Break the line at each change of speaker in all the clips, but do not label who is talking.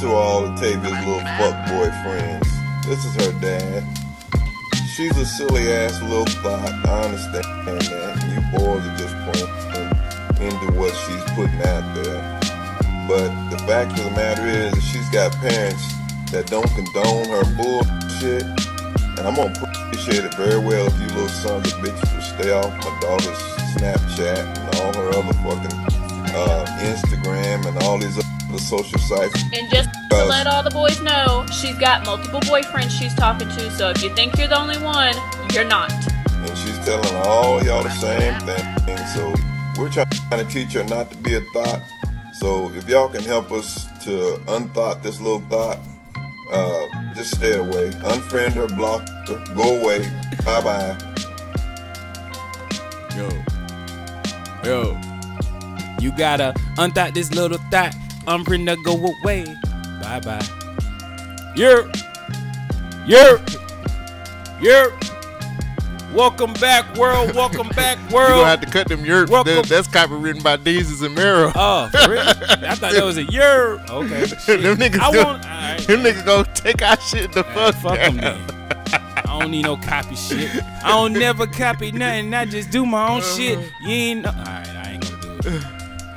to all of Tavia's little fuckboy friends. This is her dad. She's a silly ass little thought. I understand that. You boys are just playing into what she's putting out there. But the fact of the matter is, that she's got parents that don't condone her bullshit. And I'm gonna appreciate it very well if you little sons of bitches will stay off my daughter's Snapchat and all her other fucking uh, Instagram and all these other social sites.
And just to
Because-
let all the boys know, she's got multiple boyfriends she's talking to, so if you think you're the only one, you're not.
and she's telling all y'all the same thing. So we're trying to teach her not to be a thought. So if y'all can help us to unthought this little thought, uh, just stay away. Unfriend her, block her, go away. Bye bye.
Yo. Yo. You gotta unthought this little thought. I'm to go away. Bye bye. You're. You're. You're. Welcome back, world. Welcome back,
You're
world.
gonna have to cut them yurt.
Welcome-
That, that's copywritten by Deezus and Mero.
oh, for real? I thought that was a year. Okay. shit.
them niggas
I
go-
want. All right.
Them niggas gonna take our shit the fuck.
Fuck them then. I don't need no copy shit. I don't never copy nothing. I just do my own shit. You ain't. No- All right, I ain't gonna do it.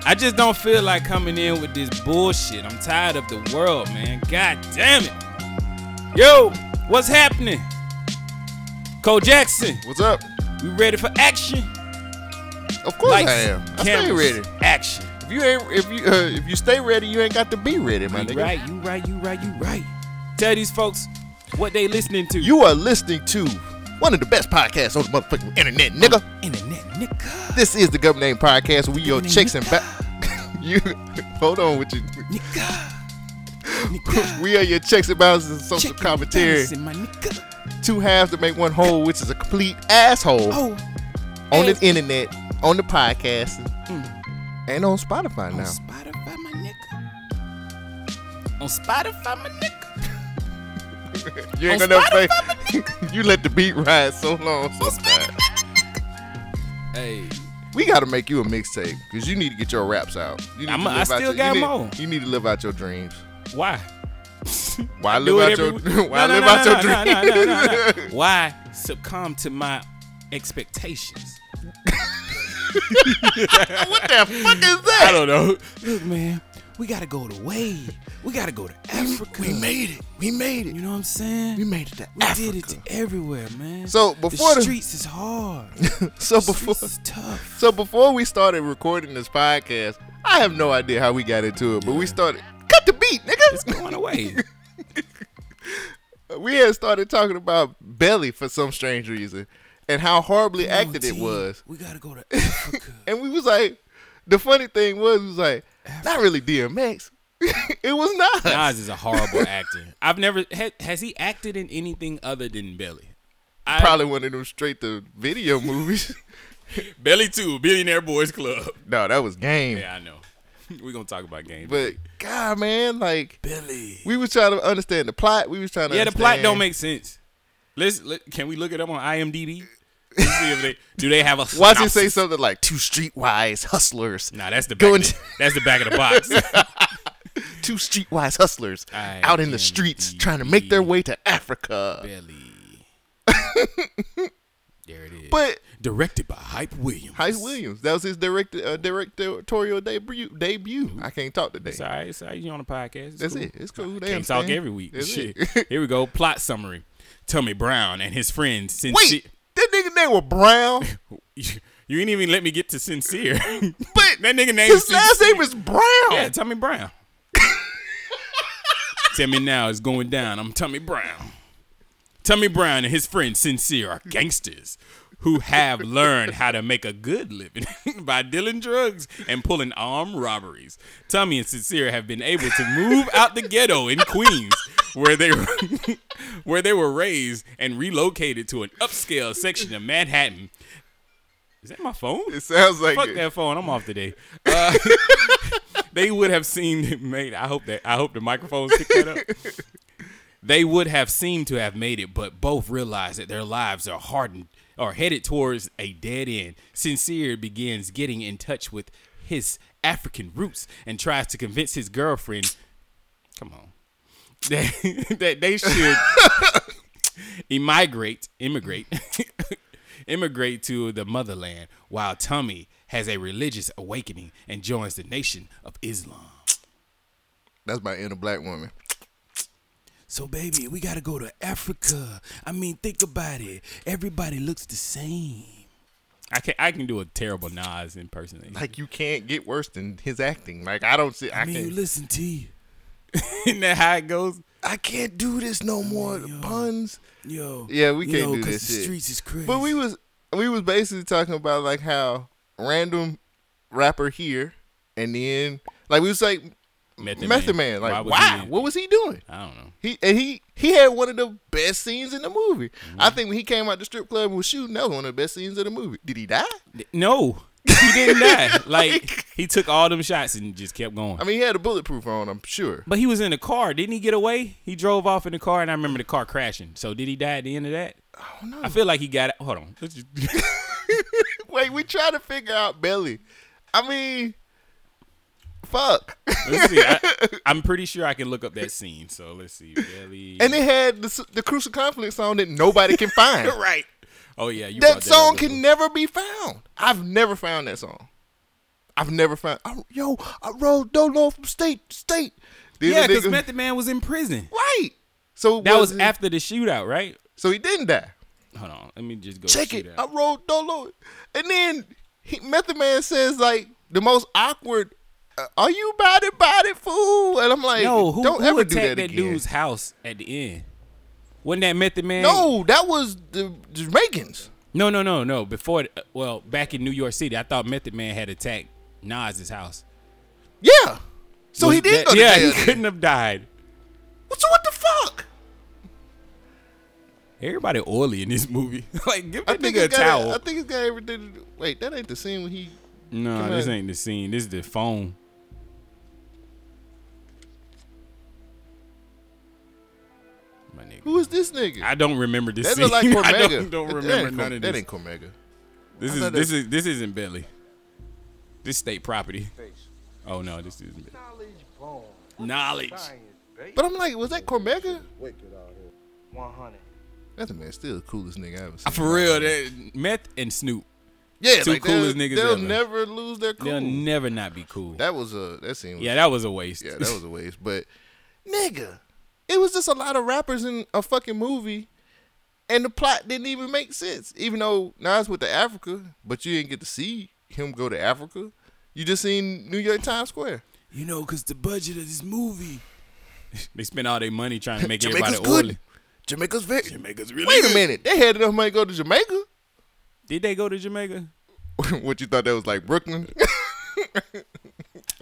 I just don't feel like coming in with this bullshit. I'm tired of the world, man. God damn it. Yo, what's happening? Cole Jackson,
What's up?
we ready for action?
Of course I am. I stay
cameras,
ready.
Action.
If you ain't, if you, uh, if you stay ready, you ain't got to be ready, my
You
nigga.
right, you right, you right, you right. Tell these folks what they listening to.
You are listening to one of the best podcasts on the motherfucking internet, nigga.
internet nigga.
This is the Government Name Podcast. We your
Government
chicks
Name
and back. you hold on with you.
Nigga. Nigga.
We are your checks and balances and social
Check your
commentary.
balance in my nigga.
Two halves to make one whole, which is a complete asshole
Oh,
on
ass.
the internet, on the podcast, and on
Mm.
Spotify
on
now.
Spotify, my nigga. On Spotify, my nigga.
You ain't
on
gonna say you let the beat ride so long. Sometimes.
Hey,
We gotta make you a mixtape because you need to get your raps out. You need
I'm-
to
I
live out
still
your,
got
you need,
more.
You need to live out your dreams.
why?
Why
Do
live
it
out your
every week.
Why
No, no,
live
no,
out
no,
your
no,
dreams?
no, no, no, no. Why succumb to my expectations?
What the fuck is
I
that?
don't know. Look, man, we gotta go to way. We gotta go to Africa. We made it.
We made
You know what I'm saying?
made it to
We did it to everywhere, man.
So, before
the
the-
streets is hard.
So
The
before
streets is tough.
so before we started recording this podcast, I have no idea how we got into it, but we started cut the beat,
It's
nigga.
going away.
We had started talking about belly for some strange reason and how horribly acted it
T,
was.
We gotta go to Africa.
And we was like, the funny thing was, we was like, not really DMX. it was not.
Nas is a horrible actor. I've never ha, has he acted in anything other than Belly. I,
Probably one of them straight to video movies.
Belly Two, Billionaire Boys Club.
no, that was game.
Yeah, I know. We're gonna talk about games.
But God, man, like
Belly.
we was trying to understand the plot. We was trying to
Yeah, the plot
understand-
don't make sense. Let's let, can we look it up on IMDb? Let's see if they do they have a
Watch it say
synopsis?
something like two streetwise hustlers.
Nah, that's the back
Go
of the,
into-
that's the back of the box.
Two streetwise hustlers
I
out in the
am
streets
the-
trying to make their way to Africa.
Belly. There it is.
But
directed by Hype Williams.
Heist Williams, that was his direct uh, directorial debut. Debut. I can't talk today.
It's all right. It's all right. You on the podcast. It's
That's
cool.
it. It's cool. They
Can't talk
understand.
every week.
That's
Shit.
it.
Here we go. Plot summary. Tummy Brown and his friend Sincere.
Wait, that nigga name was Brown,
You, you ain't even let me get to Sincere.
but
that nigga name
his
is
last
Sincere.
name is Brown.
Yeah, Tummy Brown. Tell me now it's going down. I'm Tummy Brown. Tummy Brown and his friend Sincere are gangsters who have learned how to make a good living by dealing drugs and pulling armed robberies. Tummy and Sincere have been able to move out the ghetto in Queens where they where they were raised and relocated to an upscale section of Manhattan. Is that my phone?
It sounds like
Fuck
it.
that phone. I'm off today. Uh, they would have seemed made. I hope that I hope the microphones pick that up. They would have seemed to have made it, but both realized that their lives are hardened or headed towards a dead end. Sincere begins getting in touch with his African roots and tries to convince his girlfriend. Come on. They, that they should emigrate, immigrate, immigrate to the motherland while Tummy has a religious awakening and joins the nation of Islam.
That's my inner black woman.
So baby, we gotta go to Africa. I mean, think about it. Everybody looks the same. I can I can do a terrible Nas impersonation.
Like you can't get worse than his acting. Like I don't see. I,
I mean, you
can't.
listen to you. Isn't that how it goes?
I can't do this no more. The puns.
Yo.
Yeah, we
you
can't
know,
do
'cause
this
the
shit.
streets is crazy.
But we was we was basically talking about like how random rapper here and then like we was like
Method
Method,
Man.
Man.
Why
Like
was
why?
he-
What was he doing?
I don't know.
He and he he had one of the best scenes in the movie. I
Mm-hmm.
think when he came out the strip club and was shooting, that was one of the best scenes of the movie. Did he die?
No, he didn't die. like he took all them shots and just kept going.
I mean, he had a bulletproof on, I'm sure.
but he was in the car. Didn't he get away? He drove off in the car, and I remember the car crashing. So did he die at the end of that?
I don't know.
I feel like he got. Hold on. Let's just-
Wait, we trying to figure out Belly. I mean, fuck.
Let's see. I, I'm pretty sure I can look up that scene. So let's see. Belly.
and they had the, s- the Crucial Conflict song that nobody can find.
right. Oh yeah, you brought
that song
up.
can never be found. I've never found that song. I've never found. I, yo, I rode Dolo from state to state. Then
Yeah,
the
because
nigga-
Method Man was in prison.
right. So
That was
it-
after the shootout, right?
So he didn't die.
Hold on. Let me just go
Check
shoot
it.
out.
I rode Dolo, and then he, Method Man says like the most awkward. Uh, Are you body body fool? And I'm like,
No, who,
don't
who
ever
attacked
do that,
that,
again.
dude's house at the end? Wasn't that Method Man?
No, that was the Jamaicans.
no, no, no, no. Before, uh, well, back in New York City, I thought Method Man had attacked Nas's house.
Yeah. So
Was
he did
that-
go to
yeah,
jail.
he
then.
couldn't have died.
So what the fuck?
Everybody oily in this movie. like, give
I
that
think
nigga a
it's got.
towel.
I think it's got everything. To do. Wait, that ain't the scene when he.
no,
come
this
on.
ain't the scene. This is the phone. My nigga.
Who is this nigga?
I don't remember this
that
scene.
look like Cormega.
I don't, don't
That
remember
ain't
none
Cor-
of
That
this.
ain't Cormega.
This
I
is
thought
this
that-
is this isn't Bentley. This state property. Oh no, this isn't Bentley.
Knowledge born.
Knowledge.
But I'm like, was that Cormega?
100.
That's a man, still the coolest nigga I ever
Uh,
seen.
For real, that meth and Snoop,
Yeah,
Two
like,
coolest
they'll-
niggas
They'll
ever.
never lose their cool.
they'll never not be cool.
that was a that scene. Was,
Yeah, that was a waste.
yeah, that was a waste. But nigga, it was just a lot of rappers in a fucking movie, and the plot didn't even make sense. Even though Nas went to Africa, but you didn't get to see him go to Africa. You just seen New York Times Square.
you know, cause the budget of this movie. they spent all their money trying to make everybody
Jamaica's
oily.
good. Jamaica's very.
Jamaica's really
Wait
good.
a minute, they had enough money to go to Jamaica.
Did they go to Jamaica?
what you thought that was like Brooklyn,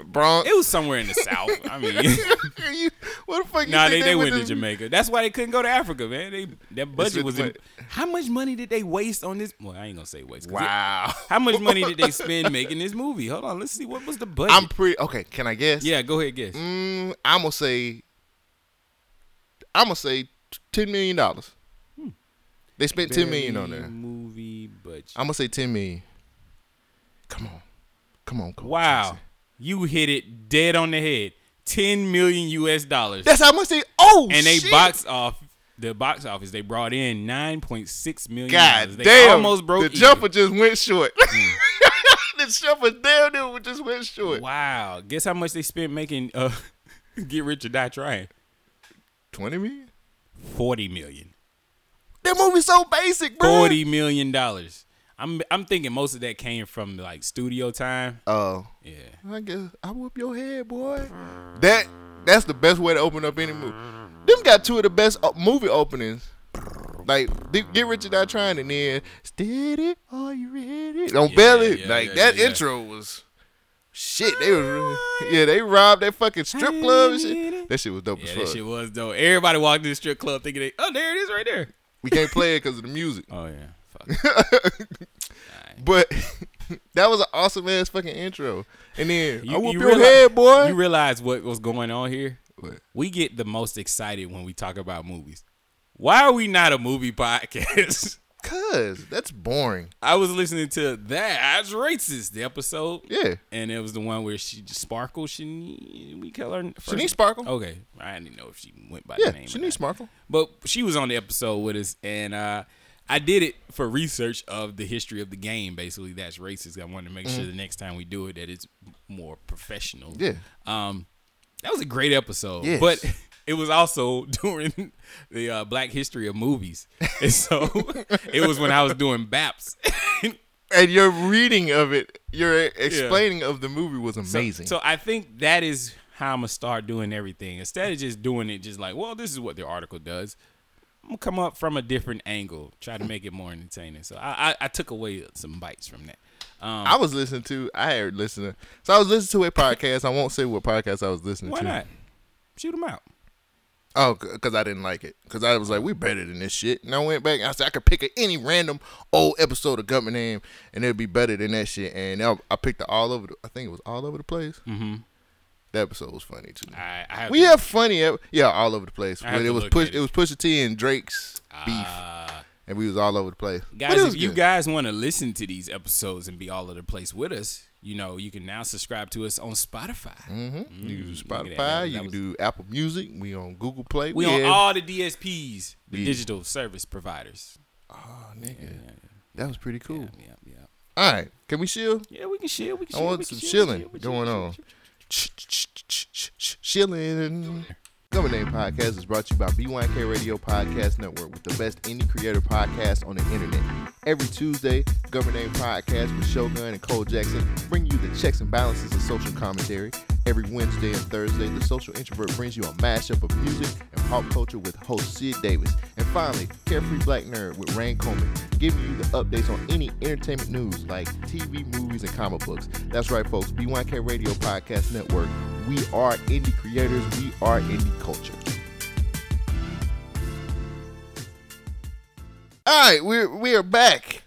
Bronx?
It was somewhere in the south. I mean,
You- what the fuck? you
nah,
think
they, they went to
this-
Jamaica. That's why they couldn't go to Africa, man. They that budget
what-
was. In,
what-
how much money did they waste on this? Well, I ain't gonna say waste. 'cause it-
Wow.
How much money did they spend making this movie? Hold on, let's see what was the budget.
I'm pretty okay. Can I guess?
yeah, go ahead, guess.
Mm, I'm gonna say. I'm gonna say ten million dollars.
Hmm.
They spent ten million on there.
movie budget.
I'm gonna say ten million. Come on, come on, come on.
wow,
Chauncey.
you hit it dead on the head. Ten million U.S. dollars,
That's how much they. Oh,
and they
shit.
box off the box office. They brought in nine point six million.
God
they
damn!
almost broke.
the
even. Mm.
jumper just went short. the jumper damn near just went short.
Wow, guess how much they spent making uh, Get Rich or Die Trying?
Twenty million.
Forty million.
That movie's so basic, bro.
Forty million dollars. I'm I'm thinking most of that came from like studio time.
Oh,
Yeah.
I guess I whoop your head, boy. That that's the best way to open up any movie. Them got two of the best uh, movie openings. Like they- get rich or die trying, and then steady, are you ready? On
Yeah,
belly,
yeah,
like
yeah,
that
yeah.
intro was shit. They was really, yeah, they robbed that fucking strip club and shit. That shit was dope
Yeah,
as
that
fuck.
shit was though. Everybody walked in the strip club thinking, they, "Oh, there it is, right there."
We can't play it because of the music,
Oh yeah, fuck.
but that was an awesome ass fucking intro. And then I
You,
whoop
you
your
reali-
head, boy.
You realize what was going on here?
What?
We get the most excited when we talk about movies. Why are we not a movie podcast?
Cause that's boring.
I was listening to that's racist the episode.
Yeah.
And it was the one where she just sparkle. Shani, we call her first-
Shanice Sparkle.
Okay, I didn't know if she went by
Yeah,
the name. or
she
not.
needs Smarkle.
But she was on the episode with us, and uh, I did it for research of the history of the game. Basically, that's racist. I wanted to make sure the next time we do it that it's more professional.
Mm-hmm. Yeah.
Um, that was a great episode.
Yes.
But it was also during the uh, Black History of movies, and so it was when I was doing BAPS.
And your reading of it, your explaining of the movie was
So-
amazing.
So, I think that is how I'm gonna start doing everything. Instead of just doing it, just like, well, this is what the article does. I'm gonna come up from a different angle, try to make it more entertaining. So I, I, I took away some bites from that. Um,
I was listening to, I heard listening. So I was listening to a podcast. I won't say what podcast I was listening
why
to.
not shoot them out?
Oh, because I didn't like it. Because I was like, we better than this shit. And I went back. And I said, I could pick any random old episode of Government Name, and it'd be better than that shit. And I, I picked it all over. The, I think it was all over the place. Mm-hmm. That episode was funny too.
I, I have
we
to-
have funny, ep- yeah, all over the place.
I have
But it
to
was
look at
push. It.
it. Ah.
was Pusha T and Drake's beef, and we was all over the place. but
guys.
it was
If you
good.
guys want to listen to these episodes and be all over the place with us, you know, you can now subscribe to us on Spotify. Mm,
Mm-hmm. you can do
look at that.
Spotify,
That-
you
that
can
was-
do Apple Music. We on Google Play.
We on
have-
all the DSPs, the
Yeah.
digital service providers.
Oh, nigga, that was pretty cool.
Yeah, yeah, yeah.
All right, can we chill?
Yeah, we can share. We can
I
share,
want
we
some
can share,
chilling
we can share, we
going
can share,
on.
we can share.
Chilling. Government Name Podcast is brought to you by BYK Radio Podcast Network with the best indie creator podcast on the internet. Every Tuesday, Government Name Podcast with Shogun and Cole Jackson bring you the checks and balances of social commentary. Every Wednesday and Thursday, The Social Introvert brings you a mashup of music and pop culture with host Sid Davis. And finally, Carefree Black Nerd with Rain Coleman, giving you the updates on any entertainment news like TV, movies, and comic books. That's right, folks. BYK Radio Podcast Network. We are indie creators. We are indie culture. All right, we're we are back.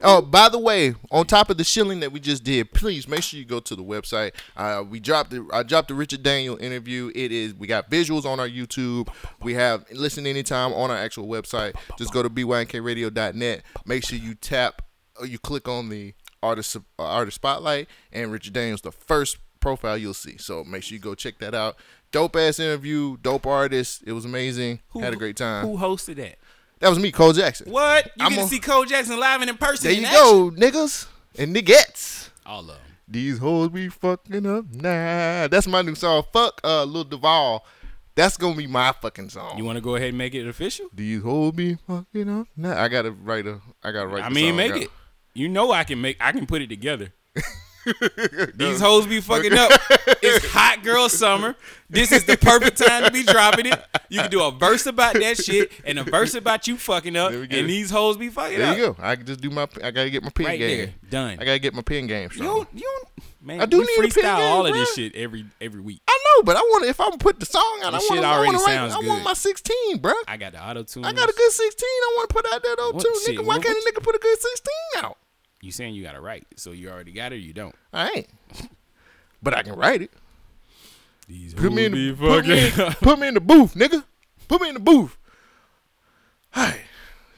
Oh, by the way, on top of the shilling that we just did, please make sure you go to the website. Uh, we dropped the I dropped the Richard Daniel interview. It is we got visuals on our YouTube. We have listen anytime on our actual website. Just go to bynkradio.net. Make sure you tap or you click on the artist uh, artist spotlight and Richard Daniels the first profile you'll see. So make sure you go check that out. Dope ass interview, dope artist. It was amazing.
Who-
Had a great time.
Who hosted that?
That was me, Cole Jackson.
What? You
I'm
get
on-
to see Cole Jackson live and in person.
There
in
you
action?
go, niggas and niggettes.
All of them.
These hoes be fucking up now. That's my new song. Fuck uh Lil Duval. That's gonna be my fucking song.
You want to go ahead and make it official?
These hoes be fucking up now. I gotta write a. I gotta write.
I
the
mean,
song
make
down.
it. You know I can make. I can put it together. These hoes be fucking up. It's hot girl summer. This is the perfect time to be dropping it. You can do a verse about that shit and a verse about you fucking up,
There we
and
go.
these hoes be fucking
There
up.
you go. I can just do my. I gotta get my pen
Right
game.
there. Done.
I gotta get my pen game
You
strong.
don't. You don't. Man,
I do
we
need a
freestyle
pin game,
all of this
bruh.
shit every every week.
I know, but I want to. If I'm gonna put the song out,
This
I want.
shit
I want
already
to write.
sounds
I want
good.
my 16, bruh.
I got the auto tune.
I got a good 16. I want to put out that though
What-
too,
shit,
nigga. Why
what-
can't
what
a nigga put a good 16 out?
You saying you got to write, so you already got it. or You don't.
I ain't. But I can write it.
These
Put me, in the, put, me in,
up.
put me in the booth, nigga. Put me in the booth. Hey,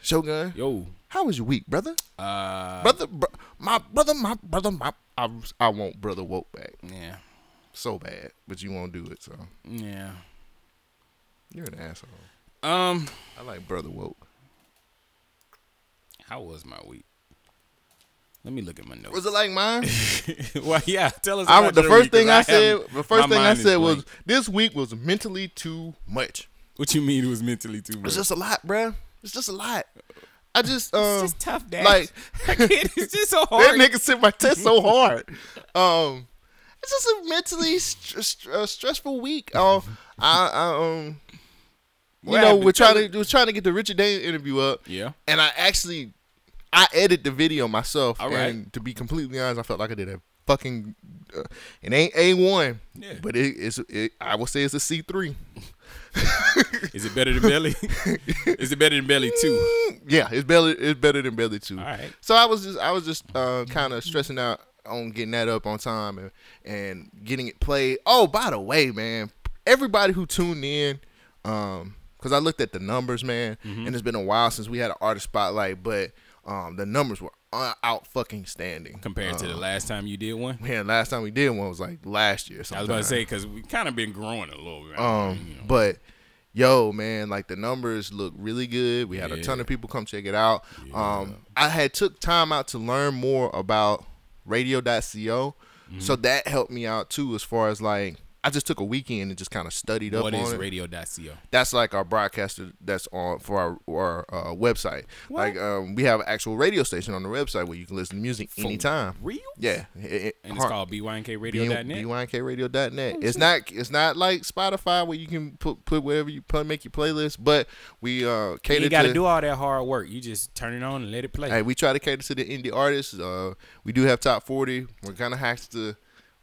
Shogun,
Yo,
how was your week, brother?
uh,
brother, br- my brother, my brother, my. I, I want brother woke back
yeah,
so bad, but you won't do it. So
yeah.
you're an asshole.
Um,
I like brother woke.
how was my week? Let me look at my notes.
Was it like mine?
well, yeah, tell us.
I,
about
the
your
first
week,
thing
'cause
I said,
haven't-
the
my
first thing I
mind is
said was
blank.
this week was mentally too much.
"What you mean? It was mentally too much."
It's just a lot, bruh. It's just a lot. I just um,
It's just tough, Dad.
like-
I can't- it's just so
That
hard.
nigga sent my test so hard. Um, it's just a mentally str- str- uh, stressful week. Um, I, I um, you
What
know,
happened?
we're trying to we're trying to get the Richard Dane interview up.
Yeah.
and I actually I edit the video myself.
All right.
And to be completely honest, I felt like I did a fucking. Uh, it ain't a one,
Yeah.
but it is. It, I would say it's a C three.
Is it better than Belly? Is it better than Belly too?
Yeah, it's better. It's better than Belly Two.
All right.
So I was just, I was just uh, kind of stressing out on getting that up on time and and getting it played. Oh, by the way, man, everybody who tuned in um, because I looked at the numbers, man,
Mm-hmm.
and it's been a while since we had an artist spotlight, but um, the numbers were uh, out fucking standing Um,
compared to the last time you did one?
Man, last time we did one was like last
I
year.
was
sometime.
about to say because we kind of been growing a little. Right?
Um, but yo, man, like the numbers look really good. We had a ton of people come check it out. Um, I had took time out to learn more about radio.co.
Mm-hmm.
So that helped me out too as far as like I just took a weekend and just kind of studied up
what
on
is
it.
radio.co?
That's like our broadcaster that's on for our, our uh, website. Like um, we have an actual radio station on the website where you can listen to music anytime.
real?
Yeah. It- it-
And it's
har-
called BYNKRadio.net.
BYNKRadio.net.
Oh,
It's not it's not like Spotify where you can put put whatever you put, make your playlist, but we uh
you
cater
ain't got
to
to do all that hard work. You just turn it on and let it play.
Hey, we try to cater to the indie artists. Uh we do have top 40. We're going to have to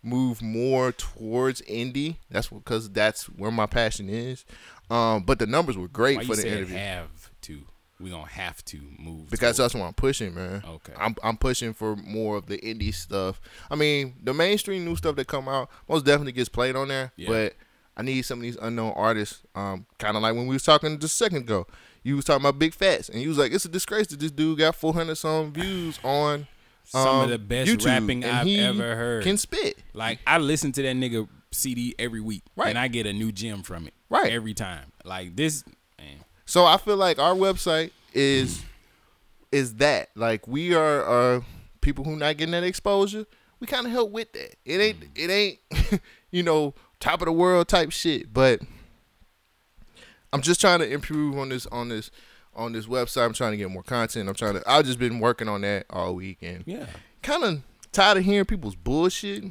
move more towards indie. That's cuz that's where my passion is. Um but the numbers were great
Why
for
you
the
said
interview.
have to? We gonna have to move
because
toward-
that's what I'm pushing, man.
Okay.
I'm I'm pushing for more of the indie stuff. I mean, the mainstream new stuff that come out most definitely gets played on there,
Yeah.
but I need some of these unknown artists. Um, kind of like when we was talking just a second ago. You was talking about Big Fats, and you was like, "It's a disgrace that this dude got 400 some views on."
Some of
um,
the best
YouTube,
rapping
and
I've
he
ever heard.
Can spit.
Like I listen to that nigga CD every week,
Right.
And I get a new gem from it,
Right.
Every time. Like this, man.
So I feel like our website is is that like we are uh people who not getting that exposure. We kind of help with that. It ain't
Mm.
it ain't you know top of the world type shit, but I'm just trying to improve on this on this on this website. I'm trying to get more content. I'm trying to. I've just been working on that all week and
Yeah,
kind of tired of hearing people's bullshit.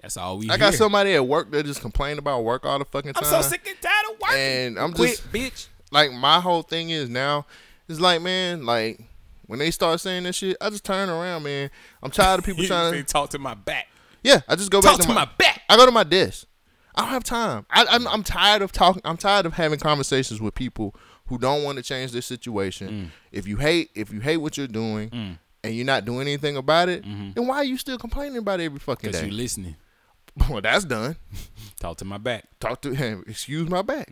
that's all we.
I got
hear.
somebody at work that just complain about work all the fucking
I'm so
time.
sick and tired of working.
And I'm
Quit,
just-
bitch.
like my whole thing is now it's like man like when they start saying this shit i just turn around man i'm tired of people
You
trying
say
to
talk to my back.
yeah i just go
Talk
back to,
to my back.
i go to my desk i don't have time I, I'm, I'm tired of talking i'm tired of having conversations with people who don't want to change their
Mm.
situation if you hate if you hate what you're doing and you're not doing anything about it then why are you still complaining about it every fucking
Mm-hmm. Cause
day
you listening.
well that's done
Talk to my back. Mm.
talk to him. Excuse my back.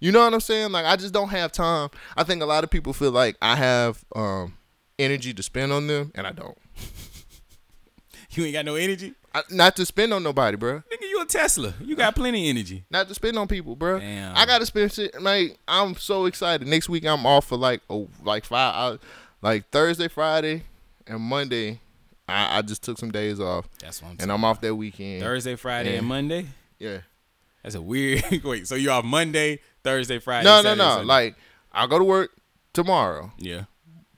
You know what I'm saying? Like I just don't have time. I think a lot of people feel like I have um, energy to spend on them, and I don't.
You ain't got no energy,
I, not to spend on nobody, bruh.
nigga. You a Tesla. You got plenty of energy.
Not to spend on people, bruh.
Damn.
I gotta spend shit. Like I'm so excited. Next week I'm off for like oh like five hours, like Thursday, Friday, and Monday. I, I just took some days off,
That's what I'm
and
saying.
I'm off that weekend.
Thursday, Friday,
Yeah.
and Monday.
Yeah.
That's a weird. Wait, so you off Monday, Thursday, Friday?
No, no,
Saturday,
no.
Sunday.
Like I go to work tomorrow.
yeah.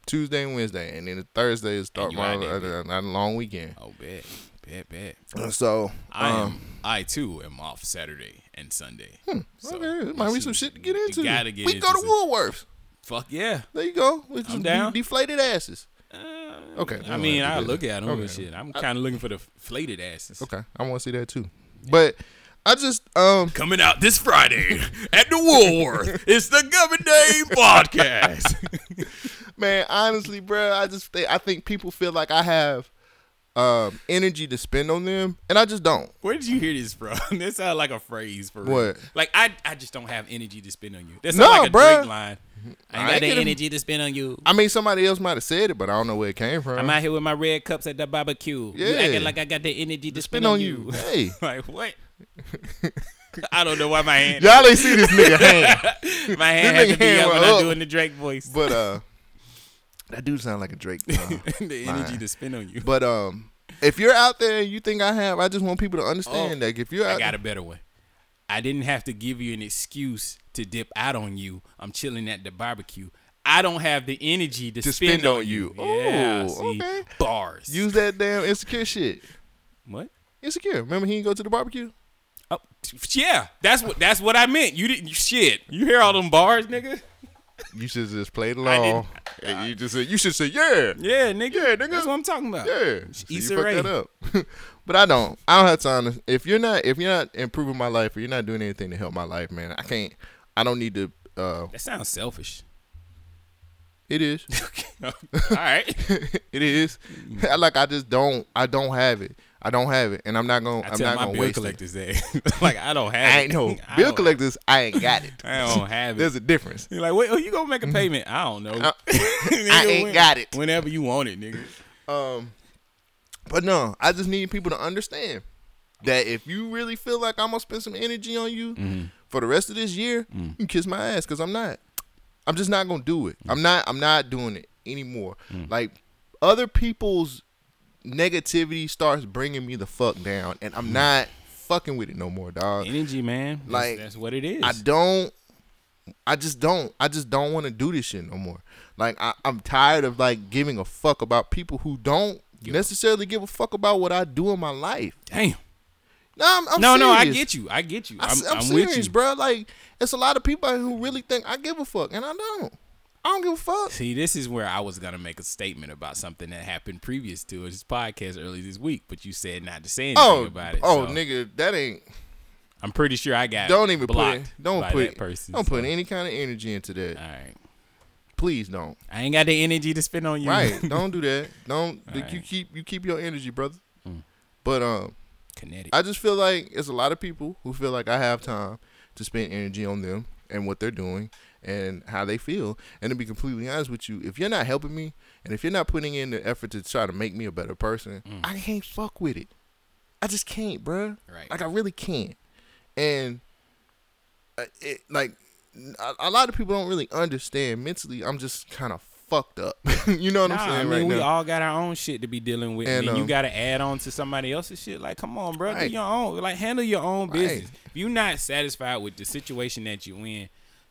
Tuesday and Wednesday, and then Thursday is start
you
my
out there,
uh, uh, long weekend. Uh,
Oh, bet, bet, bet.
So
I
um,
am. I too am off Saturday and Sunday. So,
hmm, okay, there might be some shit to get into.
You gotta get
we can go to
into some-
Woolworths.
Fuck yeah.
There you go. With
I'm
some
down. Uh,
de- deflated asses. Okay,
I
I'm
mean,
gonna have
I
to do
look
that.
at them and
Oh, Okay.
shit. I'm kind of looking for the flated asses.
Okay, I want to see that too. But I just um
Coming out this Friday at the Woolworth. it's the Gummy Day podcast.
man, honestly, bruh, I just think, I think people feel like I have um energy to spend on them, and I just don't.
Where did you hear this from? That sounds like a phrase for real.
What?
Like I, I just don't have energy to spend on you. That sounds
No,
like a
bruh.
Drake line. I ain't
I
got the
get 'em.
energy to spend on you.
I mean, somebody else might have said it, but I don't know where it came from.
I'm out here with my red cups at the barbecue. You
Yeah.
acting like I got the energy to,
spend on you. Hey,
like what? I don't know why my hand
y'all ain't see this nigga hand.
my hand had
This
to
nigga
be
hand
up when
went
I'm
up.
doing the Drake voice.
But uh, that dude sound like a Drake. uh,
the energy to spend on you.
But um, if you're out there and you think I have, I just want people to understand.
Oh,
like if you're out,
I got a better one. I didn't have to give you an excuse to dip out on you. I'm chilling at the barbecue. I don't have the energy to,
To
spend,
spend
on
on
you.
you.
yeah,
Ooh,
see,
okay.
bars.
use that damn insecure shit.
what?
Insecure. Remember he didn't go to the barbecue.
Oh, t- yeah, that's what that's what I meant. You didn't shit. You hear all them bars, nigga?
You should have just played along. And you just said you should say yeah,
Yeah, nigga.
Yeah, nigga.
That's what I'm talking about.
yeah. So you
Issa
fucked
Rae.
that up. but I don't. I don't have time. To, if you're not, if you're not improving my life, or you're not doing anything to help my life, man, I can't. I don't need to. Uh,
That sounds selfish.
it is.
all right.
it is. like I just don't I don't have it. I don't have it, and I'm not gonna.
I
I am
tell
not
my
gonna
bill
waste
collectors that, like, I don't have.
it. I
it.
ain't no
I
bill
don't-
collectors. I ain't got it.
I don't have it.
There's a difference. Mm-hmm.
You're like, wait, oh, you gonna make a payment? I don't know.
I-
Nigga,
I ain't got it.
Whenever you want it, nigga.
Um, but no, I just need people to understand that if you really feel like I'm gonna spend some energy on you
Mm-hmm.
for the rest of this year,
Mm.
you can kiss my ass because I'm not. I'm just not gonna do it.
Mm.
I'm not. I'm not doing it anymore. Like other people's negativity starts bringing me the fuck down, and I'm not fucking with it no more, dog.
Mm. Energy, man. That's-
Like,
that's what it is.
I don't. I just don't. I just don't want to do this shit no more. Like I, I'm tired of like giving a fuck about people who don't necessarily give a fuck about what I do in my life.
Damn.
No, I'm, I'm
no, no, I
serious.
get you. I get you.
I,
I'm,
am
I'm
serious,
with you,
bro. Like it's a lot of people out here who really think I give a fuck, and I don't. I don't give a fuck.
See, this is where I was gonna make a statement about something that happened previous to this podcast earlier this week, but you said not to say anything
Oh,
about it.
oh,
so
nigga, that ain't.
I'm pretty sure I got.
Don't even put.
blocked
it- Don't
by
put.
that person.
don't
so.
put any kind of energy into that.
All right,
Please don't.
I ain't got the energy to spend on you.
Right. Don't do that. Don't
All
you
right.
keep you keep your energy, brother. But um
Mm. Kinetic.
I just feel like it's a lot of people who feel like I have time to spend energy on them and what they're doing and how they feel. And to be completely honest with you, if you're not helping me and if you're not putting in the effort to try to make me a better person,
Mm.
I can't fuck with it. I just can't, bruh.
Right.
Like I really can't. And uh, it like a, a lot of people don't really understand mentally. I'm just kind of fucked up. you know what
Nah,
I'm
I
saying
mean,
right
we
now?
all got our own shit to be dealing with,
And,
and, you
um,
got to add on to somebody else's shit. Like, come on, bro,
Right.
do your own. Like, handle your own
Right.
business. If you're not satisfied with the situation that you in,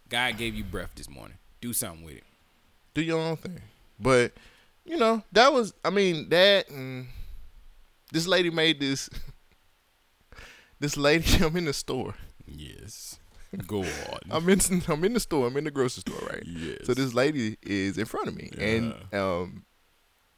God gave you breath this morning. Do something with it.
do your own thing. But you know, that was I mean that and this lady made this. This lady, I'm in the store.
Yes. Go on.
I'm in, I'm in the store. I'm in the grocery store, right?
Yes.
So this lady is in front of me, and um,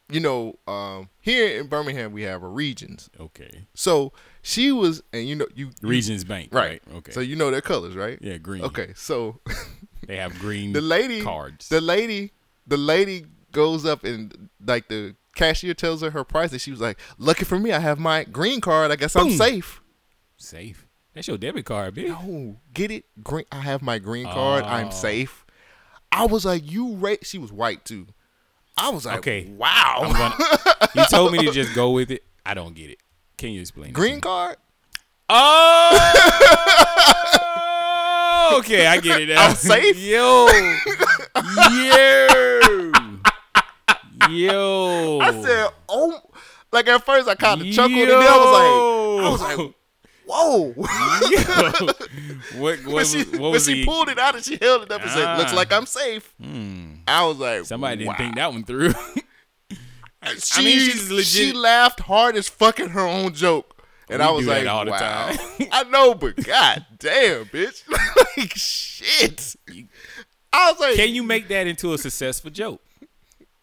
you know, um, here in Birmingham we have a regions.
okay.
So she was, and you know, you you-
Regions Bank.
right?
Right. Okay.
So you know their colors, right?
yeah, green.
Okay, so
They have green.
the lady
cards.
the lady the lady goes up and like the cashier tells her her price and she was like lucky for me i have my green card i guess i'm
Boom.
safe
Safe. That's your debit card, bitch. Oh.
oh get it green i have my green card i'm safe i was like you right she was white too i was like
Okay.
wow
I'm
Oh.
gonna, you told me to just go with it. I don't get it. Can you explain? it to me?
green card
Oh, okay, I get it. Now.
I'm safe?
Yo, yo, yo.
i said oh like at first i kind of chuckled and then i was like i was like whoa
like, what, what,
when
was,
she,
what
when
was
she
he?
pulled it out and she held it up and said looks
Ah.
like i'm safe i was like
Hmm. Somebody didn't
wow.
think that one through.
she,
I mean, she's legit-
She laughed hard as fucking her own joke, and
We
I was
do that
like,
all the
"Wow,
time.
I know, but god damn, bitch, like shit." I was like,
Can you make that into a successful joke?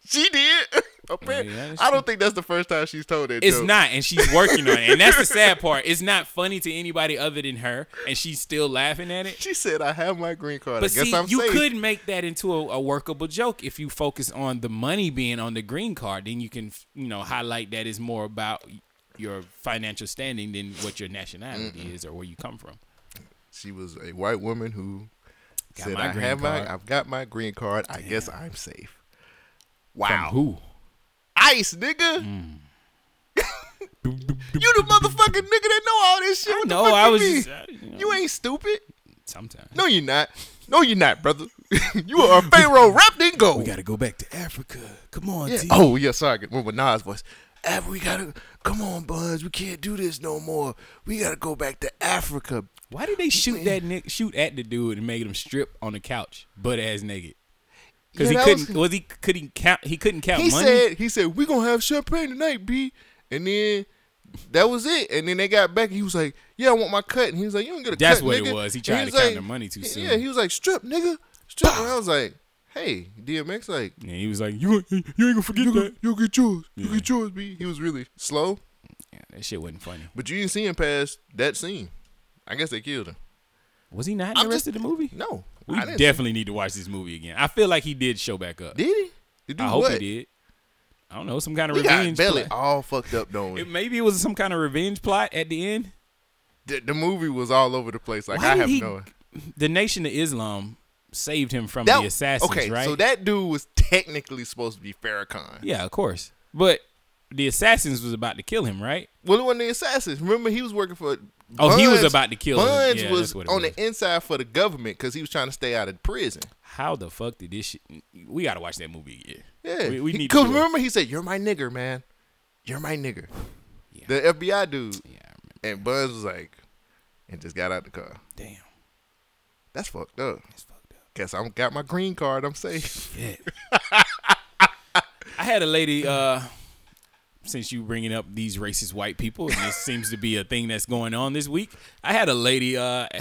"She did." Apparently,
Yeah, that's
I don't think that's the first time she's told that.
It's
joke.
not, and she's working on it, and that's the sad part. It's not funny to anybody other than her, and she's still laughing at it.
She said, "I have my green card."
But
I guess
see,
I'm
you
safe.
could make that into a, a workable joke if you focus on the money being on the green card. Then you can, you know, highlight that is more about your financial standing than what your nationality is or where you come from.
She was a white woman who
Got
said,
my
"I
green
have
card."
my, I've got my green card. I guess I'm safe."
From
Wow,
who? Hmm.
ice, nigga. You the motherfucking nigga that know all this shit. What the
No,
fuck
I
you
was
mean?
just uh, you, know,
You ain't stupid.
sometimes.
No, you're not. No, you're not, brother. you are a pharaoh wrapped in gold.
We gotta go back to Africa. Come on,
Yeah.
T.
Oh, yeah, sorry. I could remember Nas' voice. Af- we gotta come on, Buds. We can't do this no more. We gotta go back to Africa.
Why did they shoot that nick shoot at the dude and make him strip on the couch, butt ass naked? Because
Yeah, that
he couldn't was,
was-
he could he count he couldn't count
He
money.
said, he said, we gonna have champagne tonight, B. And then that was it. And then they got back. And he was like, yeah, I want my cut. And he was like, you don't get a
That's
cut,
what it
nigga."
was. He
And
tried
was
to count the money too
Yeah,
soon.
he was like, strip, nigga, strip. And I was like, hey, DMX, like,
and he was like, "You you ain't gonna forget
you
that."
go- you get yours. You get yours, B. He was really slow.
Yeah, that shit wasn't funny.
But you didn't see him past that scene. I guess they killed him.
Was he not in
I'm
the rest
just-
of the movie?
No,
We
I didn't see-
definitely need to watch this movie again. I feel like he did show back up.
did he. To do
I hope
what?
he did. I don't know, some kind of
We got
revenge
Belly
plot.
all fucked up, though.
It, maybe it was some kind of revenge plot at the end.
The, the movie was all over the place. Like
Why
I
did
have
he-
no. idea.
The Nation of Islam saved him from
That-
the assassins,
okay,
right?
so that dude was technically supposed to be Farrakhan.
yeah, of course. But the assassins was about to kill him, right?
Well, it wasn't the assassins. Remember, he was working for.
Oh, he was about to kill him.
Buns
Yeah, that's
was
what it
on
was.
the inside for the government because he was trying to stay out of prison.
How the fuck did this shit? We gotta watch that movie again.
Yeah,
we, we need.
Because
to do it.
remember, he said, "You're my nigger, man. You're my nigger."
Yeah.
The FBI dude
Yeah, I remember.
and Buns was like, and just got out the car.
Damn,
That's fucked up.
that's fucked up.
Guess I'm got my green card. I'm safe.
I had a lady. uh Since you bringing up these racist white people, and this seems to be a thing that's going on this week. I had a lady. uh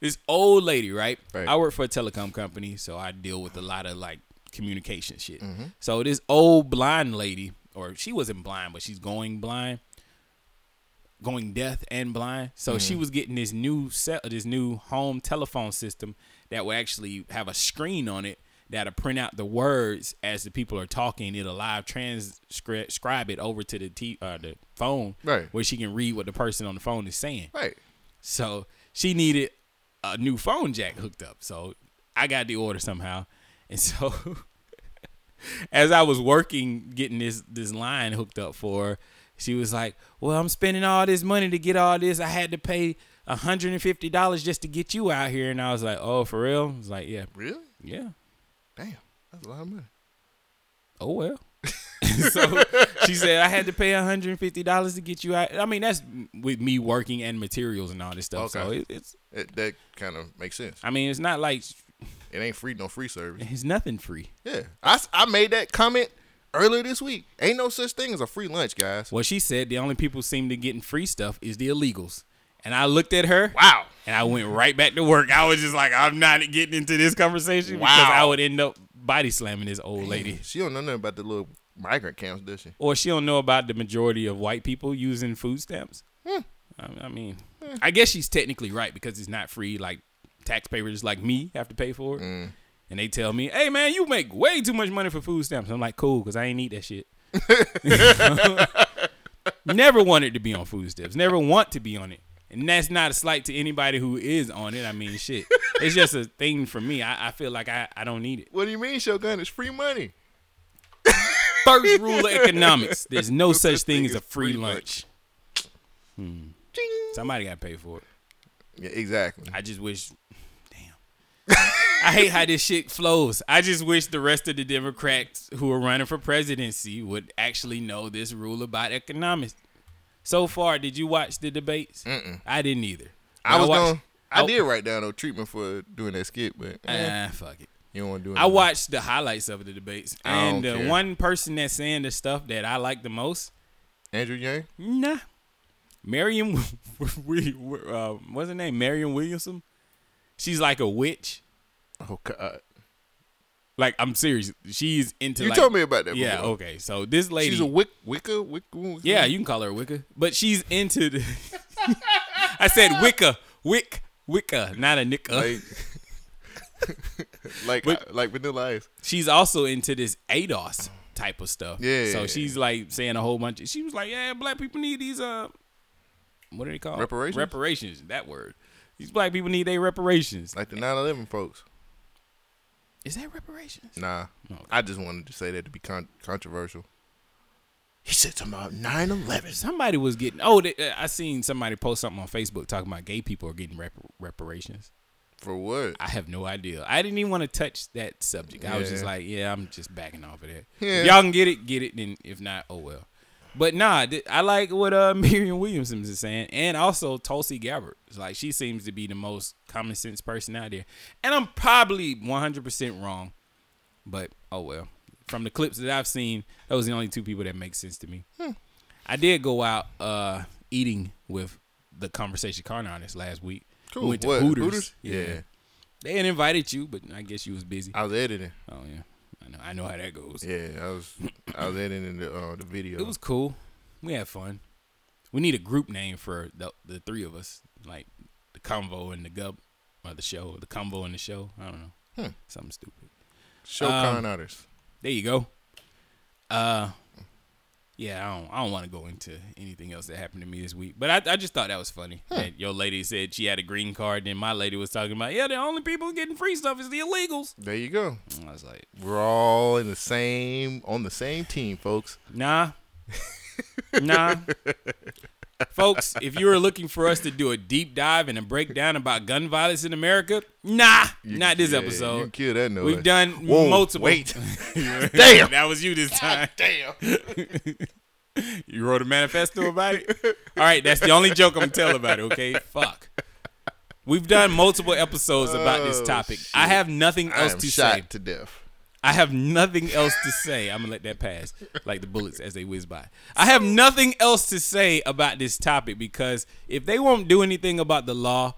This old lady, right?
Right.
I work for a telecom company, so I deal with a lot of like communication shit.
Mm-hmm.
So this old blind lady, or she wasn't blind, but she's going blind. going deaf and blind. So
Mm-hmm.
she was getting this new set, this new home telephone system that will actually have a screen on it that'll print out the words as the people are talking. It'll live transcribe it over to the t- uh, the phone,
Right.
where she can read what the person on the phone is saying.
right.
So she needed a new phone jack hooked up. So I got the order somehow. And so as I was working getting this this line hooked up for her, she was like, Well, I'm spending all this money to get all this. I had to pay $150 just to get you out here. And I was like, Oh, for real? I was like, Yeah,
Really?
yeah.
Damn, that's a lot of money.
Oh well. so she said I had to pay $150 to get you out. I mean, that's with me working and materials and all this stuff. So
Okay.
it, it's
It, that kind of makes sense.
I mean, it's not like
It ain't free, no free service.
It's nothing free.
Yeah, I, s- I made that comment earlier this week. Ain't no such thing as a free lunch, guys.
Well, she said the only people seem to getting free stuff is the illegals. And I looked at her
Wow.
and I went right back to work. I was just like, I'm not getting into this conversation because
Wow.
I would end up body slamming this old lady.
She don't know nothing about the little migrant camps, does she?
Or she don't know about the majority of white people using food stamps. I, I mean, I guess she's technically right because it's not free. Like taxpayers like me have to pay for it. And they tell me, hey, man, you make way too much money for food stamps. I'm like, cool, because I ain't need that shit. never wanted to be on food stamps. Never want to be on it. And that's not a slight to anybody who is on it. I mean, shit. it's just a thing for me. I, I feel like I, I don't need it.
What do you mean, Shogun? It's free money.
First rule of economics there's no such thing as a free lunch. Hmm. Somebody got to pay for it.
Yeah, exactly.
I just wish. Damn. I hate how this shit flows. I just wish the rest of the Democrats who are running for presidency would actually know this rule about economics. So far, did you watch the debates? Mm-mm. I didn't either.
I was
watched-
going. I
I-
did write down no treatment for doing that skit, but eh,
Oh. Ah, fuck it.
you don't want to do it.
I watched the highlights of the debates,
I
and
don't
the
care.
one person that's saying the stuff that I like the most,
Andrew Yang.
nah, Marion, we, uh, what's her name? Marion Williamson. She's like a witch.
Oh God,
Like I'm serious. She's into.
you
like-
told me about that.
Yeah.
before.
Okay. So this lady.
She's a wick, Wicca, Wicca. Wicca-
yeah, you can call her Wicca, but she's into. The, I said Wicca, Wick, Wicca, not a Nicka.
like, like,
Wick-
like Vanilla Ice.
she's also into this ADOS type of stuff.
Yeah.
So she's like saying a whole bunch. Of, she was like, "Yeah, black people need these uh, what are they called?
Reparations?
Reparations. That word. These black people need their reparations.
Like the 9/11 folks.
Is that reparations?
Nah,
No.
I just wanted to say that to be con- controversial. He said something about 9/11.
Somebody was getting. Oh, they, uh, I seen somebody post something on Facebook talking about gay people are getting rep- reparations.
For what?
I have no idea. I didn't even want to touch that subject. I was just
Yeah.
like, yeah, I'm just backing off of that.
Yeah.
If y'all can get it, get it. Then if not, oh well. But nah, th- I like what uh, Miriam Williamson is saying, and also Tulsi Gabbard. It's Like she seems to be the most common sense person out there, and I'm probably 100 percent wrong, but oh well. From the clips that I've seen, those are the only two people that make sense to me.
Hmm.
I did go out uh, eating with the conversation car artist last week. We went to
What,
Hooters.
Yeah.
yeah. They had invited you, but I guess you was busy.
I was editing.
Oh yeah, I know. I know how that goes.
Yeah, I was. I was editing the uh, the video.
It was cool. We had fun. We need a group name for the the three of us, like the convo and the gub, or the show, the convo and the show. I don't know,
Hmm.
something stupid.
show
um,
con artists.
There you go. Uh, Yeah, I don't, I don't want to go into anything else that happened to me this week, but I, I just thought that was funny.
Hmm.
That your lady said she had a green card, then my lady was talking about, yeah, the only people getting free stuff is the illegals.
There you go.
And Mm, I was like,
We're all in the same on the same team, folks.
Nah. nah. Folks, if you were looking for us to do a deep dive and a breakdown about gun violence in America, nah,
You-
not this
yeah, You can
episode.
kill that noise.
We've done
Whoa,
multiple.
Wait,
Damn. that was you this time.
damn.
You wrote a manifesto about it? All right, that's the only joke I'm going to tell about it, okay? Fuck. We've done multiple episodes about this
Oh,
topic. I
shit.
have nothing
I
else
am
to
shot
say.
to death.
I have nothing else to say. I'm gonna let that pass, like the bullets as they whiz by. I have nothing else to say about this topic because if they won't do anything about the law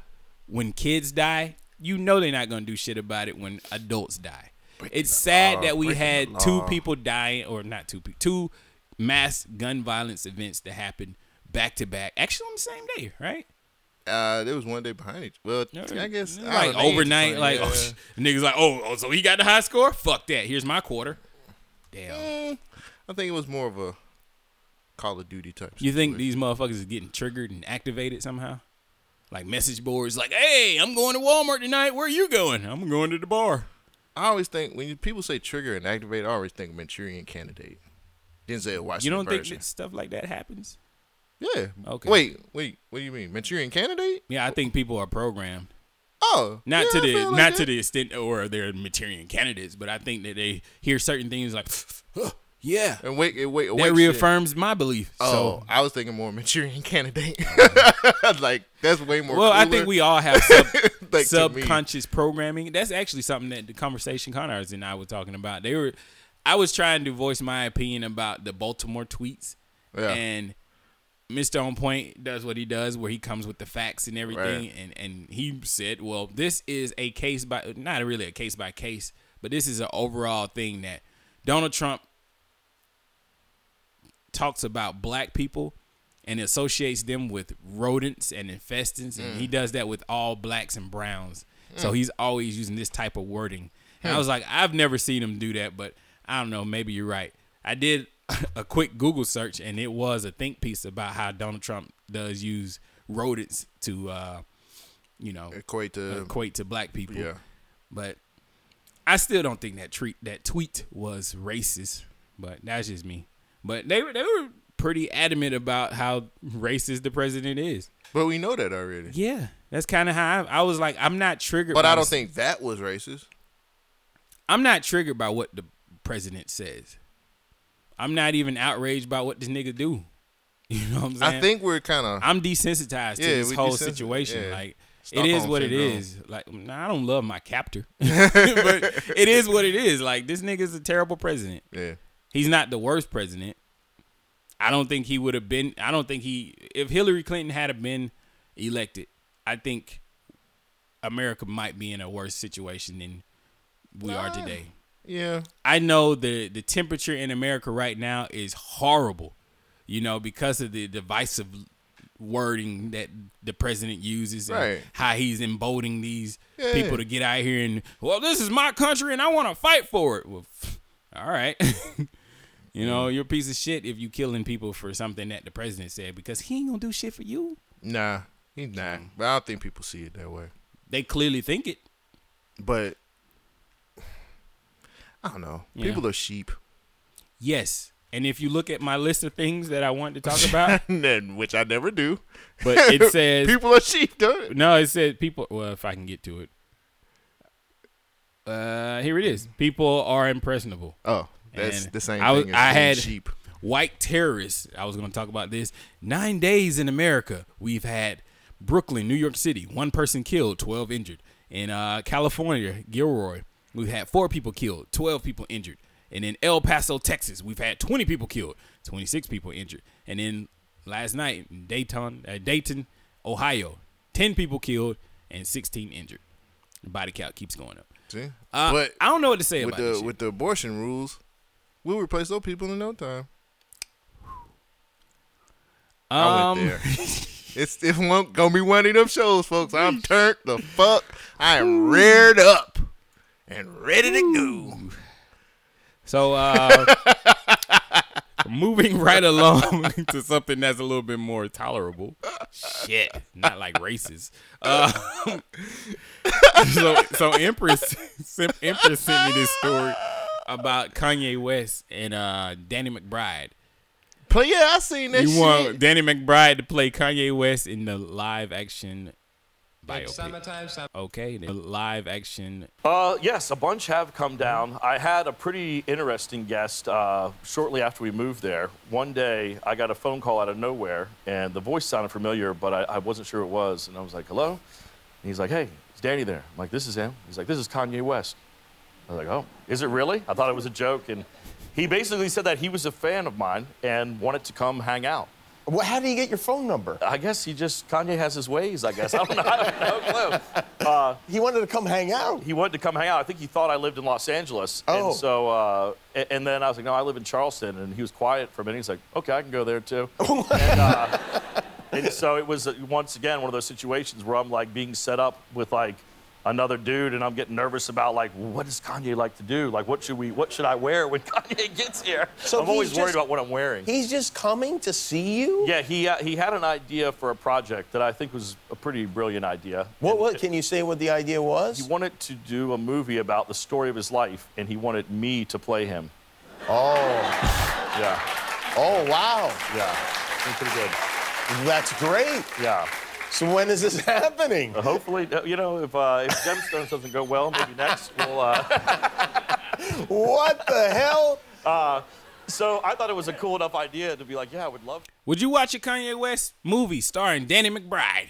when kids die, you know they're not gonna do shit about it when adults die. it's sad that we had two people dying, or not two people, two mass gun violence events that happened back to back, actually on the same day, right?
Uh, there was one day behind each. Well,
Yeah,
I guess I don't
like
know, they ain't
overnight,
funny,
like
yeah.
oh, sh- niggas like oh, oh, so he got the high score. Fuck that. Here's my quarter. Damn.
Mm, I think it was more of a Call of Duty type.
You think
situation.
these motherfuckers is getting triggered and activated somehow? Like message boards, like, hey, I'm going to Walmart tonight. Where are you going? I'm going to the bar.
I always think when you- people say trigger and activate, I always think Manchurian Candidate, Denzel Washington.
You don't think
version.
that stuff like that happens?
Yeah.
Okay.
Wait, wait. What do you mean, Manchurian Candidate?
Yeah, I think people are programmed.
Oh,
Not
yeah,
to
I
the
feel
not
like that.
to the extent or they're material candidates, but I think that they hear certain things like "Huh, yeah.
And wait, it- wait, wait.
That
shit.
reaffirms my belief.
Oh,
so
I was thinking more Manchurian Candidate. like that's way more.
well, I think
cooler.
we all have sub,
me.
subconscious programming. That's actually something that the conversation Connors and I were talking about. They were, I was trying to voice my opinion about the Baltimore tweets,
Yeah.
and Mr. On Point does what he does, where he comes with the facts and everything,
Right.
and and he said, well, this is a case by not really a case by case, but this is an overall thing that Donald Trump talks about black people and associates them with rodents and infestants and he does that with all blacks and browns so he's always using this type of wording and i was like i've never seen him do that but i don't know maybe you're right i did a quick google search and it was a think piece about how donald trump does use rodents to uh you know
equate to
equate to black people
yeah.
but I still don't think that treat that tweet was racist. But that's just me. But they were they were pretty adamant about how racist the president is.
But we know that already.
Yeah, that's kind of how I, I was like, I'm not triggered.
But
by
I don't
this-
think that was racist.
I'm not triggered by what the president says. I'm not even outraged by what this nigga do. You know what I'm saying?
I think we're kind of
I'm desensitized to
Yeah,
this
we
whole
desensit-
situation.
yeah.
Like
Stockholm
it is what it
syndrome.
is. Like nah, I don't love my captor, but it is what it is. Like this nigga's a terrible president.
yeah.
He's not the worst president. I don't think he would have been. I don't think he. If Hillary Clinton had have been elected, I think America might be in a worse situation than we are today.
Yeah.
I know the the temperature in America right now is horrible, you know, because of the divisive wording that the president uses and
Right.
how he's emboldening these
Yeah.
people to get out here and well, this is my country and I want to fight for it. Well, pff, all right. you know, you're a piece of shit if you killing people for something that the president said because he ain't going to do shit for you. Mm.
Nah, he's not. But I don't think people see it that way.
They clearly think it.
But I don't know.
Yeah.
People are sheep.
Yes. And if you look at my list of things that I wanted to talk about,
Then, which I never do.
but it says
people are sheep, though.
No, it said people. Well, if I can get to it, uh, here it is. People are impressionable.
Oh, that's
And
the same
I was-
thing as
I
being
had-
sheep.
White terrorists. I was going to talk about this. Nine days in America. We've had Brooklyn, New York City. One person killed, twelve injured. In uh, California, Gilroy, we've had four people killed, twelve people injured. And in El Paso, Texas, we've had twenty people killed, twenty-six people injured. And then last night, in Dayton, uh, Dayton, Ohio, ten people killed and sixteen injured. The body count keeps going up.
See?
Uh,
but
I don't know what to say
with
about this
the
shit.
with the abortion rules, we'll replace those people in no time. I
Um,
went there. it's it won't gonna be one of them shows, folks. I'm turned the fuck. I am reared up and ready to go.
Uh, So uh, Moving right along to something that's a little bit more tolerable. Shit, not like races. Uh, so, so Empress, Sim- Empress sent me this story about Kanye West and uh, Danny McBride.
Play yeah, I seen that
You
shit.
want Danny McBride to play Kanye West in the live action biopic? Okay, the live action.
Uh, yes, a bunch have come down. I had a pretty interesting guest uh, shortly after we moved there. One day, I got a phone call out of nowhere, and the voice sounded familiar, but I, I wasn't sure it was. And I was like, hello? And he's like, hey, it's Danny there. I'm like, this is him. He's like, this is Kanye West. I was like, oh, is it really? I thought it was a joke. And he basically said that he was a fan of mine and wanted to come hang out.
Well, how do you get your phone number?
I guess he just, Kanye has his ways, I guess. I don't know. I have no clue. Uh,
He wanted to come hang out.
he wanted to come hang out. I think he thought I lived in Los Angeles.
Oh.
And so, uh, a- and, then I was like, no, I live in Charleston. And he was quiet for a minute. He's like, okay, I can go there too. and, uh, and so it was uh, once again one of those situations where I'm like being set up with like another dude, and I'm getting nervous about like, well, what does Kanye like to do? Like, what should we? What should I wear when Kanye gets here?
So
I'm always
he's
worried
just-
about what I'm wearing.
He's just coming to see you?
yeah, he uh, he had an idea for a project that I think was a pretty brilliant idea.
What,
And-
what? Can you say what the idea was?
He wanted to do a movie about the story of his life, and he wanted me to play him.
oh,
Yeah,
oh, wow.
yeah. It's pretty good.
That's great.
Yeah.
So when is this happening?
But hopefully, uh, you know, if, uh, if Gemstones doesn't go well, maybe next we'll. Uh...
What the hell?
Uh, So I thought it was a cool enough idea to be like, yeah, I would love.
Would you watch a Kanye West movie starring Danny McBride?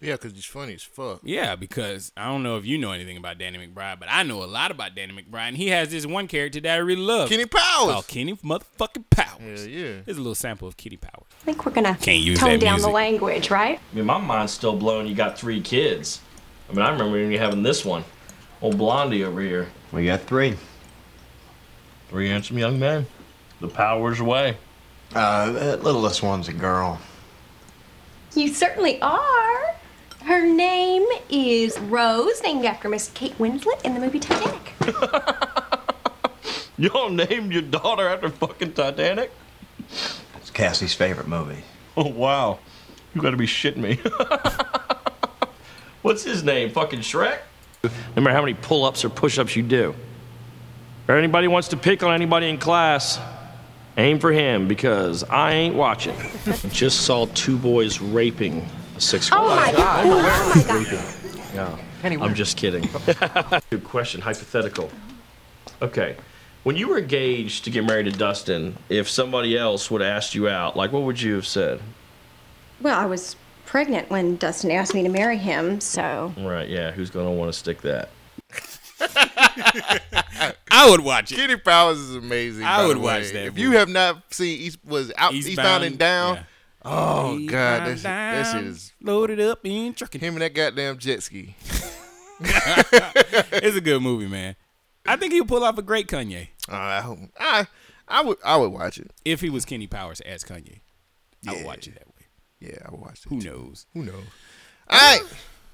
Yeah, because he's funny as fuck.
Yeah, because I don't know if you know anything about Danny McBride, but I know a lot about Danny McBride. And he has this one character that I really love.
Kenny Powers.
Oh, Kenny motherfucking Powers.
Hell yeah.
Here's a little sample of Kitty Powers.
I think we're gonna
Can't use
tone
that
down the
music.
language, right?
I mean, my mind's still blown. You got three kids. I mean, I remember you having this one. Old Blondie over here. We got three. Three handsome young men. The power's away.
Uh, that littlest one's a girl.
You certainly are. Her name is Rose, named after Miss Kate Winslet in the movie Titanic.
Y'all named your daughter after fucking Titanic?
It's Cassie's favorite movie.
Oh, wow. You gotta be shitting me. What's his name? Fucking Shrek? Remember how many pull ups or push ups you do. If anybody wants to pick on anybody in class, aim for him because I ain't watching. Just saw two boys raping a six year
Oh,
old.
my god! Oh my god!
I'm just kidding. Good question, hypothetical. Okay. When you were engaged to get married to Dustin, if somebody else would have asked you out, like what would you have said?
Well, I was pregnant when Dustin asked me to marry him, so
Right, yeah, who's gonna want to stick that?
I would watch it.
Kenny Powers is amazing.
I
by
would
the
watch
way.
that
If
movie.
you have not seen East was out Eastbound, and Down,
yeah.
oh god, that shit, that shit
Down,
is
loaded up and trucking.
him and that goddamn jet ski.
It's a good movie, man. I think he'll pull off a great Kanye
Uh, I, hope- I I would I would watch it.
if he was Kenny Powers as Kanye. I would watch it that way.
Yeah, I would watch it.
Who
too.
knows?
Who knows? All right,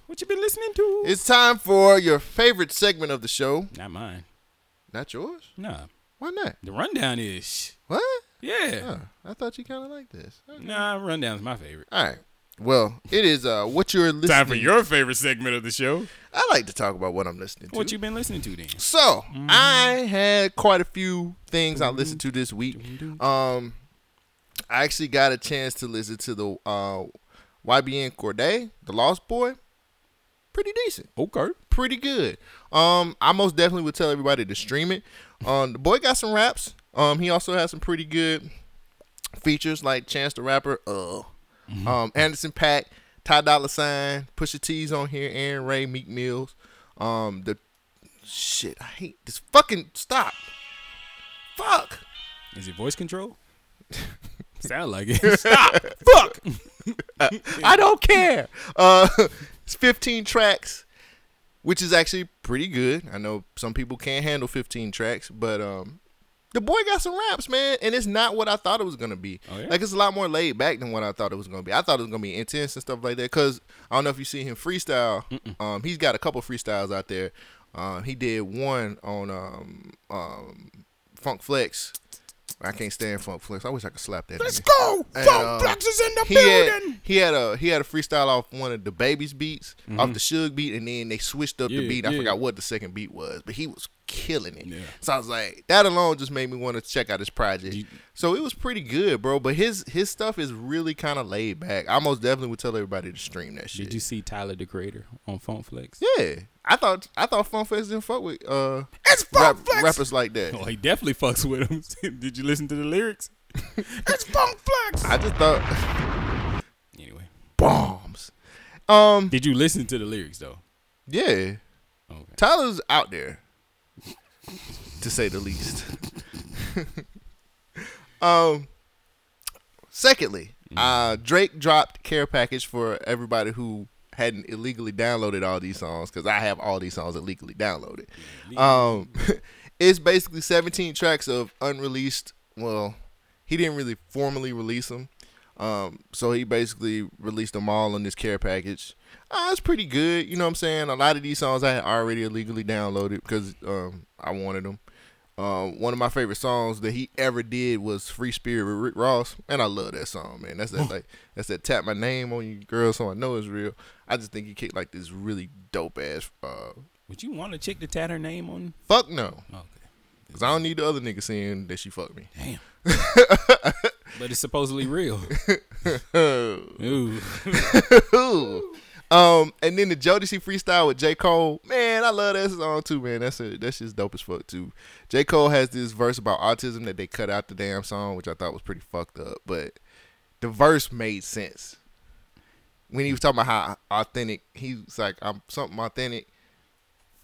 What you been listening to?
it's time for your favorite segment of the show.
not mine.
Not yours?
Nah,
Why not?
the rundown is.
What?
Yeah.
Huh, I thought you kind of liked this. Okay.
Nah, rundown's my favorite.
All right. Well, it is uh what you're listening.
Time for your favorite segment of the show.
I like to talk about what I'm listening to.
What you been listening to then?
So
Mm-hmm.
I had quite a few things I listened to this week. Um, I actually got a chance to listen to the uh, YBN Corday, The Lost Boy. Pretty decent,
Okay.
pretty good. Um, I most definitely would tell everybody to stream it. Um, the boy got some raps. Um, he also has some pretty good features like Chance the Rapper, uh, um, Anderson Pack, Ty Dolla Sign, Pusha T's on here, Aaron Ray, Meek Mills. Um, the shit, I hate this fucking stop. Fuck.
Is it voice control? Sound like it. Stop. Fuck.
I don't care. Uh, it's 15 tracks, which is actually pretty good. I know some people can't handle 15 tracks, but um, the boy got some raps, man, and it's not what I thought it was gonna be.
Oh, yeah?
Like it's a lot more laid back than what I thought it was gonna be. I thought it was gonna be intense and stuff like that. Cause I don't know if you see him freestyle. Um, he's got a couple freestyles out there. Um, he did one on um, um, Funk Flex. I can't stand Funk Flex. I wish I could slap that.
Let's
nigga.
go.
And,
Funk
uh,
Flex is in the
he
building.
Had, he had a he had a freestyle off one of the baby's beats, off the Suge beat, and then they switched up
Mm-hmm. Yeah,
the beat. I
yeah.
forgot what the second beat was, but he was killing it.
Yeah.
So I was like, that alone just made me want to check out his project. so it was pretty good, bro. But his his stuff is really kind of laid back. I most definitely would tell everybody to stream that shit.
Did you see Tyler the Creator on Funk Flex?
yeah, I thought I thought Fun Fest didn't fuck with uh
It's
rap,
Funk Flex.
rappers like that.
Oh, he definitely fucks with him. Did you listen to the lyrics? it's Funk Flex.
I just thought
Anyway,
bombs. Um,
did you listen to the lyrics though?
Yeah.
Okay.
Tyler's out there, to say the least. um. Secondly,
Mm-hmm.
uh, Drake dropped care package for everybody who hadn't illegally downloaded all these songs because I have all these songs illegally downloaded. Um, it's basically 17 tracks of unreleased. Well, he didn't really formally release them, um, so he basically released them all on this care package. Uh, it's pretty good, you know what I'm saying. A lot of these songs I had already illegally downloaded because um, I wanted them. Um, one of my favorite songs that he ever did was "Free Spirit" with Rick Ross, and I love that song, man. That's that like that's that tap my name on you, girl, so I know it's real. I just think he kicked like this really dope ass. Uh,
Would you want a chick to tat her name on? Oh,
fuck no,
Okay.
cause I don't need the other nigga saying that she fucked me.
Damn. but it's supposedly real. Ooh.
Ooh. Um, and then the Jodeci freestyle with J. Cole, man, I love that song too, man. That's a, that shit's dope as fuck too. J. Cole has this verse about autism that they cut out the damn song, which I thought was pretty fucked up, but the verse made sense when he was talking about how authentic he was like, I'm something authentic,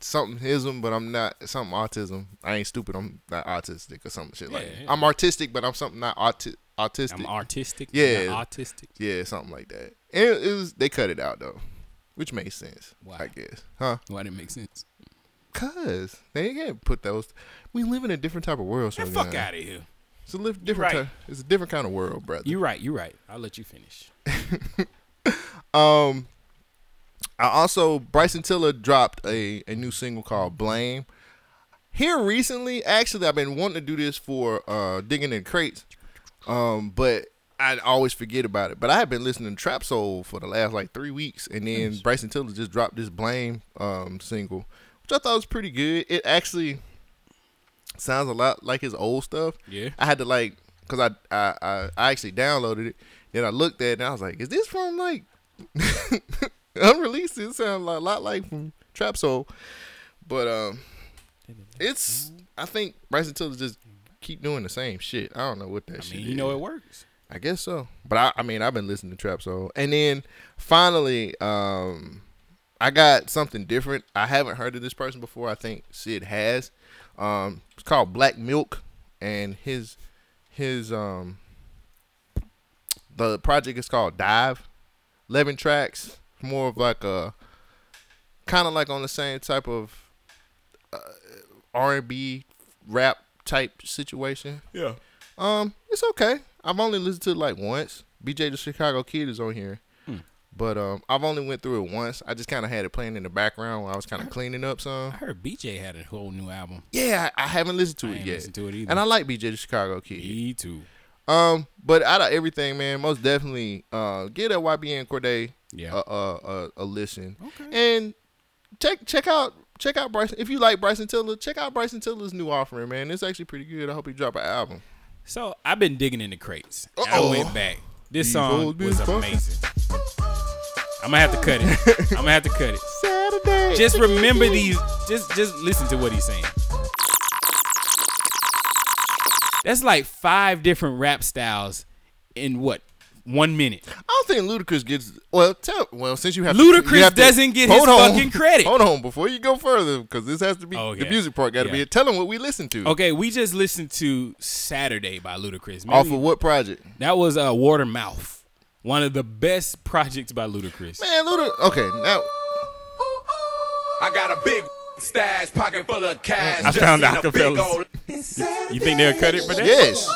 something ism, but I'm not something autism. I ain't stupid. I'm not autistic or something shit like.
Yeah,
that.
yeah.
I'm artistic, but I'm something not auti- autistic.
I'm artistic.
Yeah.
Not autistic.
Yeah, something like that. And it, it was they cut it out though, which makes sense.
Why?
I guess, huh?
Why didn't make sense?
Cause they can't put those. We live in a different type of world. So
Man, fuck out of here.
It's a li- different.
right.
Type, it's a different kind of world, brother.
You're right. You're right. I'll let you finish.
um, I also Bryson Tiller dropped a a new single called "Blame." Here recently, actually, I've been wanting to do this for uh digging in crates, um, but I always forget about it. But I have been listening to Trap Soul for the last like three weeks, and then Bryson Tiller just dropped this "Blame" um single, which I thought was pretty good. It actually sounds a lot like his old stuff.
Yeah.
I had to like because I, I I I actually downloaded it. Then I looked at it and I was like, is this from like unreleased? It sounds a lot like from Trap Soul, but um, it's I think Bryson Tiller just keep doing the same shit. I don't know what that
I
shit.
mean,
is.
you know it works.
I guess so. But I, I mean, I've been listening to trap soul, and then finally, um, I got something different. I haven't heard of this person before. I think Sid has. Um, it's called Black Milk, and his his um the project is called Dive. Eleven tracks, more of like a kind of like on the same type of uh, R and B rap type situation.
Yeah.
Um, it's okay. I've only listened to it like once. BJ the Chicago Kid is on here.
Hmm.
But um, I've only went through it once. I just kind of had it playing in the background while I was kind of cleaning up some.
I heard BJ had a whole new album.
Yeah, I, I haven't listened to
I
it
ain't
yet.
listened to it either.
And I like BJ the Chicago Kid.
Me too.
Um, but out of everything, man, most definitely, uh, get a YBN Corday,
Yeah.
a, a, a, a listen,
Okay.
and check check out check out Bryson. If you like Bryson Tiller, check out Bryson Tiller's new offering, man. It's actually pretty good. I hope he drop an album.
So I've been digging in the crates. I
Uh-oh.
went back. This
These
song
old
was
bitches.
amazing. I'm gonna have to cut it. I'm gonna have to cut it.
Saturday.
Just remember these. Just just listen to what he's saying. That's like five different rap styles in what one minute.
I don't think Ludacris gets well. Tell well since you have
Ludacris
you have
doesn't get his
hold on.
fucking credit.
Hold on before you go further because this has to be
Oh, yeah.
the music part. Got to
Yeah.
be it. Tell him what we listened to
Okay, we just listened to Saturday by Ludacris. Maybe-
off of what project.
that was uh, Watermouth, one of the best projects by Ludacris.
Man, Luda. Okay, now
I got a big stash, pocket full of cash.
I
Just
found
seen a
Acapellas.
big old-
You think they'll cut it for that?
yes,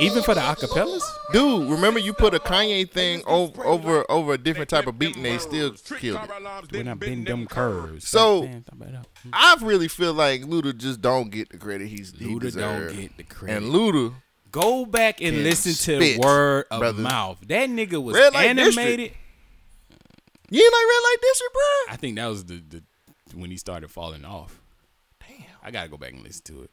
Even for the acapellas?
Dude, remember you put a Kanye thing over over over a different type of beat and they still killed it.
When I bend them curves.
So I really feel like Luda just don't get the credit he's he
Luda don't
deserve.
get the credit.
And Luda,
Go back and
Can
listen to
spit,
word of
brother.
mouth. That nigga was
Red Light
animated.
you ain't like red light district, bro.
I think that was the, the when he started falling off. Damn. I gotta go back and listen to it.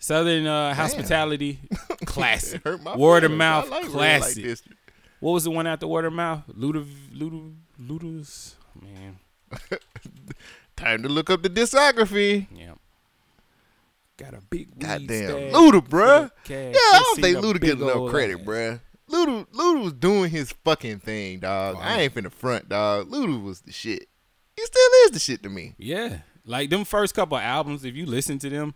Southern uh, hospitality, classic.
Hurt my
Word of
feelings. I
mouth,
like Red Light
classic.
District.
What was the one after word of mouth? Luda, Luda, Luda's. Man,
Time to look up the discography.
yeah. Got a big weed
Goddamn,
stash
Luda,
for
bruh.
the cash.
Yeah, I
Just
don't think
seen a
Luda
big
get enough
old
credit,
ass.
bruh. Luda, Luda was doing his fucking thing, dog. I ain't finna front, dog. Luda was the shit. He still is the shit to me.
Yeah, like them first couple albums. If you listen to them,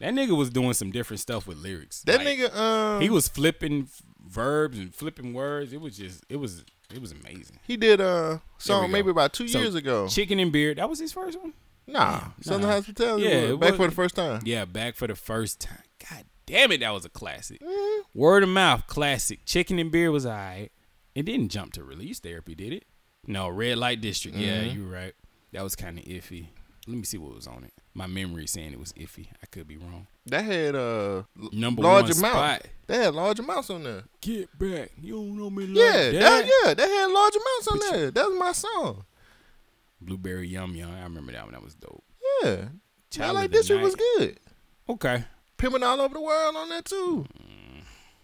that nigga was doing some different stuff with lyrics.
That
Like,
nigga, um,
he was flipping f- verbs and flipping words. It was just, it was, it was amazing.
He did a
we
song
go.
maybe about two
So,
years ago.
Chicken and beer. That was his first one.
nah, Southern Hospitality.
Yeah,
was
it
back
was-
for the first time.
Yeah, back for the first time. God damn it, that was a classic.
Mm,
Word of mouth, classic. Chicken and beer was alright. It didn't jump to release therapy, did it? No, red light district. Yeah,
Mm-hmm.
you right. That was kind of iffy. Let me see what was on it. My memory is saying it was iffy. I could be wrong.
That had uh, l-
Number
large
one
amount.
spot.
That had large amounts on there.
Get back. You don't know me like
yeah,
that.
that, yeah, that had large amounts on there. That was my song.
Blueberry Yum Yum. I remember that one. That was dope.
Yeah,
Child
I
of
like
the
this shit was
Night.
good.
Okay.
Pimping all over the world on that too.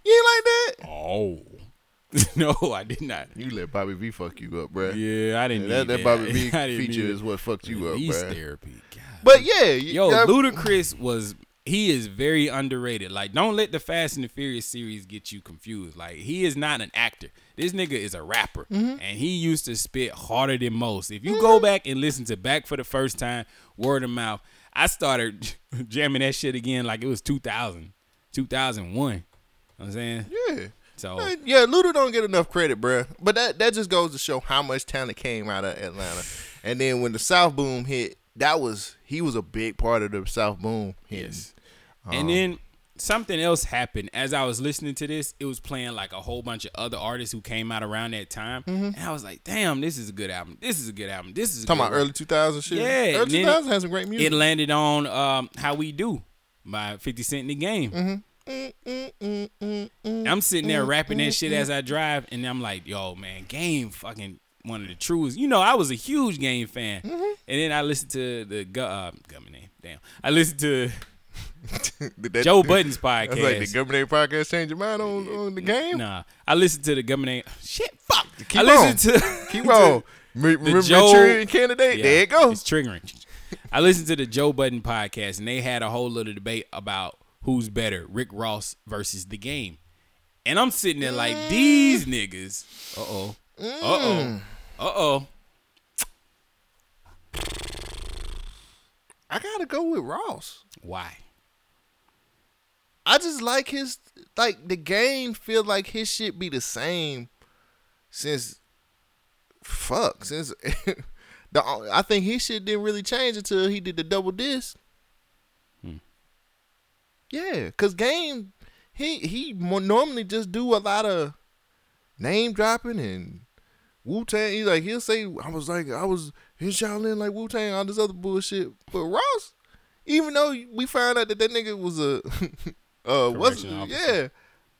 You ain't like that?
Oh. no, I did not.
You let Bobby V fuck you up, bruh.
Yeah, I didn't.
that,
need
that Bobby V
I didn't
feature
need
is what fucked you up,
Release
bruh.
therapy. God.
But yeah, you-
Yo,
yeah,
Ludacris was he is very underrated. Like, don't let the Fast and the Furious series get you confused. Like, he is not an actor. This nigga is a rapper,
Mm-hmm.
and he used to spit harder than most. If you go back and listen to Back for the first time, word of mouth, I started jamming that shit again like it was 2000, 2001. You know what I'm saying,
yeah.
so
Uh, Yeah, Luda don't get enough credit, bruh. But that that just goes to show how much talent came out of Atlanta. And then when the South boom hit, that was he was a big part of the South boom. Um, Hit.
Yes. and then something else happened as I was listening to this. It was playing like a whole bunch of other artists who came out around that time, and I was like, "Damn, this is a good album. This is a good album. This is a
Mm-hmm. Talking
good
about
one."
early 2000 shit.
Yeah,
early
and then
2000 had some great music.
It landed on um, how we do by Fifty Cent in the game.
Mm-hmm.
I'm sitting there rapping that shit as I drive, and I'm like, "Yo, man, game fucking." One of the truest, you know, I was a huge game fan,
Mm-hmm.
and then I listened to the gu- uh, government name. Damn, I listened to
Did that-
Joe Budden's podcast.
That's like the Government Podcast change your mind on, on the game.
Nah, I listened to the government. Shit, fuck.
Keep
I listened to
Keep on. Me- Remember
Joe-
Manchurian candidate?
Yeah,
there it goes.
It's triggering. I listened to the Joe Budden podcast, and they had a whole little debate about who's better, Rick Ross versus the game. And I'm sitting there
Mm.
like these niggas. Uh oh. Uh oh. Uh oh.
I gotta go with Ross.
Why?
I just like his like the game feel like his shit be the same since fuck since the o- I think his shit didn't really change until he did the double disc. Yeah, cause game he he more normally just do a lot of name dropping and Wu Tang. He's like he'll say I was like I was in Shaolin like Wu Tang all this other bullshit, but Ross even though we found out that that nigga was a uh what's
Correction
yeah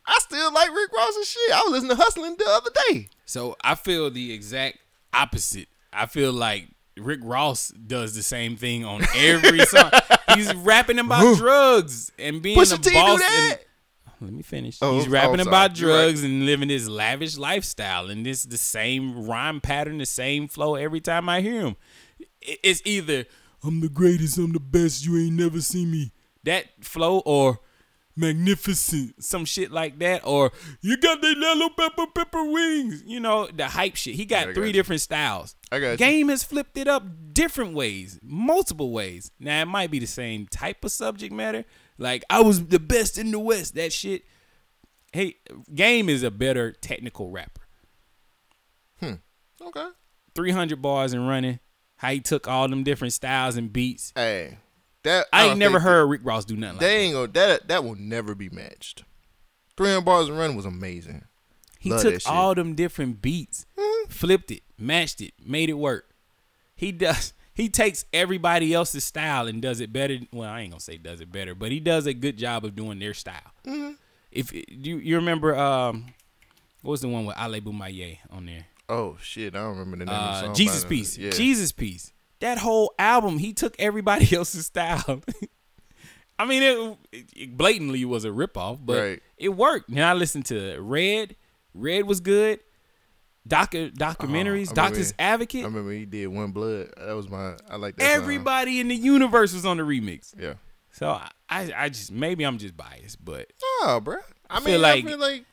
i still like rick ross and shit i was listening to hustling the other day
So I feel the exact opposite. I feel like Rick Ross does the same thing on every song. He's rapping about drugs and being
Pusha
a
T do
boss.
that?
And, let me finish.
Oh,
He's
oh,
rapping
sorry.
about
You're right.
drugs and living his lavish lifestyle, and it's the same rhyme pattern, the same flow every time I hear him. I- It's either I'm the greatest, I'm the best, you ain't never seen me. That flow or magnificent, some shit like that, or you got the yellow pepper pepper wings. You know the hype shit. He got
I got
three
you.
different styles.
I got you.
Game has flipped it up different ways, multiple ways. Now it might be the same type of subject matter. Like I was the best in the West. That shit. Hey, Game is a better technical rapper.
Hmm. okay
Three hundred bars and running. How he took all them different styles and beats.
hey that
I
don't
ain't never
think-
heard Rick Ross do nothing like
they ain't gonna that that will never be matched 300 bars and run was amazing.
He
Love that
took
shit. Mm-hmm.
all them different beats, flipped it, matched it, made it work. He does. He takes everybody else's style and does it better. Well, I ain't gonna say does it better, but he does a good job of doing their style.
Mm-hmm.
Mhm.
If do you, you remember, um, what was the one with Ale Boumaye on there?
Oh shit, I don't remember the name of the
Uh,
song.
Jesus
by now.
Piece.
Yeah.
Jesus Piece. That whole album, he took everybody else's style. I mean, it, it blatantly was a ripoff, but
Right.
it worked. And I listened to Red. Red was good. Docu- documentaries,
Oh, I remember
Doctor's
when- I
Advocate.
remember he did One Blood. That was my. I like that. song.
Everybody in the universe was on the remix.
uh, Yeah.
So I, I, I just maybe I'm just biased, but
Nah, bruh. I,
I
mean,
feel like-
I feel like.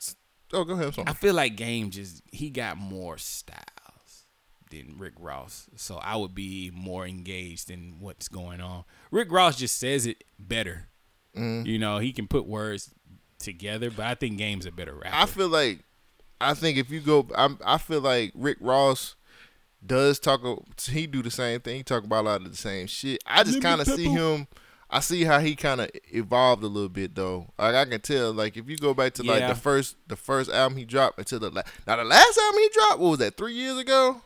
Oh, go ahead. I'm sorry.
I feel like Game just he got more styles than Rick Ross, so I would be more engaged in what's going on. Rick Ross just says it better.
Mm-hmm.
You know, he can put words together, but I think Game's a better rapper.
I feel like I think if you go, I'm, I feel like Rick Ross does talk. a- He do the same thing. He talk about a lot of the same shit. I just
Lemon
kind of see
pepper.
him. I see how he kind of evolved a little bit though. Like I can tell. Like if you go back to like
Yeah.
the first, the first album he dropped until the la- now the last album he dropped. What was that? Three years ago?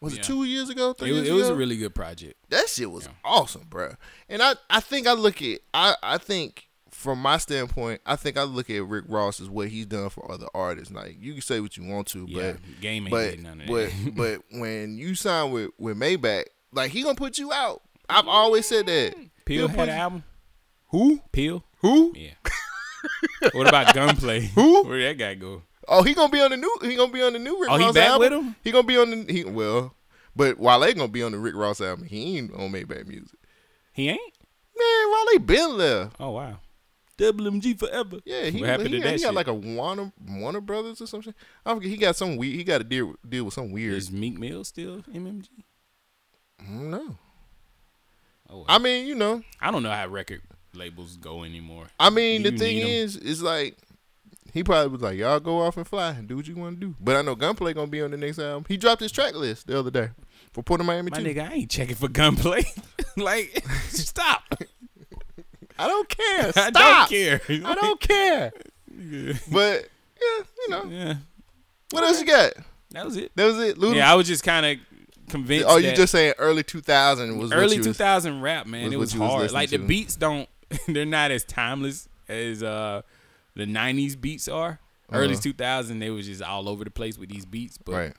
Was
Yeah.
it two years ago? Three
it was,
years
it was
ago?
a really good project.
that shit was awesome, bruh. And I, I think I look at I, I think from my standpoint, I think I look at Rick Ross as what he's done for other artists. Like you can say what you want to,
Yeah,
but
Game ain't
but
did none of
but
that.
but when you sign with with Maybach, like he gonna put you out. I've always said that.
Peel
He'll put
had an
you-
album.
Who?
Peel.
Who?
Yeah. what about Gunplay? Who? Where that guy go?
Oh, he gonna be on the new. He gonna be on the new Rick
Oh,
Ross
he back
album.
with him?
He gonna be on the. He, well, but Wale gonna be on the Rick Ross album. He ain't on Maybach music.
He ain't.
Man, Wale been left.
Oh wow. WMG forever.
Yeah, he,
what happened
he,
to
got,
that
he
shit?
got like a Warner Warner Brothers or something. I forget. He got some weird. He got to deal deal with some weird.
Is Meek Mill still MMG?
I don't know.
Oh, well.
I mean, you know.
I don't know how record labels go anymore.
I mean,
Do
the
you
thing
need 'em?
is, is like he probably was like, "Y'all go off and fly and do what you want to do." But I know Gunplay gonna be on the next album. He dropped his track list the other day for Port of Miami
my
too.
nigga, I ain't checking for gunplay. like, stop.
I don't care.
I
Stop.
don't care.
I don't care. but yeah, you know.
yeah,
What else you got?
that was it.
That was it. Ludacris.
Yeah, I was just kind of convinced.
oh, you
that
just saying early two thousand was what
early
you
two
was-
thousand rap man.
was
it
what
was
you was
hard.
listening
like the
to.
beats don't. They're not as timeless as uh the nineties beats are. Early
Uh-huh.
two thousand, they was just all over the place with these beats, but
Right.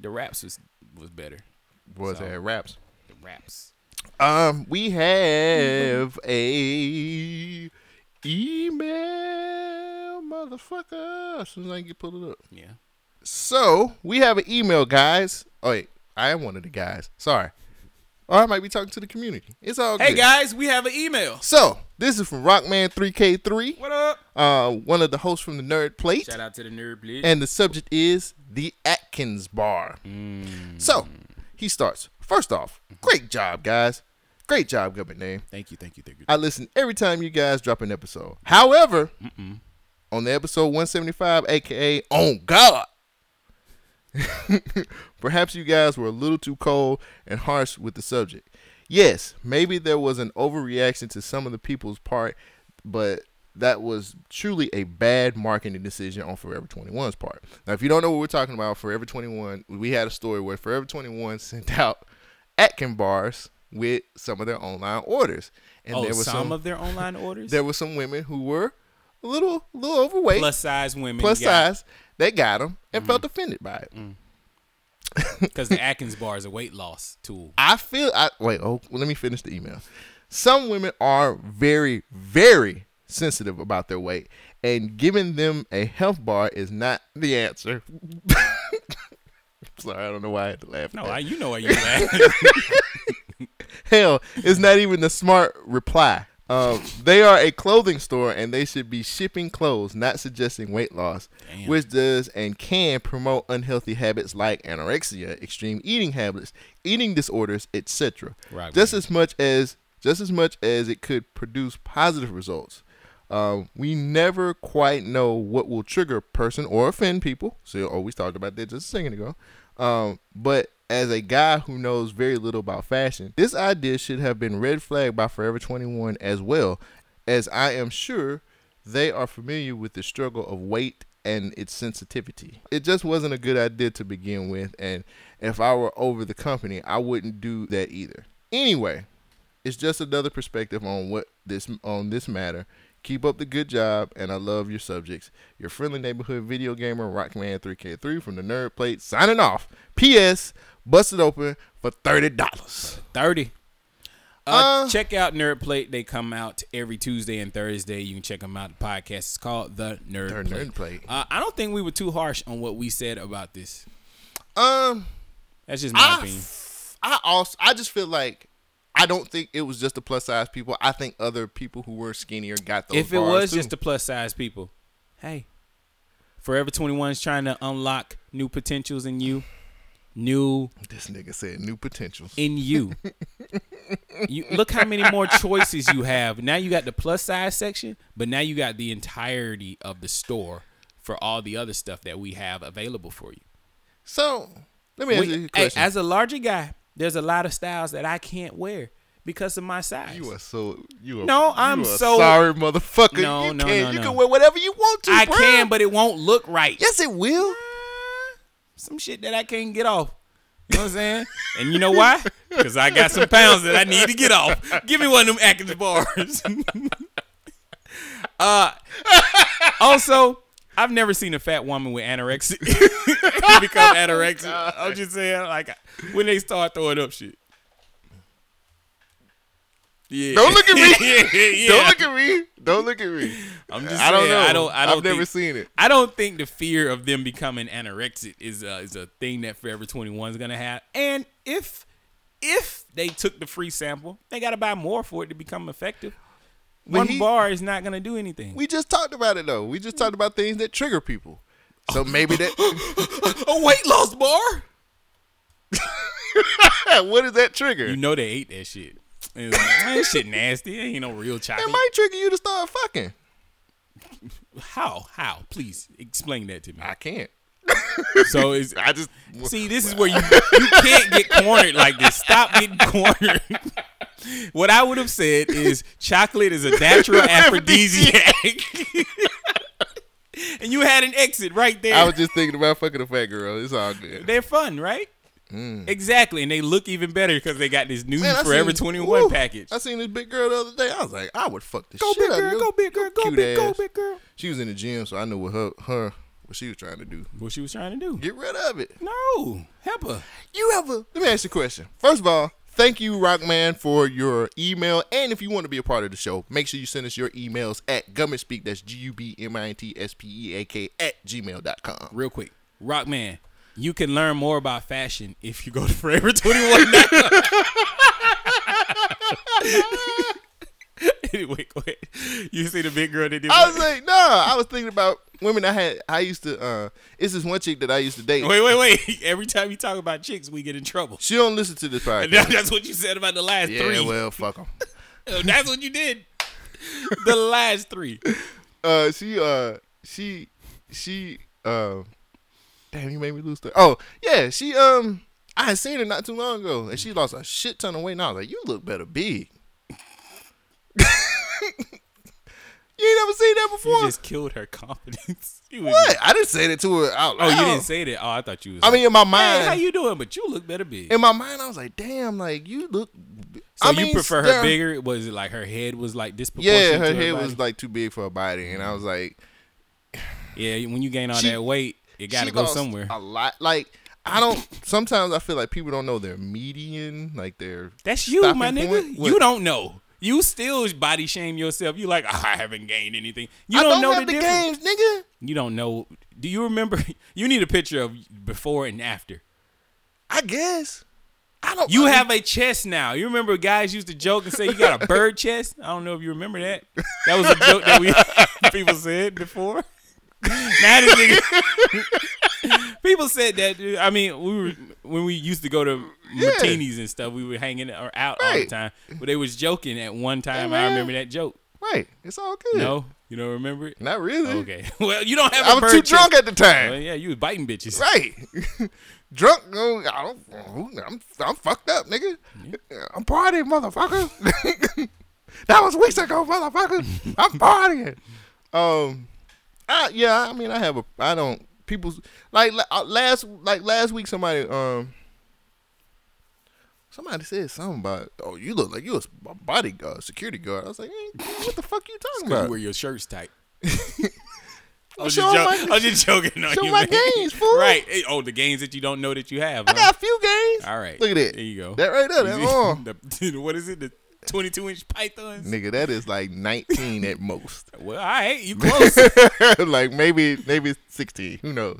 the raps was was better.
Was
So-
that raps?
The raps.
Um, we have a email, motherfucker. As soon as I get pulled it up.
Yeah.
So we have an email, guys. Oh wait, I am one of the guys. Sorry, or I might be talking to the community. It's all
Hey
good.
guys, we have an email.
So this is from Rockman3K3,
What up?
uh, one of the hosts from the Nerd Plate,
Shout out to the nerd, please.
and the subject is the Atkins Bar.
Mm.
So he starts. First off, great job, guys. Great job, government name.
thank you, thank you, thank you.
I listen every time you guys drop an episode. However, on the episode 175, aka On oh God, perhaps you guys were a little too cold and harsh with the subject. Yes, maybe there was an overreaction to some of the people's part, but that was truly a bad marketing decision on Forever 21's part. Now, if you don't know what we're talking about, Forever 21, we had a story where Forever 21 sent out Atkin bars with some of their online orders. And
oh,
there was
some, of their online orders.
there were some women who were a little a little overweight,
plus size women. Mm.
plus size. They got them and felt offended by it.
Because the Atkins bar is a weight loss tool.
I feel I wait, oh let me finish the email. Some women are very, very sensitive about their weight, and giving them a health bar is not the answer. Sorry, I don't know why I had to laugh.
No,
at that.
I, you know why you laugh.
Hell, it's not even the smart reply. Um, they are a clothing store and they should be shipping clothes, not suggesting weight loss, which does and can promote unhealthy habits like anorexia, extreme eating habits, eating disorders, etc.
Right,
just
man.
as much as just as much as it could produce positive results. Um, we never quite know what will trigger a person or offend people. So oh, we talked about that just a second ago. Um, but as a guy who knows very little about fashion, this idea should have been red flagged by Forever 21 as well, as I am sure they are familiar with the struggle of weight and its sensitivity. It just wasn't a good idea to begin with, and if I were over the company, I wouldn't do that either. Anyway, it's just another perspective on what this on this matter. Keep up the good job, and I love your subjects. Your friendly neighborhood video gamer, Rockman3K3 from the Nerd Plate, signing off. P.S. Busted open for thirty dollars.
Thirty. Uh, check out Nerd Plate. They come out every Tuesday and Thursday. You can check them out. The podcast is called The Nerd
The
Plate.
Nerd Plate.
Uh, I don't think we were too harsh on what we said about this.
Um,
That's just my
I
opinion.
I also I just feel like I don't think it was just the plus size people. I think other people who were skinnier got those.
If it
bars,
was
too.
just the plus size people, hey, Forever 21 is trying to unlock new potentials in you, new
this nigga said new potentials
in you. you look how many more choices you have. Now you got the plus size section, but now you got the entirety of the store for all the other stuff that we have available for you.
So let me ask
We-
you a
hey,
question.
as a larger guy, there's a lot of styles that I can't wear because of my size.
you are so you are
No,
you
I'm
are
so-
sorry, motherfucker.
No,
you
no,
can
no,
you
no.
can wear whatever you want to.
I
bruh.
can, but it won't look right.
yes, it will.
Some shit that I can't get off. You know what I'm saying? and you know why? Because I got some pounds that I need to get off. Give me one of them Atkins bars. uh, also, I've never seen a fat woman with anorexia become anorexic.
Oh
I'm just saying, like when they start throwing up shit. Yeah.
Don't look at me.
yeah, yeah.
Don't look at me. Don't look at me.
I'm just
I don't
saying,
know.
I don't. I don't
I've never
think-
seen it.
I don't think the fear of them becoming anorexic is a, is a thing that Forever 21 is gonna have. And if if they took the free sample, they gotta buy more for it to become effective. One
he-
bar is not gonna do anything.
We just talked about it though. We just talked about things that trigger people. So maybe that.
a weight loss bar?
what does that trigger?
You know they ate that shit. It's like, "Man, this shit nasty. It ain't no real chocolate.
it might trigger you to start fucking.
How? How? Please explain that to me.
I can't.
So it's
I just
See, this is where you you can't get cornered like this. Stop getting cornered. what I would have said is chocolate is a natural aphrodisiac. and you had an exit right there.
I was just thinking about fucking a fat girl. It's all good.
They're fun, right? Exactly, and they look even better because they got this new
Mm. Man, I
Forever
seen-
Twenty One
woo,
package.
I seen this big girl the other day. I was like, I would fuck this
Go
shit
big
out of
girl,
you.
go big girl, go
Cute
big, go
ass.
big girl.
She was in the gym, so I knew what her her what she was trying to do.
What she was trying to do?
Get rid of it.
No, HEPA.
You ever? Let me ask you a question. First of all, thank you, Rockman, for your email. And if you want to be a part of the show, make sure you send us your emails at gummitspeak. That's G U B M I N T S P E A K at gmail.com.
Real quick, Rockman. You can learn more about fashion if you go to Forever Twenty One. anyway, go ahead. You see the big girl that did.
I was
what?
like, no, I was thinking about women I had. I used to. uh It's this one chick that I used to date.
Wait, wait, wait! Every time you talk about chicks, we get in trouble.
She don't listen to this podcast.
That's what you said about the last
yeah,
three. Oh,
well, fuck 'em.
That's what you did. The last three.
Uh, she, uh, she, she, um, damn, you made me lose. The, oh, yeah, she, um, I had seen her not too long ago, and she lost a shit ton of weight. And I was like, you look better big. you ain't never seen that
You
before.
just killed her confidence. You was-
what? I didn't say that to her out
Oh,
loud.
you didn't say that. Oh, I thought you was.
I mean, in my
like,
mind,
hey, how you doing? But you look better big.
in my mind, I was like, damn, like you look.
So
I
you
mean,
prefer
there-
her bigger? Was it like her head was like disproportionate?
Yeah, her
to
head
body?
was like too big for her body, and I was like,
Yeah, when you gain all
She-
that weight, it got
she
to go
lost
somewhere.
A lot, like I don't. Sometimes I feel like people don't know their median, like their.
That's you,
stopping
my nigga.
point.
You
What?
don't know. You still body shame yourself. You like "Ah, I haven't gained anything. You
I
don't, know
have
the,
the,
difference.
games, nigga.
You don't know. Do you remember? You need a picture of before and after.
I guess. I don't.
You
I-
have a chest now. You remember guys used to joke and say you got a bird chest. I don't know if you remember that. That was a joke that we people said before. now this nigga- people said that. dude. I mean, we were when we used to go to martinis and stuff. We were hanging or out all the
Right.
time, but they was joking at one time. I
man.
remember that joke.
Right. It's all good.
No, you don't remember it.
Not really.
Okay. Well, you don't have.
I
a
was
bird
too
chest.
drunk at the time.
Well, yeah, you was biting bitches.
Right. drunk. no, I don't. oh, I'm. I'm fucked up, nigga. I'm partying, motherfucker. that was weeks ago, motherfucker. I'm partying. Um, I yeah, I mean, I have a, I don't people like la- uh, last like last week somebody um somebody said something about oh you look like you a s- bodyguard security guard. I was like, "Eh, what the fuck you talking
Because
about?
you wear your shirts tight. I was,
Show
just
'em
jo-
my-
I was just joking on
show
you,
my
man.
gains, fool.
Right. Hey, Oh, the gains that you don't know that you have.
I
huh?
got a few games.
All right.
Look at that.
There you go.
That right there, that
You see-
arm.
the- what is it? The 22 inch pythons?
Nigga, that is like 19 at most.
Well, all right. You close.
like maybe maybe 16. Who knows?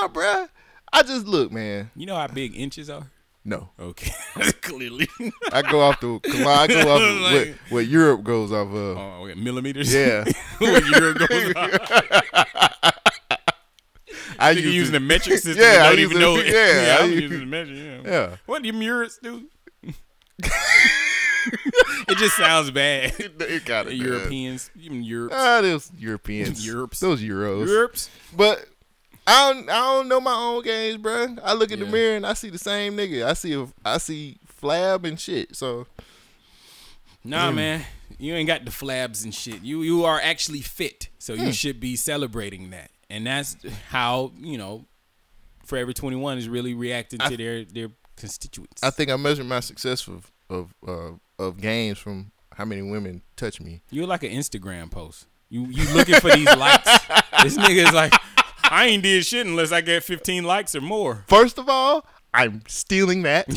Nah, bruh. I just look, man.
you know how big inches are?
No,
Okay. Clearly.
I go off the. I go off of
Like-
what, what Europe goes off of.
Oh, okay. Millimeters?
Yeah.
Where Europe goes
I
Nigga
use
using
it-
the metric system.
Yeah,
Yeah,
I
don't
use
even
it-
know it.
yeah, I
I'm
use-
using the measure. Yeah.
Yeah.
What do your murets do? it just sounds bad.
It got it.
Europeans, even Europe,
Ah, those Europeans.
Europes.
Those Euros.
Europe's.
But I don't. I don't know my own games, bruh. I look in the
Yeah.
mirror and I see the same nigga. I see. A, I see flab and shit. So Mm.
Nah, man, you ain't got the flabs and shit. You you are actually fit, so
Hmm.
you should be celebrating that. And that's how you know, Forever Twenty One is really reacting to their their constituents.
I think I measure my success of of uh, of games from how many women touch me.
You're like an Instagram post. You you looking for these likes? This nigga is like, I ain't did shit unless I get 15 likes or more.
First of all, I'm stealing that.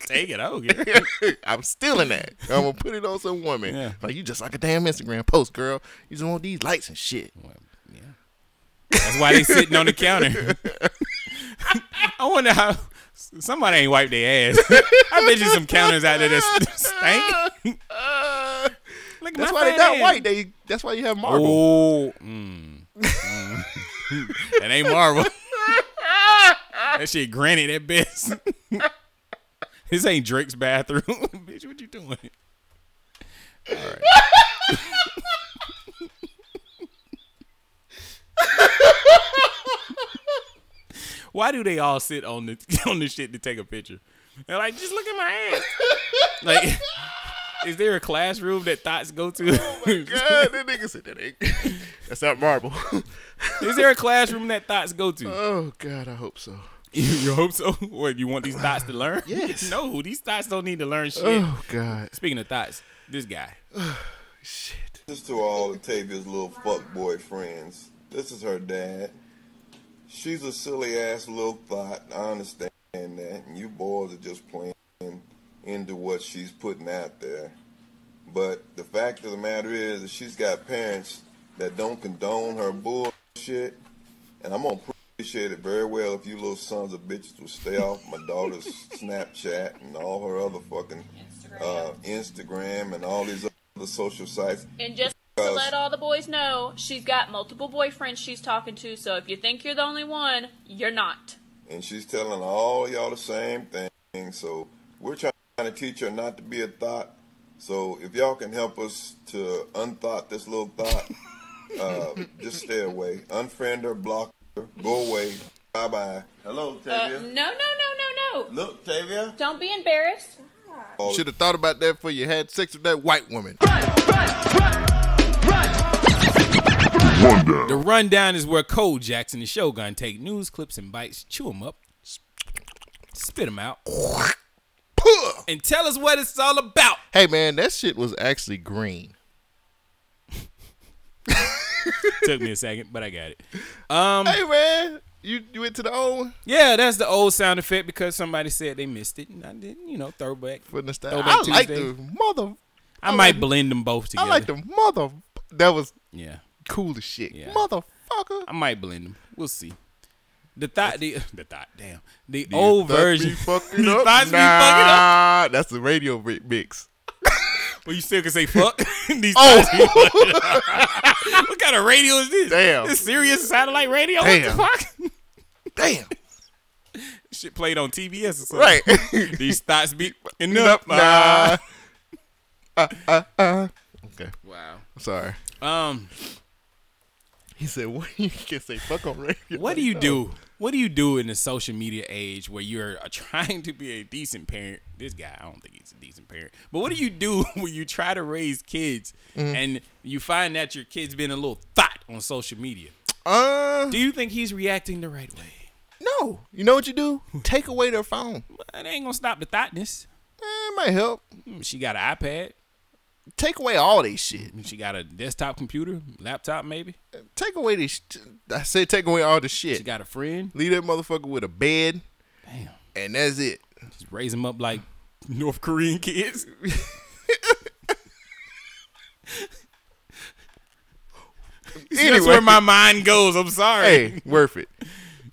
Take it, I don't care.
I'm stealing that. I'm gonna put it on some woman.
Yeah.
Like you just like a damn Instagram post, girl. You just want these likes and shit.
That's why they sitting on the counter. I wonder how somebody ain't wiped their ass. I bet you some counters out there that stink. Look at my
That's why they
fat
got
ass.
white. They that's why you have marble.
Oh, mm, mm. that ain't Marvel. Oh. that shit granite at best. this ain't Drake's bathroom, bitch. What you doing? All right. Why do they all sit on the on the shit to take a picture? They're like, just look at my ass. like, is there a classroom that thoughts go to?
Oh God, that nigga said that ain't. That's not marble.
Is there a classroom that thoughts go to?
oh God, I hope so.
you hope so. What you want these thoughts to learn?
Yes.
no, these thoughts don't need to learn shit.
Oh God,
Speaking of thoughts, this guy.
This to all Octavia's little fuckboy friends. This is her dad. She's a silly ass little thought. I understand that. And you boys are just playing into what she's putting out there. But the fact of the matter is that she's got parents that don't condone her bullshit. And I'm gonna appreciate it very well if you little sons of bitches will stay off my daughter's Snapchat and all her other fucking uh, Instagram and all these other social sites.
And just to let all the boys know, she's got multiple boyfriends she's talking to, so if you think you're the only one, you're not.
and she's telling all y'all the same thing. So we're trying to teach her not to be a thought. So if y'all can help us to unthought this little thought, uh, just stay away. Unfriend her, block her, go away. Bye bye. Hello,
Uh, no, no, no, no, no.
Look, Tavia.
Don't be embarrassed.
you should have thought about that before you had sex with that white woman.
The rundown is where Cole Jackson and Shogun take news clips and bites, chew them up, spit them out, and tell us what it's all about.
Hey man, that shit was actually green.
Took me a second, but I got it.
Hey man, you, you went to the old one
Um, Yeah, that's the old sound effect because somebody said they missed it, and I didn't. You know, throwback.
for the style. I
Throwback
like
Tuesday.
the mother.
I might blend them both
I
together.
like the mother. That was
Yeah.
cool as shit.
Yeah.
Motherfucker.
I might blend them. We'll see. The thought, the, the thought, damn, the old version.
Be fucking
You
up.
thought me fucking up.
nah, that's the radio mi- mix.
Well, you still can say fuck. These thoughts be
Oh,
fucking up. what kind of radio is this?
Damn.
this serious satellite radio.
Damn.
What the fuck?
damn.
Shit played on TBS or something.
Right.
These thoughts be fucking
nope.
up.
Nah.
Ah.
Uh, Okay.
wow.
I'm sorry.
Um,
He said, "What you can say? Fuck on radio."
what do you do What do you do in the social media age where you're trying to be a decent parent? This guy, I don't think he's a decent parent. But what do you do when you try to raise kids
Mhm.
and you find that your kid's been a little thought on social media?
Uh,
do you think he's reacting the right way?
No. You know what you do? Take away their phone.
It ain't gonna stop the thoughtness.
Eh,
Hmm,
It might help.
She got an iPad.
Take away all these shit.
She got a desktop computer, laptop maybe.
Uh, Take away this. I said take away all the shit. She
got a friend.
Leave that motherfucker with a bed.
Damn.
And that's it.
Just raise them up like North Korean kids. That's where my mind goes. I'm sorry.
Hey, worth it.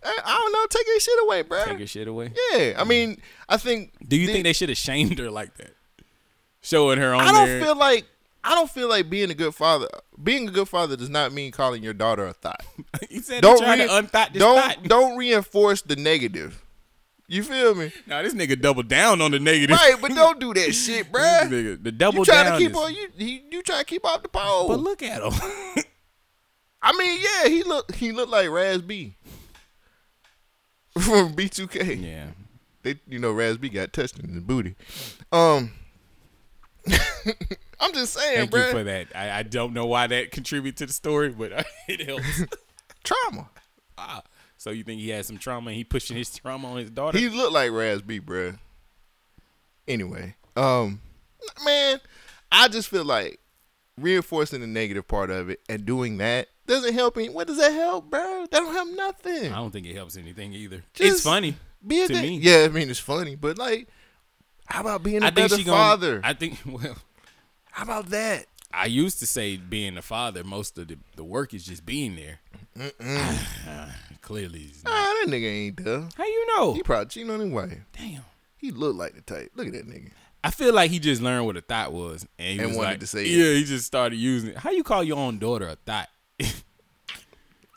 I, I don't know. Take your shit away, bro.
Take her shit away.
Yeah, I mean, I think.
Do you think they should have shamed her like that? Showing her on
I don't
there.
feel like I don't feel like being a good father. Being a good father does not mean calling your daughter a thought.
he said don't trying to unthought this
don't
thought.
don't reinforce the negative. You feel me?
Nah, this nigga doubled down on the negative.
Right, but don't do that shit,
This
bruh.
nigga, the double
you trying
down
to keep
is-
on you, you you trying to keep off the pole.
But look at him.
I mean, yeah, he look he looked like Raz B from B2K.
Yeah,
they you know Raz B got touched in the booty. Um, I'm just saying,
Thank
bro.
you for that. I, I don't know why that contributed to the story, but it helps.
trauma.
Ah, so you think he had some trauma and he pushing his trauma on his daughter?
He looked like Raz B, bro. Anyway, um, man, I just feel like reinforcing the negative part of it and doing that doesn't help any. What does that help, bro? That don't help nothing.
I don't think it helps anything either. it's
Just
funny
be a
to
good-
me.
Yeah, I mean it's funny, but like, how about being a
I think
better
she gonna-
father?
I think well,
how about that?
I used to say being a father. Most of the, the work is just being there.
Mm-mm.
Clearly, it's
Nah, Ah, that nigga ain't there.
How you know?
He probably cheating on his wife.
Damn.
He looked like the type. Look at that nigga.
I feel like he just learned what a thought was, and he
And
was
wanted
like,
to say it.
"Yeah." He just started using it. How you call your own daughter a thought?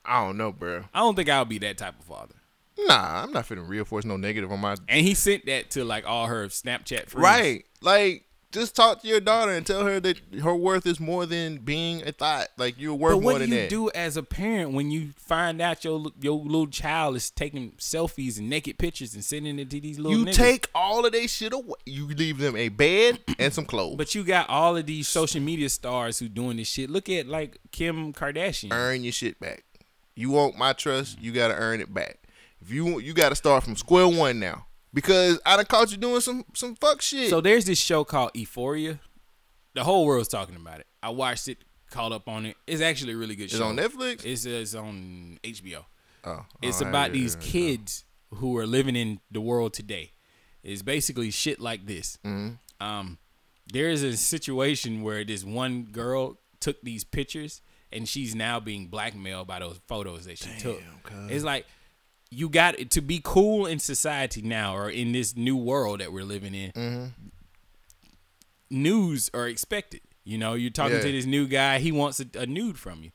I don't know, bro.
I don't think I'll be that type of father.
Nah, I'm not finna reinforce no negative on my
And he sent that to like all her Snapchat friends.
Right. Like, just talk to your daughter and tell her that her worth is more than being a thought. Like you're worth
But what
more
do
than
you
that.
do as a parent when you find out your li- your little child is taking selfies and naked pictures and sending it to these little
you
niggas?
take all of their shit away. You leave them a bed and some clothes.
But you got all of these social media stars who doing this shit. Look at like Kim Kardashian.
earn your shit back. You want my trust, you gotta earn it back. If you want, you gotta start from square one now. Because I done caught you doing some some fuck shit.
So there's this show called Euphoria. The whole world's talking about it. I watched it, caught up on it. It's actually a really good
It's
show.
on Netflix?
It's, it's on HBO.
Oh,
it's
oh, I
about
hear
these
it.
kids who are living in the world today. It's basically shit like this.
Mhm.
Um, there is a situation where this one girl took these pictures and she's now being blackmailed by those photos that she took.
cuz.
It's like you got to be cool in society now or in this new world that we're living in
Mhm.
news are expected. You know, you're talking
Yeah.
to this new guy, he wants a, a nude from you.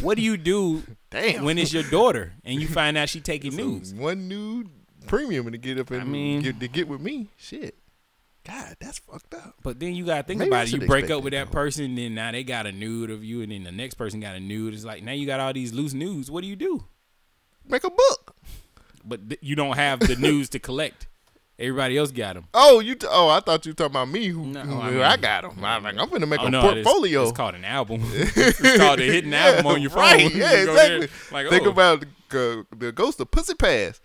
What do you do when it's your daughter and you find out she taking nudes?
One nude premium to get up and
mean-
get, to get with me. Shit. God, that's fucked up.
But then you gotta think
Maybe I
about it. You
should
break
expect
up with
it,
that
though.
person, then now they got a nude of you, and then the next person got a nude. It's like now you got all these loose nudes. What do you do?
Make a book.
But th- you don't have the nudes to collect. Everybody else got them.
Oh, you. T- oh, I thought you talking about me. Who? who-
I
I,
mean-
got him. I'm like, I'm gonna make
Oh,
a
no, it's-
portfolio.
It's, called an album. it's called a hidden
Yeah,
album on your phone.
Right.
You
Yeah,
go there,
exactly.
like,
Think
oh.
about the, uh, the ghost of Pussy Pass.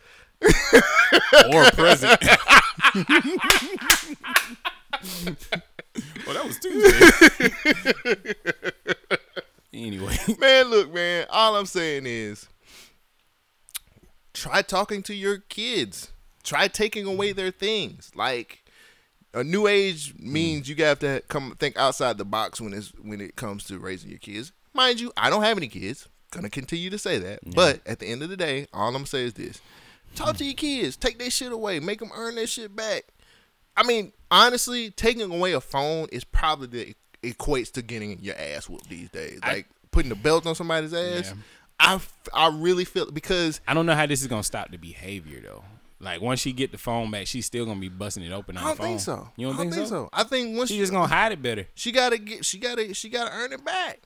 or present. well, that was Tuesday. anyway,
man, look, man. All I'm saying is, try talking to your kids. Try taking away their things. Like a new age means you have to come think outside the box when it's when it comes to raising your kids. Mind you, I don't have any kids. Gonna continue to say that. But at the end of the day, all I'm gonna say is this: talk to your kids. Take their shit away. Make them earn their shit back. I mean, honestly, taking away a phone is probably the e-, equates to getting your ass whooped these days. Like putting the belt on somebody's ass. I, f- I really feel because
I don't know how this is gonna stop the behavior though. Like once she get the phone back, she's still gonna be busting it open. On
I don't
the phone.
think so.
You don't,
I don't think so. I think once
she's
you-
just gonna hide it better.
She gotta get. She gotta. She gotta earn it back.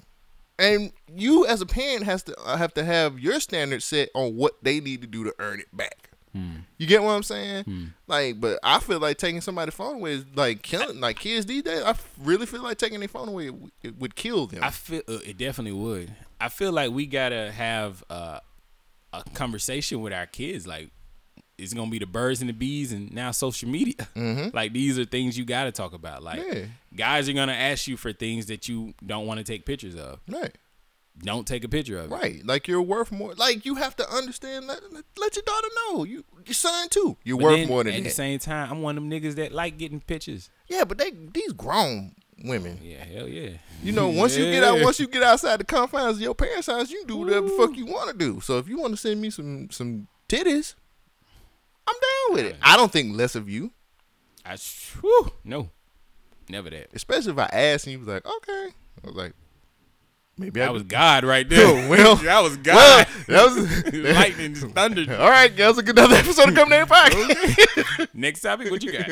and you as a parent has to uh, have to have your standards set on what they need to do to earn it back.
Hmm.
You get what I'm saying? Like, but I feel like taking somebody's phone away is like killing. Like kids these days, I f- really feel like taking their phone away w- it would kill them.
I feel uh, it definitely would. I feel like we gotta have uh, a conversation with our kids. Like it's gonna be the birds and the bees, and now social media. Like these are things you gotta talk about. Like
Hmm? Yeah.
guys are gonna ask you for things that you don't want to take pictures of.
Right.
Don't take a picture of it.
Right. Like you're worth more. Like you have to understand. Let, let, let your daughter know you your son too. You're
But
worth
then,
more than
At
that.
the same time, I'm one of them niggas that like getting pictures.
yeah, but they these grown women.
Yeah, hell yeah.
You know, once you get out,
Yeah.
once you get outside the confines of your parents' house, you do whatever the fuck you want to do. So if you want to send me some some titties, I'm down with it. I don't think less of you,
I, whew, no, never that.
especially if I asked and you was like, okay. I was like, maybe I
That was
was.
God right there.
well,
that was
Well,
God.
that was
Lightning, just thunder.
All right, that was a good another episode of Come Down Podcast.
Next topic, what you got?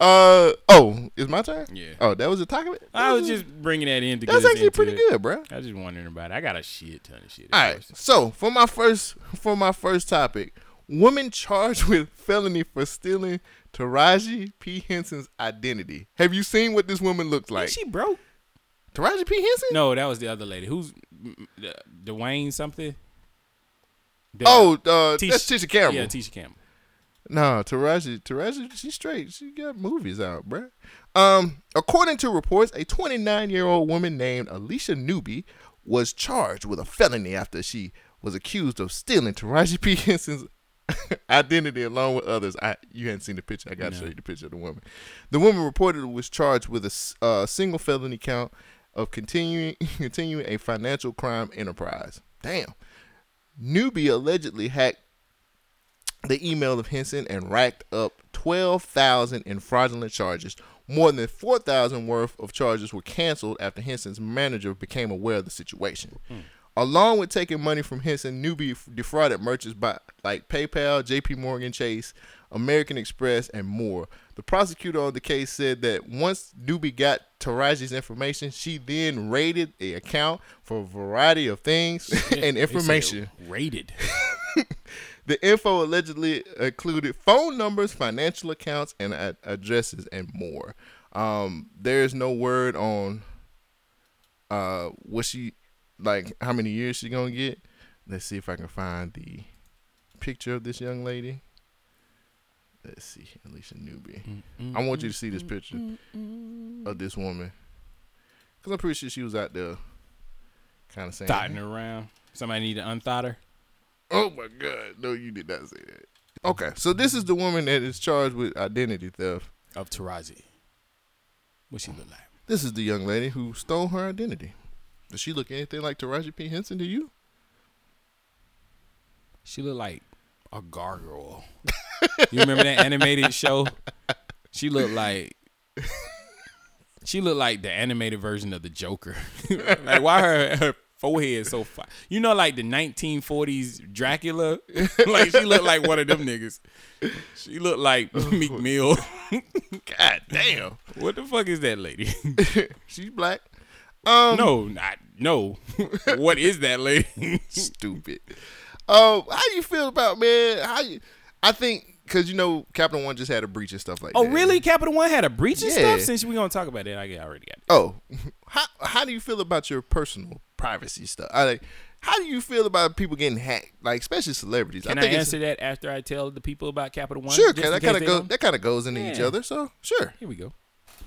Uh oh, is my turn?
Yeah.
Oh, that was the topic.
I was just bringing that in to
That's
get us
actually
into
pretty
it.
good, bruh. Ah,
I was just wondering about it. I got a shit ton of shit.
All right. So for my first for my first topic, woman charged with felony for stealing Taraji P Henson's identity. Have you seen what this woman looks like?
she broke.
Taraji P Henson?
No, that was the other lady. Who's mm, mm, uh, Dwayne something? The-
Oh, uh, that's Tisha Campbell.
Yeah, Tisha Campbell.
No, Taraji, Taraji, she's straight. She got movies out, bruh. Um, according to reports, a 29 year old woman named Alicia Newby was charged with a felony after she was accused of stealing Taraji P. Henson's identity along with others. I you hadn't seen the picture. I got to show you the picture of the woman. The woman reportedly was charged with a s- uh, single felony count of continuing continuing a financial crime enterprise. Damn. Newby allegedly hacked the email of Henson and racked up 12,000 in fraudulent charges. More than 4,000 worth of charges were canceled after Henson's manager became aware of the situation.
Hmm.
Along with taking money from Henson, Newby defrauded merchants by like PayPal, JP Morgan Chase, American Express, and more. The prosecutor on the case said that once Newby got Taraji's information, she then raided the account for a variety of things
They
and
said
information.
rated.
The info allegedly included phone numbers, financial accounts, and ad- addresses, and more. Um, there is no word on uh, what she like, how many years she gonna get. Let's see if I can find the picture of this young lady. Let's see, Alicia Newby. I want you to see this picture of this woman, cause I'm pretty sure she was out there, kind of saying,
Thotting around. Somebody need to unthought her.
Oh my God! No, you did not say that. Okay, so this is the woman that is charged with identity theft.
Of Taraji. What she look like?
This is the young lady who stole her identity. Does she look anything like Taraji P Henson to you?
She looked like a gargoyle. you remember that animated show? She looked like she looked like the animated version of the Joker. like why her, her forehead so far? You know, like the 1940s Dracula. like she looked like one of them niggas. She looked like Meek Mill.
God damn!
what the fuck is that lady?
She's black. Um,
no, not no. what is that lady?
stupid. Um, how you feel about man? How you? I think because you know Capital One just had a breach and stuff like
oh,
that.
really? Capital One had a breach and
Yeah.
stuff. Since we gonna talk about that, I I already got it.
Oh, how how do you feel about your personal privacy stuff? I like. How do you feel about people getting hacked, like especially celebrities?
Can I,
think it's-
answer that after I tell the people about Capital One?
Sure,
just
cause
in
that
case
kind
they
of goes
don't?
that kind of goes into each
Yeah.
other. So sure.
Here we go.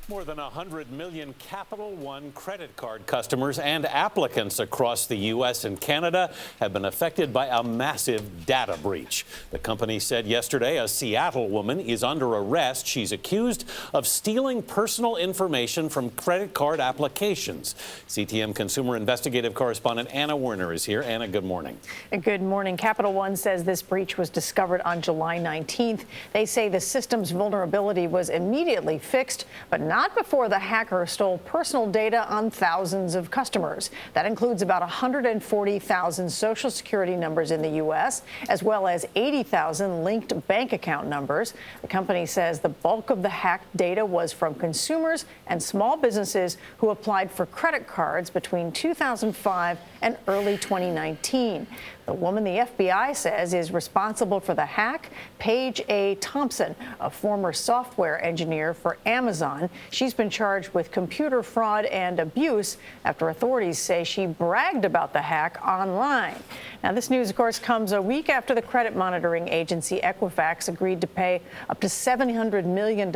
More than 100 million Capital One credit card customers and applicants across the U.S. and Canada have been affected by a massive data breach. The company said yesterday a Seattle woman is under arrest. She's accused of stealing personal information from credit card applications. CTM consumer investigative correspondent Anna Werner is here. Anna, good morning.
Good morning. Capital One says this breach was discovered on July 19th. They say the system's vulnerability was immediately fixed, but not not before the hacker stole personal data on thousands of customers. That includes about 140,000 social security numbers in the U.S., as well as 80,000 linked bank account numbers. The company says the bulk of the hacked data was from consumers and small businesses who applied for credit cards between 2005 and early 2019. The woman the FBI says is responsible for the hack, Paige A. Thompson, a former software engineer for Amazon. She's been charged with computer fraud and abuse after authorities say she bragged about the hack online. Now, this news, of course, comes a week after the credit monitoring agency Equifax agreed to pay up to $700 million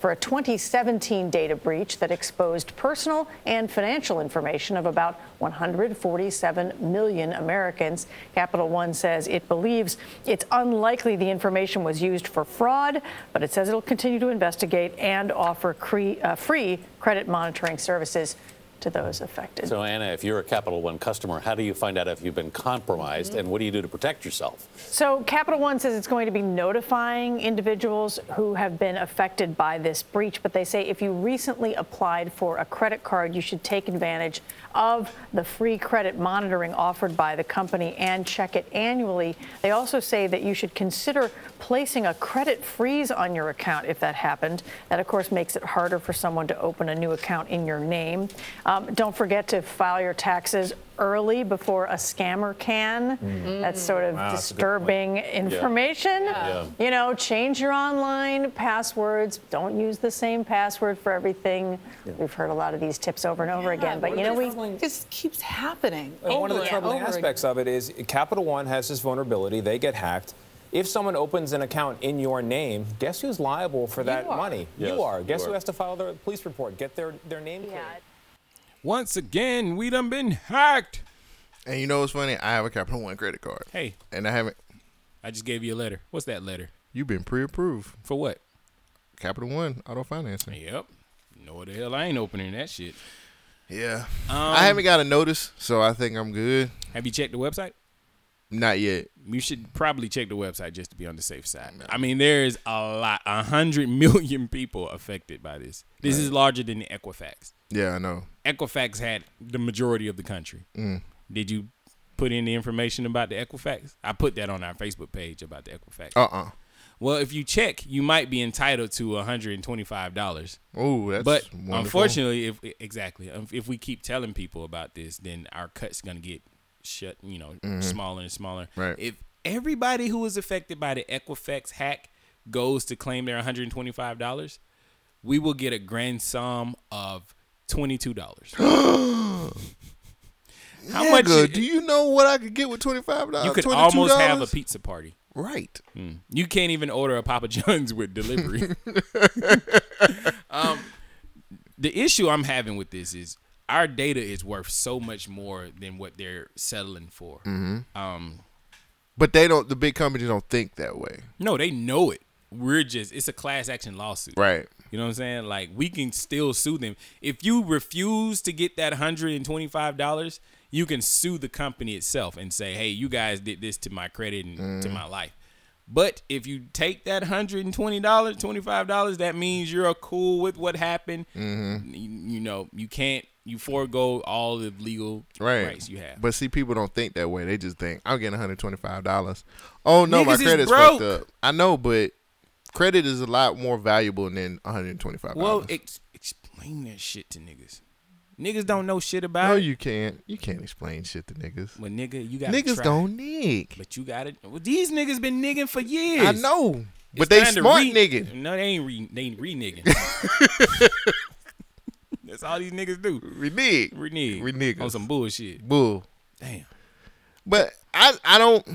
for a 2017 data breach that exposed personal and financial information of about 147 million Americans. Capital One says it believes it's unlikely the information was used for fraud, but it says it'll continue to investigate and offer cre- uh, free credit monitoring services to those affected.
So, Anna, if you're a Capital One customer, how do you find out if you've been compromised
Mm-hmm.
and what do you do to protect yourself?
So Capital One says it's going to be notifying individuals who have been affected by this breach, but they say if you recently applied for a credit card, you should take advantage of the free credit monitoring offered by the company and check it annually. They also say that you should consider placing a credit freeze on your account if that happened. That of course makes it harder for someone to open a new account in your name. Um, don't forget to file your taxes early before a scammer can.
Mm.
That's sort of
Wow, that's a good point.
disturbing information.
Yeah.
You know, change your online passwords. Don't use the same password for everything. We've heard a lot of these tips over and over again, but you know, we
just keeps happening.
And one of the
over and
troubling
over again.
aspects of it is Capital One has this vulnerability. They get hacked. If someone opens an account in your name, guess who's liable for that
are.
money?
Yes,
you are. Guess
you
who
are.
has to file the police report? Get their, their name cleared.
Once again, we done been hacked.
And you know what's funny? I have a Capital One credit card.
Hey.
And I haven't.
I just gave you a letter. What's that letter?
You've been pre-approved
for what?
Capital One auto financing.
Yep. No the hell, I ain't opening that shit.
Yeah.
Um,
I haven't got a notice, so I think I'm good.
Have you checked the website?
Not yet.
You should probably check the website just to be on the safe side. I mean, there is a lot, a hundred million people affected by this. This is larger than the Equifax.
Yeah, I know.
Equifax had the majority of the country.
Mm.
Did you put in the information about the Equifax? I put that on our Facebook page about the Equifax.
Uh-uh.
Well, if you check, you might be entitled to $125.
Oh, that's
But
wonderful.
unfortunately, if e, exactly, if- if we keep telling people about this, then our cut's going to get shut, you know,
Mhm.
smaller and smaller.
Right.
If everybody who was affected by the Equifax hack goes to claim their $125, we will get a grand sum of $22. How
Nigga,
much
do you know what I could get with twenty five dollars?
you could almost have a pizza party.
Uh, Right.
Mm. You can't even order a Papa John's with delivery. um, the issue I'm having with this is our data is worth so much more than what they're settling for.
Mhm.
Um,
But they don't. The big companies don't think that way.
no, they know it. We're just it's a class action lawsuit.
Right.
You know what I'm saying? Like we can still sue them. If you refuse to get that hundred and twenty five dollars, you can sue the company itself and say, Hey, you guys did this to my credit and to
Mm.
my life. But if you take that hundred and twenty dollars, twenty five dollars, that means you're cool with what happened.
Mm-hmm.
You, you know, you can't you forego all the legal
Right.
rights you have.
But see, people don't think that way. They just think I'm getting one hundred twenty five dollars. Oh no,
Niggas
my
is
credit's
broke.
fucked up. I know, but credit is a lot more valuable than one hundred twenty five dollars.
Well, ex- explain that shit to niggas. Niggas don't know shit about
no,
it.
you can't. You can't explain shit to niggas.
Well, nigga, you gotta
niggas
try.
don't nig.
But you got it. Well, these niggas been nigging for years.
I know,
It's
but they
time to
smart
re-
nigga.
No, they ain't re. They ain't re nigging. That's all these niggas do.
Renege.
Renege. Renege. On some bullshit.
Bull.
Damn.
But I I don't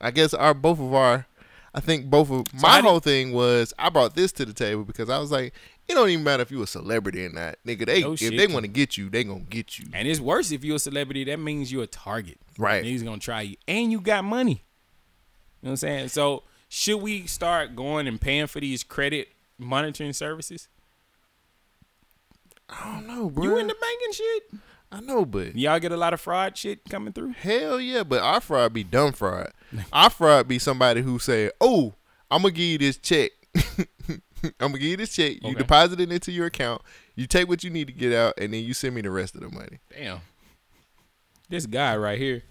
I guess our both of our I think both of my whole thing was I brought this to the table because I was like, it don't even matter if you a celebrity or not. Nigga, they
No
if
shit.
they want to get you, they gonna get you.
And it's worse if you're a celebrity. That means you're a target.
Right.
Niggas gonna try you, and you got money. You know what I'm saying? So should we start going and paying for these credit monitoring services?
I don't know, bro.
You in the banking shit?
I know, but
y'all get a lot of fraud shit coming through.
Hell yeah, but our fraud be dumb fraud. our fraud be somebody who say, "Oh, I'm gonna give you this check." I'm gonna give you this check. You
Okay.
deposit it into your account. You take what you need to get out, and then you send me the rest of the money.
Damn. This guy right here.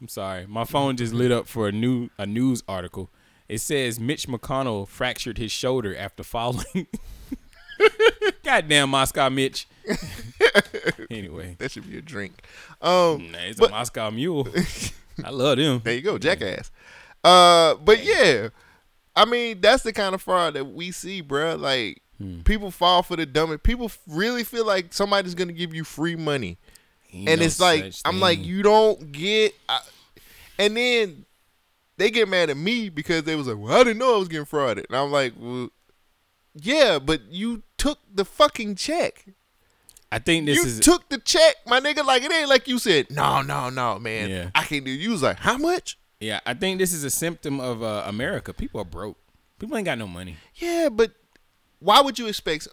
I'm sorry. My phone just lit up for a new a news article. It says Mitch McConnell fractured his shoulder after falling. Goddamn Moscow Mitch. anyway.
That should be a drink. Um,
nah, it's a Moscow Mule. I love them.
There you go, jackass. Uh, but yeah, I mean that's the kind of fraud that we see, bruh. Like
Hmm.
people fall for the dumbest. People f- really feel like somebody's gonna give you free money, and
no
it's like
such
I'm like
thing.
you don't get. I, and then they get mad at me because they was like, "Well, I didn't know I was getting frauded," and I'm like, "Well, yeah, but you took the fucking check."
I think this
you
is
took the check, my nigga. Like it ain't like you said, no, no, no, man.
Yeah.
I can't do. You was like, how much?
Yeah, I think this is a symptom of uh, America. People are broke. People ain't got no money.
Yeah, but why would you expect?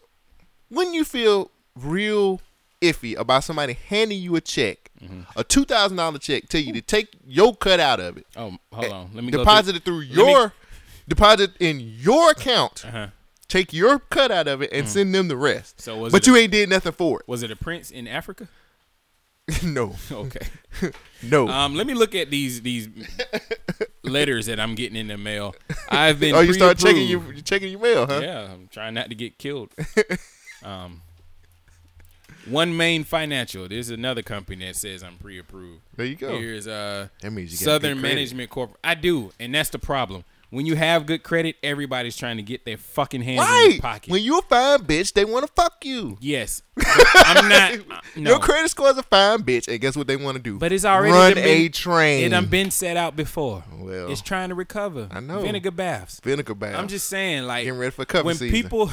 Wouldn't you feel real iffy about somebody handing you a check,
Mm-hmm.
a two thousand dollar check, tell you to take your cut out of it?
Oh, hold on. Let me go
deposit it through
through- let me-
your deposit in your account.
Uh-huh. Mm.
Take your cut out of it and send them the rest.
So was
but
it a-
you ain't did nothing for
Was it a prince in Africa?
it. no,
Okay.
no.
Um, let me look at these these letters that I'm getting in the mail. I've been
oh, you start checking your
pre-approved.
you checking your mail, huh?
Yeah, I'm trying not to get killed. um, One Main Financial. There's another company that says I'm pre-approved.
There you go.
Here's uh
That means you got
Southern
good credit.
Management Corp. I do, and that's the problem. When you have good credit, everybody's trying to get their fucking hands in
Right.
your pocket.
When you a fine bitch, they want to fuck you.
Yes. I'm not. uh, no.
Your credit score is a fine bitch, and guess what they want to do?
But it's already
run
been-
a train.
It done been set out before.
Well.
it's trying to recover.
I know.
Vinegar baths.
Vinegar baths.
I'm just saying, like
Getting ready for cuffing
when
season.
people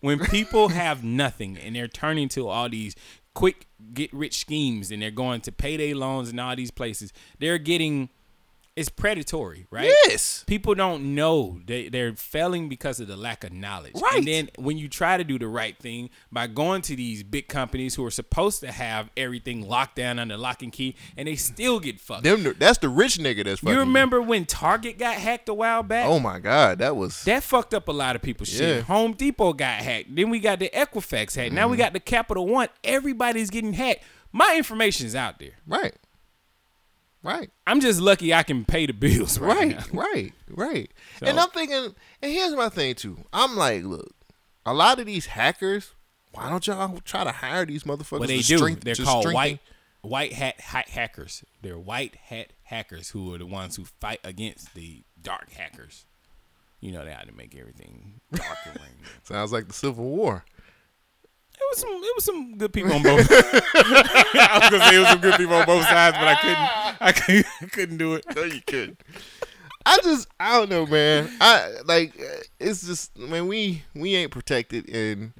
when people have nothing and they're turning to all these quick get rich schemes and they're going to payday loans and all these places, they're getting it's predatory, right?
Yes.
People don't know they they're failing because of the lack of knowledge.
Right.
And then when you try to do the right thing by going to these big companies who are supposed to have everything locked down under lock and key, and they still get fucked.
Them, that's the rich nigga that's fucking.
you remember when Target got hacked a while back?
Oh my god, that was
That fucked up a lot of people's
Yeah.
shit. Home Depot got hacked. Then we got the Equifax hacked. Now we got the Capital One. Everybody's getting hacked. My information's out there.
Right. Right.
I'm just lucky I can pay the bills right.
Right,
now.
right, right.
So-
And I'm thinking, and here's my thing too. I'm like, look, a lot of these hackers. Why don't y'all try to hire these motherfuckers?
Well, they
to
do.
strength-
They're
to
called
strengthen-
white white hat, hat hackers. They're white hat hackers who are the ones who fight against the dark hackers. You know they how to make everything dark and rainy.
Sounds like the Civil War.
It was some it was some good people on both. I was gonna say it was some good people on both sides, but I couldn't I couldn't, I couldn't do it.
No, you couldn't. I just I don't know, man. I like uh, it's just man we we ain't protected and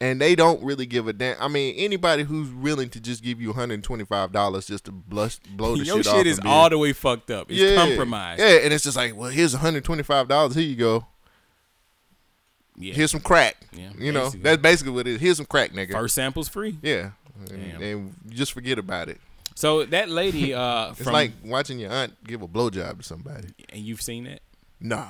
and they don't really give a damn. I mean anybody who's willing to just give you one hundred twenty five dollars just to blush, blow the
Your
shit,
shit,
off
is
and be-
all the way fucked up. It's compromised.
Yeah, and it's just like well here's one hundred twenty five dollars. Here you go.
Yeah.
Here's some crack.
Yeah,
you know
basically.
that's basically what it is. Here's some crack, nigga.
First sample's free.
Yeah, and,
Damn.
and just forget about it.
So that lady uh
It's
from
like watching your aunt give a blowjob to somebody.
and you've seen that?
Nah.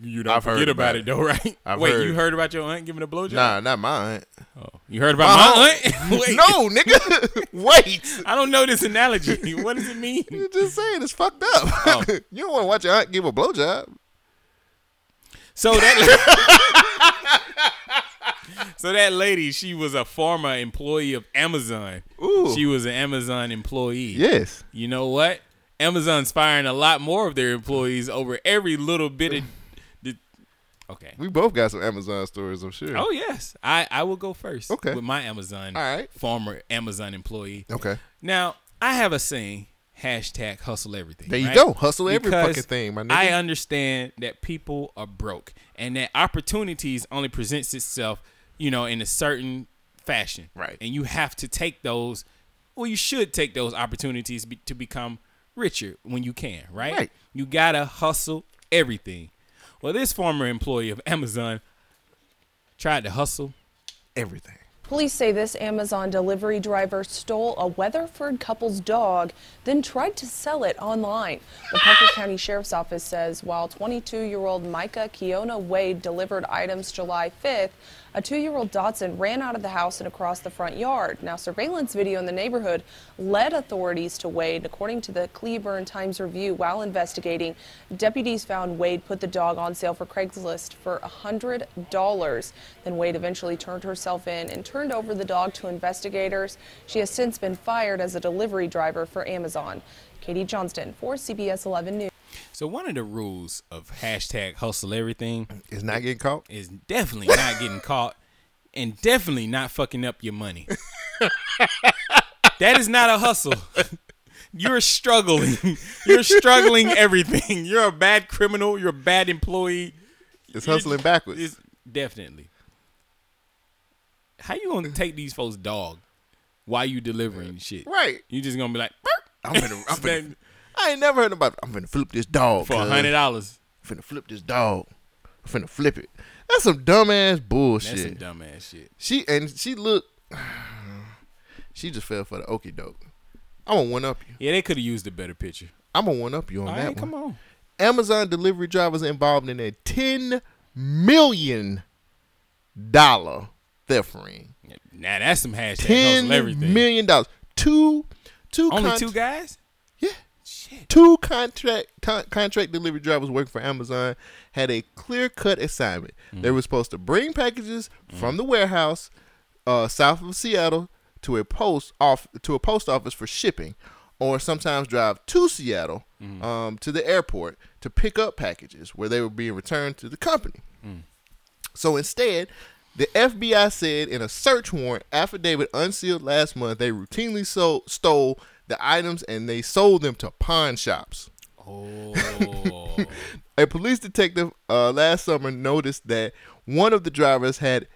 You don't forget about it, though, right?
I've
Wait,
heard.
you heard about your aunt giving a blowjob?
Nah, not my aunt.
Oh, you heard about my aunt? Wait.
No, nigga. Wait.
I don't know this analogy. What does it mean?
You're just saying it's fucked up.
Oh.
you don't want to watch your aunt give a blowjob.
So that So that lady, she was a former employee of Amazon.
Ooh.
She was an Amazon employee.
Yes.
You know what? Amazon's firing a lot more of their employees over every little bit of the Okay.
We both got some Amazon stories, I'm sure.
Oh yes, I I will go first.
Okay.
with my Amazon,
All right.
former Amazon employee.
Okay.
Now I have a saying: hashtag hustle everything.
There you
right?
go. Hustle every
Because
fucking thing, my nigga.
I understand that people are broke and that opportunities only presents itself, you know, in a certain fashion. Right. And you have to take those. Well, you should take those opportunities be, to become richer when you can. Right.
Right.
You gotta hustle everything. Well, this former employee of Amazon tried to hustle
Everything.
Police say this Amazon delivery driver stole a Weatherford couple's dog, then tried to sell it online. The Parker County Sheriff's Office says while 22 year old Micah Keona Wade delivered items July 5th, a two year old Dotson ran out of the house and across the front yard. Now, surveillance video in the neighborhood led authorities to Wade. According to the Cleburne Times Review, while investigating, deputies found Wade put the dog on sale for Craigslist for $100. Then Wade eventually turned herself in and turned over the dog to investigators. She has since been fired as a delivery driver for Amazon. Katie Johnston for CBS 11 News.
So one of the rules of hashtag hustle everything
is not getting caught.
Is definitely not getting caught, and definitely not fucking up your money. that is not a hustle. You're struggling. You're struggling everything. You're a bad criminal. You're a bad employee.
It's hustling backwards.
It's- definitely. How you gonna take these folks' dog while you delivering shit?
Right.
You just gonna be like,
I'm gonna, I'm gonna, I ain't never heard about. I'm gonna flip this dog
For
cuz.
$100.
I'm finna flip this dog. I'm finna flip it. That's some dumbass bullshit.
That's some dumbass shit.
She and she looked. She just fell for the okey doke. I'm gonna one up you.
Yeah, they could have used a better picture.
I'm gonna one up you on
All
that
right,
one.
come on.
Amazon delivery drivers involved in a ten million dollar theft ring.
Now that's some hashtag
Ten
hustle everything.
million dollars. Two, two.
Only
con-
two guys?
Two contract con- contract delivery drivers working for Amazon had a clear cut assignment. They were supposed to bring packages from the warehouse uh, south of Seattle to a post off to a post office for shipping, or sometimes drive to Seattle um, to the airport to pick up packages where they were being returned to the company. So instead, the FBI said in a search warrant affidavit unsealed last month, they routinely sold, stole the items and they sold them to pawn shops. Oh. a police detective uh, last summer noticed that one of the drivers had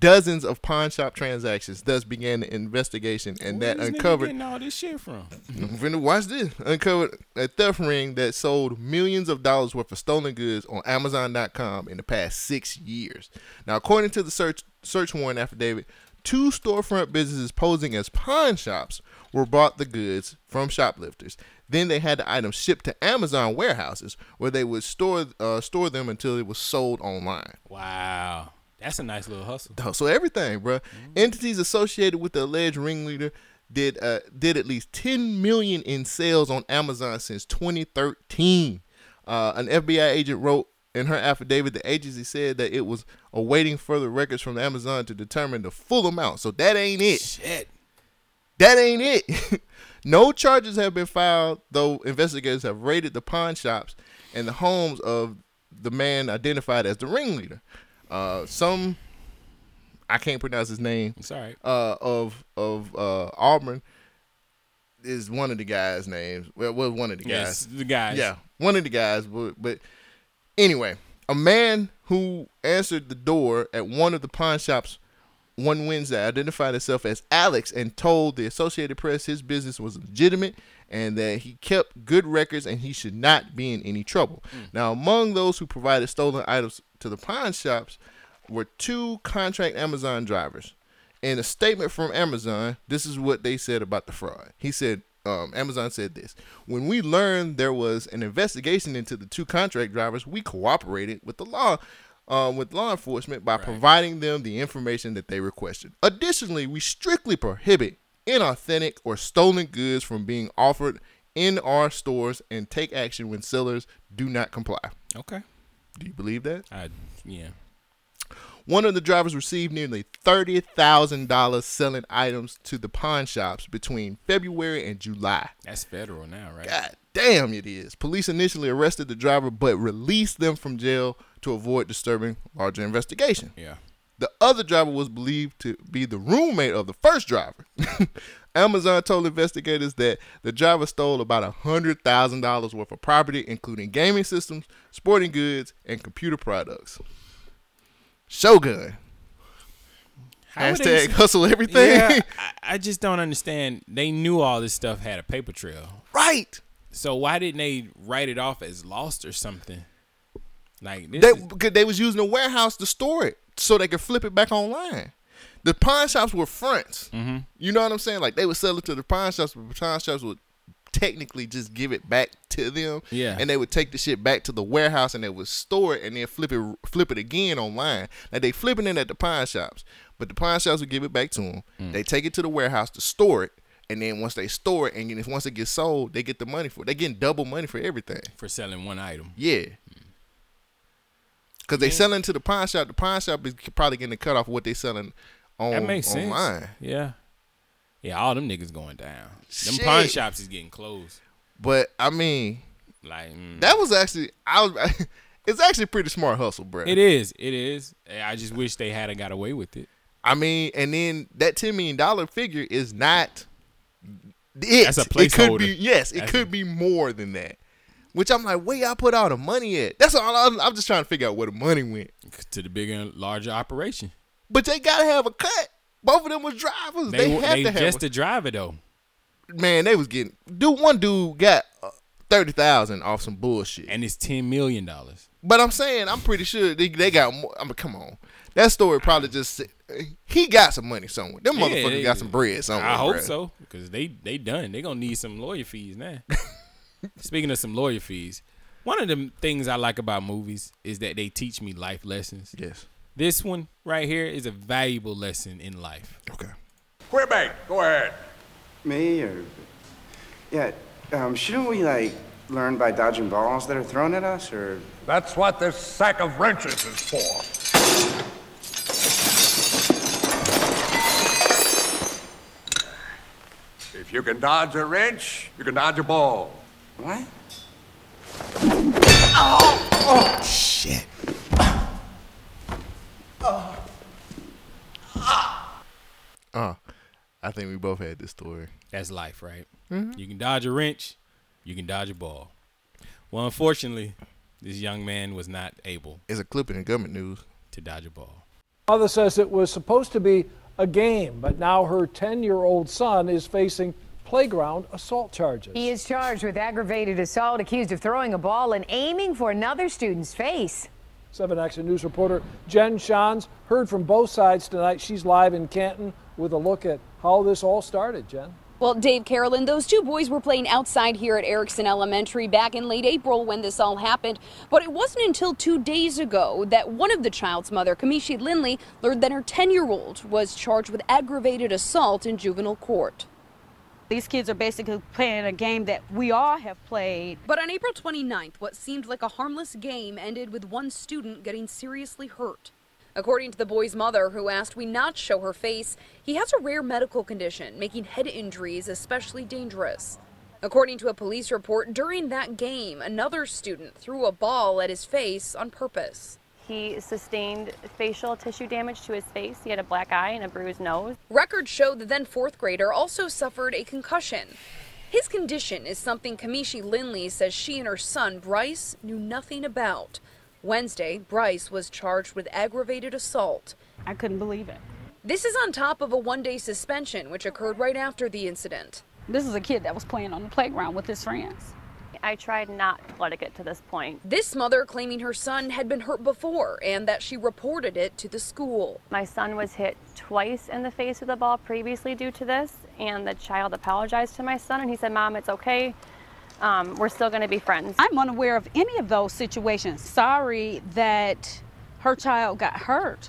dozens of pawn shop transactions, thus began the investigation, and that
Where this nigga
uncovered
getting all this shit from.
I'm finna watch this. Uncovered a theft ring that sold millions of dollars worth of stolen goods on Amazon.com in the past six years. Now, according to the search search warrant affidavit, two storefront businesses posing as pawn shops were bought the goods from shoplifters. Then they had the items shipped to Amazon warehouses where they would store uh, store them until it was sold online.
Wow. That's a nice little hustle.
Dog, So everything, bruh. Entities associated with the alleged ringleader did uh, did at least 10 million in sales on Amazon since 2013. Uh, an FBI agent wrote in her affidavit the agency said that it was awaiting further records from Amazon to determine the full amount. So that ain't it.
Shit.
That ain't it. no charges have been filed, though investigators have raided the pawn shops and the homes of the man identified as the ringleader. Uh, some, I can't pronounce his name.
It's all right.
Uh, of of uh, Auburn is one of the guys' names. Well, well one of the
Yes,
guys.
the guys.
Yeah, one of the guys. But, but anyway, a man who answered the door at one of the pawn shops one Wednesday identified himself as Alex and told the Associated Press his business was legitimate and that he kept good records and he should not be in any trouble. Now, among those who provided stolen items to the pawn shops were two contract Amazon drivers. In a statement from Amazon, this is what they said about the fraud. He said, um, Amazon said this. When we learned there was an investigation into the two contract drivers, we cooperated with the law, uh, with law enforcement by providing them the information that they requested. Additionally, we strictly prohibit inauthentic or stolen goods from being offered in our stores and take action when sellers do not comply.
Okay.
Do you believe that?
I yeah.
One of the drivers received nearly $30,000 selling items to the pawn shops between February and July.
That's federal now, right?
God damn, it is. Police initially arrested the driver but released them from jail to avoid disturbing larger investigation.
Yeah.
The other driver was believed to be the roommate of the first driver. Amazon told investigators that the driver stole about $100,000 worth of property, including gaming systems, sporting goods, and computer products. Shogun.
How would
Hashtag
they-
hustle everything.
Yeah, I, I just don't understand. They knew all this stuff had a paper trail.
Right.
So why didn't they write it off as lost or something? Like this
They,
is-
because they was using a warehouse to store it so they could flip it back online. the pawn shops were fronts.
Mm-hmm.
You know what I'm saying? Like they would sell it to the pawn shops, but the pawn shops would technically just give it back to them.
Yeah.
And they would take the shit back to the warehouse and they would store it and then flip it flip it again online. Like they flipping it at the pawn shops, but the pawn shops would give it back to them.
Mm.
They take it to the warehouse to store it. And then once they store it, and then if- once it gets sold, they get the money for it. They getting double money for everything.
for selling one item.
Yeah. Cause they selling to the pawn shop. The pawn shop is probably getting cut off what they selling on
that makes sense.
online.
Yeah. Yeah, all them niggas going down. Them pawn
Shit.
shops is getting closed.
But I mean,
like mm.
that was actually I was. It's actually a pretty smart hustle, bro.
It is. It is. Eh, I just wish they hadn't got away with it.
I mean, and then that ten million dollar figure is not it.
That's a
It could be
placeholder.
yes, it
That's
could be more than that. Which I'm like, where y'all put all the money at? That's all. I'm, I'm just trying to figure out where the money went.
To the bigger, and larger operation.
But they gotta have a cut. Both of them was drivers. They,
They, wa-
had
they
to have.
just
a-
the driver though.
man, they was getting. Dude, one dude got uh, thirty thousand off some bullshit,
and it's ten million dollars.
But I'm saying, I'm pretty sure they, they got. More, I mean, come on, that story probably just he got some money somewhere. Them
Yeah,
motherfuckers
they-
got some bread somewhere.
I hope
bruh.
so, because they they done. They gonna need some lawyer fees now. Speaking of some lawyer fees, one of the things I like about movies is that they teach me life lessons.
Yes.
This one right here is a valuable lesson in life.
Okay.
Quebec, go ahead.
Me or yeah, um, shouldn't we like learn by dodging balls that are thrown at us or? That's what this sack of wrenches is for.
If you can dodge a wrench, you can dodge a ball. What?
Oh shit!
Uh, I think we both had this story.
That's life, right?
Mhm.
You can dodge a wrench, you can dodge a ball. Well, unfortunately, this young man was not able
It's a clip in the government news.
to dodge a ball.
Mother says it was supposed to be a game, but now her 10 year old son is facing playground assault charges.
He is charged with aggravated assault, accused of throwing a ball and aiming for another student's face.
7 Action News reporter Jen Shans heard from both sides tonight. She's live in Canton with a look at how this all started, Jen.
Well, Dave Carolyn, those two boys were playing outside here at Erickson Elementary back in late April when this all happened. But it wasn't until two days ago that one of the child's mother, Kamishi Linley, learned that her 10 year old was charged with aggravated assault in juvenile court.
These kids are basically playing a game that we all have played.
But on April 29th, what seemed like a harmless game ended with one student getting seriously hurt. According to the boy's mother, who asked we not show her face, he has a rare medical condition, making head injuries especially dangerous. According to a police report, during that game, another student threw a ball at his face on purpose.
He sustained facial tissue damage to his face. He had a black eye and a bruised nose.
Records show the then fourth grader also suffered a concussion. His condition is something Kamishi Linley says she and her son Bryce knew nothing about. Wednesday, Bryce was charged with aggravated assault.
I couldn't believe it.
This is on top of a one day suspension, which occurred right after the incident.
This is a kid that was playing on the playground with his friends.
I tried not to let it get to this point.
This mother claiming her son had been hurt before and that she reported it to the school.
My son was hit twice in the face with a ball previously due to this, and the child apologized to my son, and he said, Mom, it's okay. Um, we're still going to be friends.
I'm unaware of any of those situations. Sorry that her child got hurt.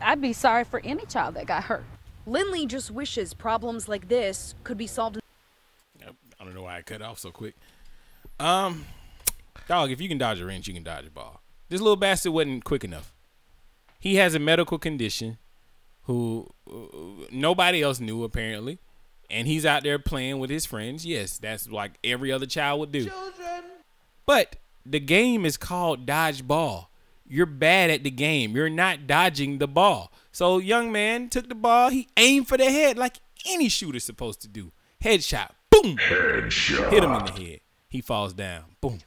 I'd be sorry for any child that got hurt.
Linley just wishes problems like this could be solved.
I don't know why I cut off so quick. Um, dog, if you can dodge a wrench, you can dodge a ball. This little bastard wasn't quick enough. He has a medical condition who uh, nobody else knew apparently, and he's out there playing with his friends. Yes, that's like every other child would do. But the game is called dodgeball. You're bad at the game. You're not dodging the ball. So young man took the ball. He aimed for the head like any shooter's supposed to do. Headshot. Boom. Headshot. Hit him in the head. He falls down. Boom.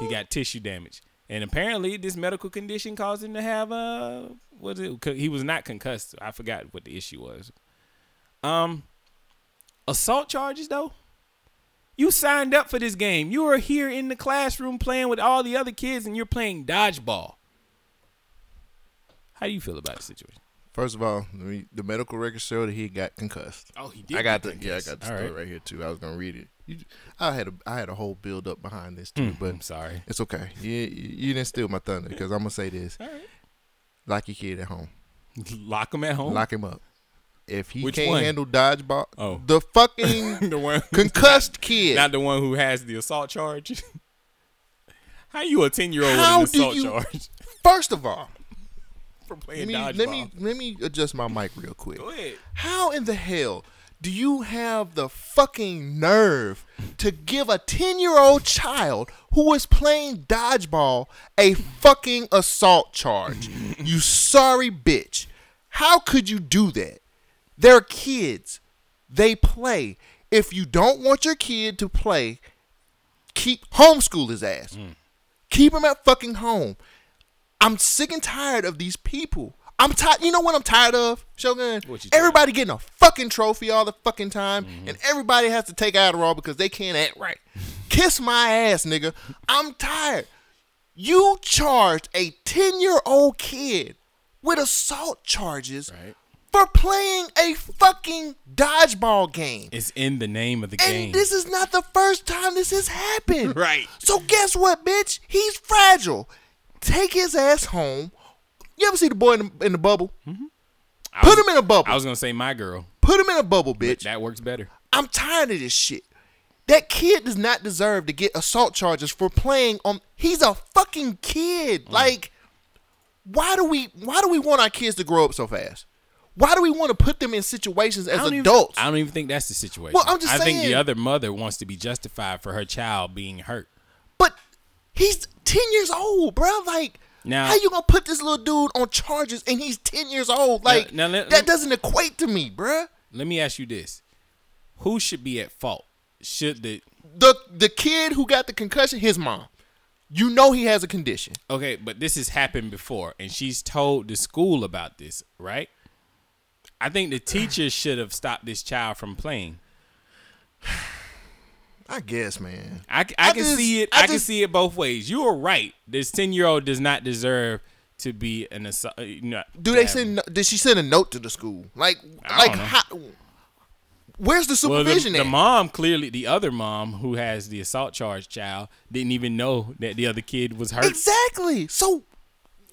He got tissue damage. And apparently this medical condition caused him to have a what is it? co- He was not concussed. I forgot what the issue was. Um assault charges though? You signed up for this game. You are here in the classroom playing with all the other kids and you're playing dodgeball. How do you feel about the situation?
First of all, the the medical records show that he got concussed.
Oh, he did
I got
get
the yeah, I
concussed.
got the
All
story
right.
right. here too. I was gonna read it. You, I had a I had a whole build up behind this too,
Hmm,
but
I'm sorry.
it's okay. You you didn't steal my thunder because I'm gonna say this.
All right.
Lock your kid at home.
Lock him at home.
Lock him up. If he
Which
can't
one?
handle dodgeball,
Oh.
the fucking
the one
concussed kid.
Not the one who has the assault charge. How you a ten year old
How
with
do
an assault
you?
charge?
First of all,
For
let
playing
me,
dodgeball.
let me let me adjust my mic real quick.
Go ahead.
How in the hell do you have the fucking nerve to give a 10 year old child who is playing dodgeball a fucking assault charge? you sorry bitch. How could you do that? They're kids, they play. If you don't want your kid to play, keep homeschool his ass.
Mm.
Keep him at fucking home. I'm sick and tired of these people. I'm tired. You know what I'm tired of, Shogun? Everybody getting a fucking trophy all the fucking time, and everybody has to take Adderall because they can't act right. Kiss my ass, nigga. I'm tired. You charged a 10 year old kid with assault charges for playing a fucking dodgeball game.
It's in the name of the game.
And this is not the first time this has happened.
Right.
So guess what, bitch? He's fragile. Take his ass home. You ever see the boy in the, in the bubble? Put him in a bubble.
Mm-hmm. I was gonna say my girl.
Put him in a bubble, bitch.
That works better.
I'm tired of this shit. That kid does not deserve to get assault charges for playing on. He's a fucking
Mm.
kid. Like, why do we? Why do we want our kids to grow up so fast? Why do we want to put them in situations as
I don't even-
adults?
I don't even think that's the situation.
Well, I'm just
I think
saying-
the other mother wants to be justified for her child being hurt.
He's ten years old, bro. Like,
Now-
how you gonna put this little dude on charges and he's ten years old? Like,
now let-
that doesn't equate to me, bruh.
Let me ask you this: Who should be at fault? Should the
the the kid who got the concussion, his mom. You know he has a condition.
Okay, but this has happened before, and she's told the school about this, right? I think the teacher should have stopped this child from playing.
I guess, man.
I, c- I
I
can
just-
see it.
I
I, can
just-
see it both ways. You are right. This ten year old does not deserve to be an uh, assault. No,
Do they send? Did she send a note to the school? Like, like how? Where's the
Well, the,
supervision
the
at?
mom clearly, the other mom who has the assault charge child didn't even know that the other kid was hurt,
Exactly. So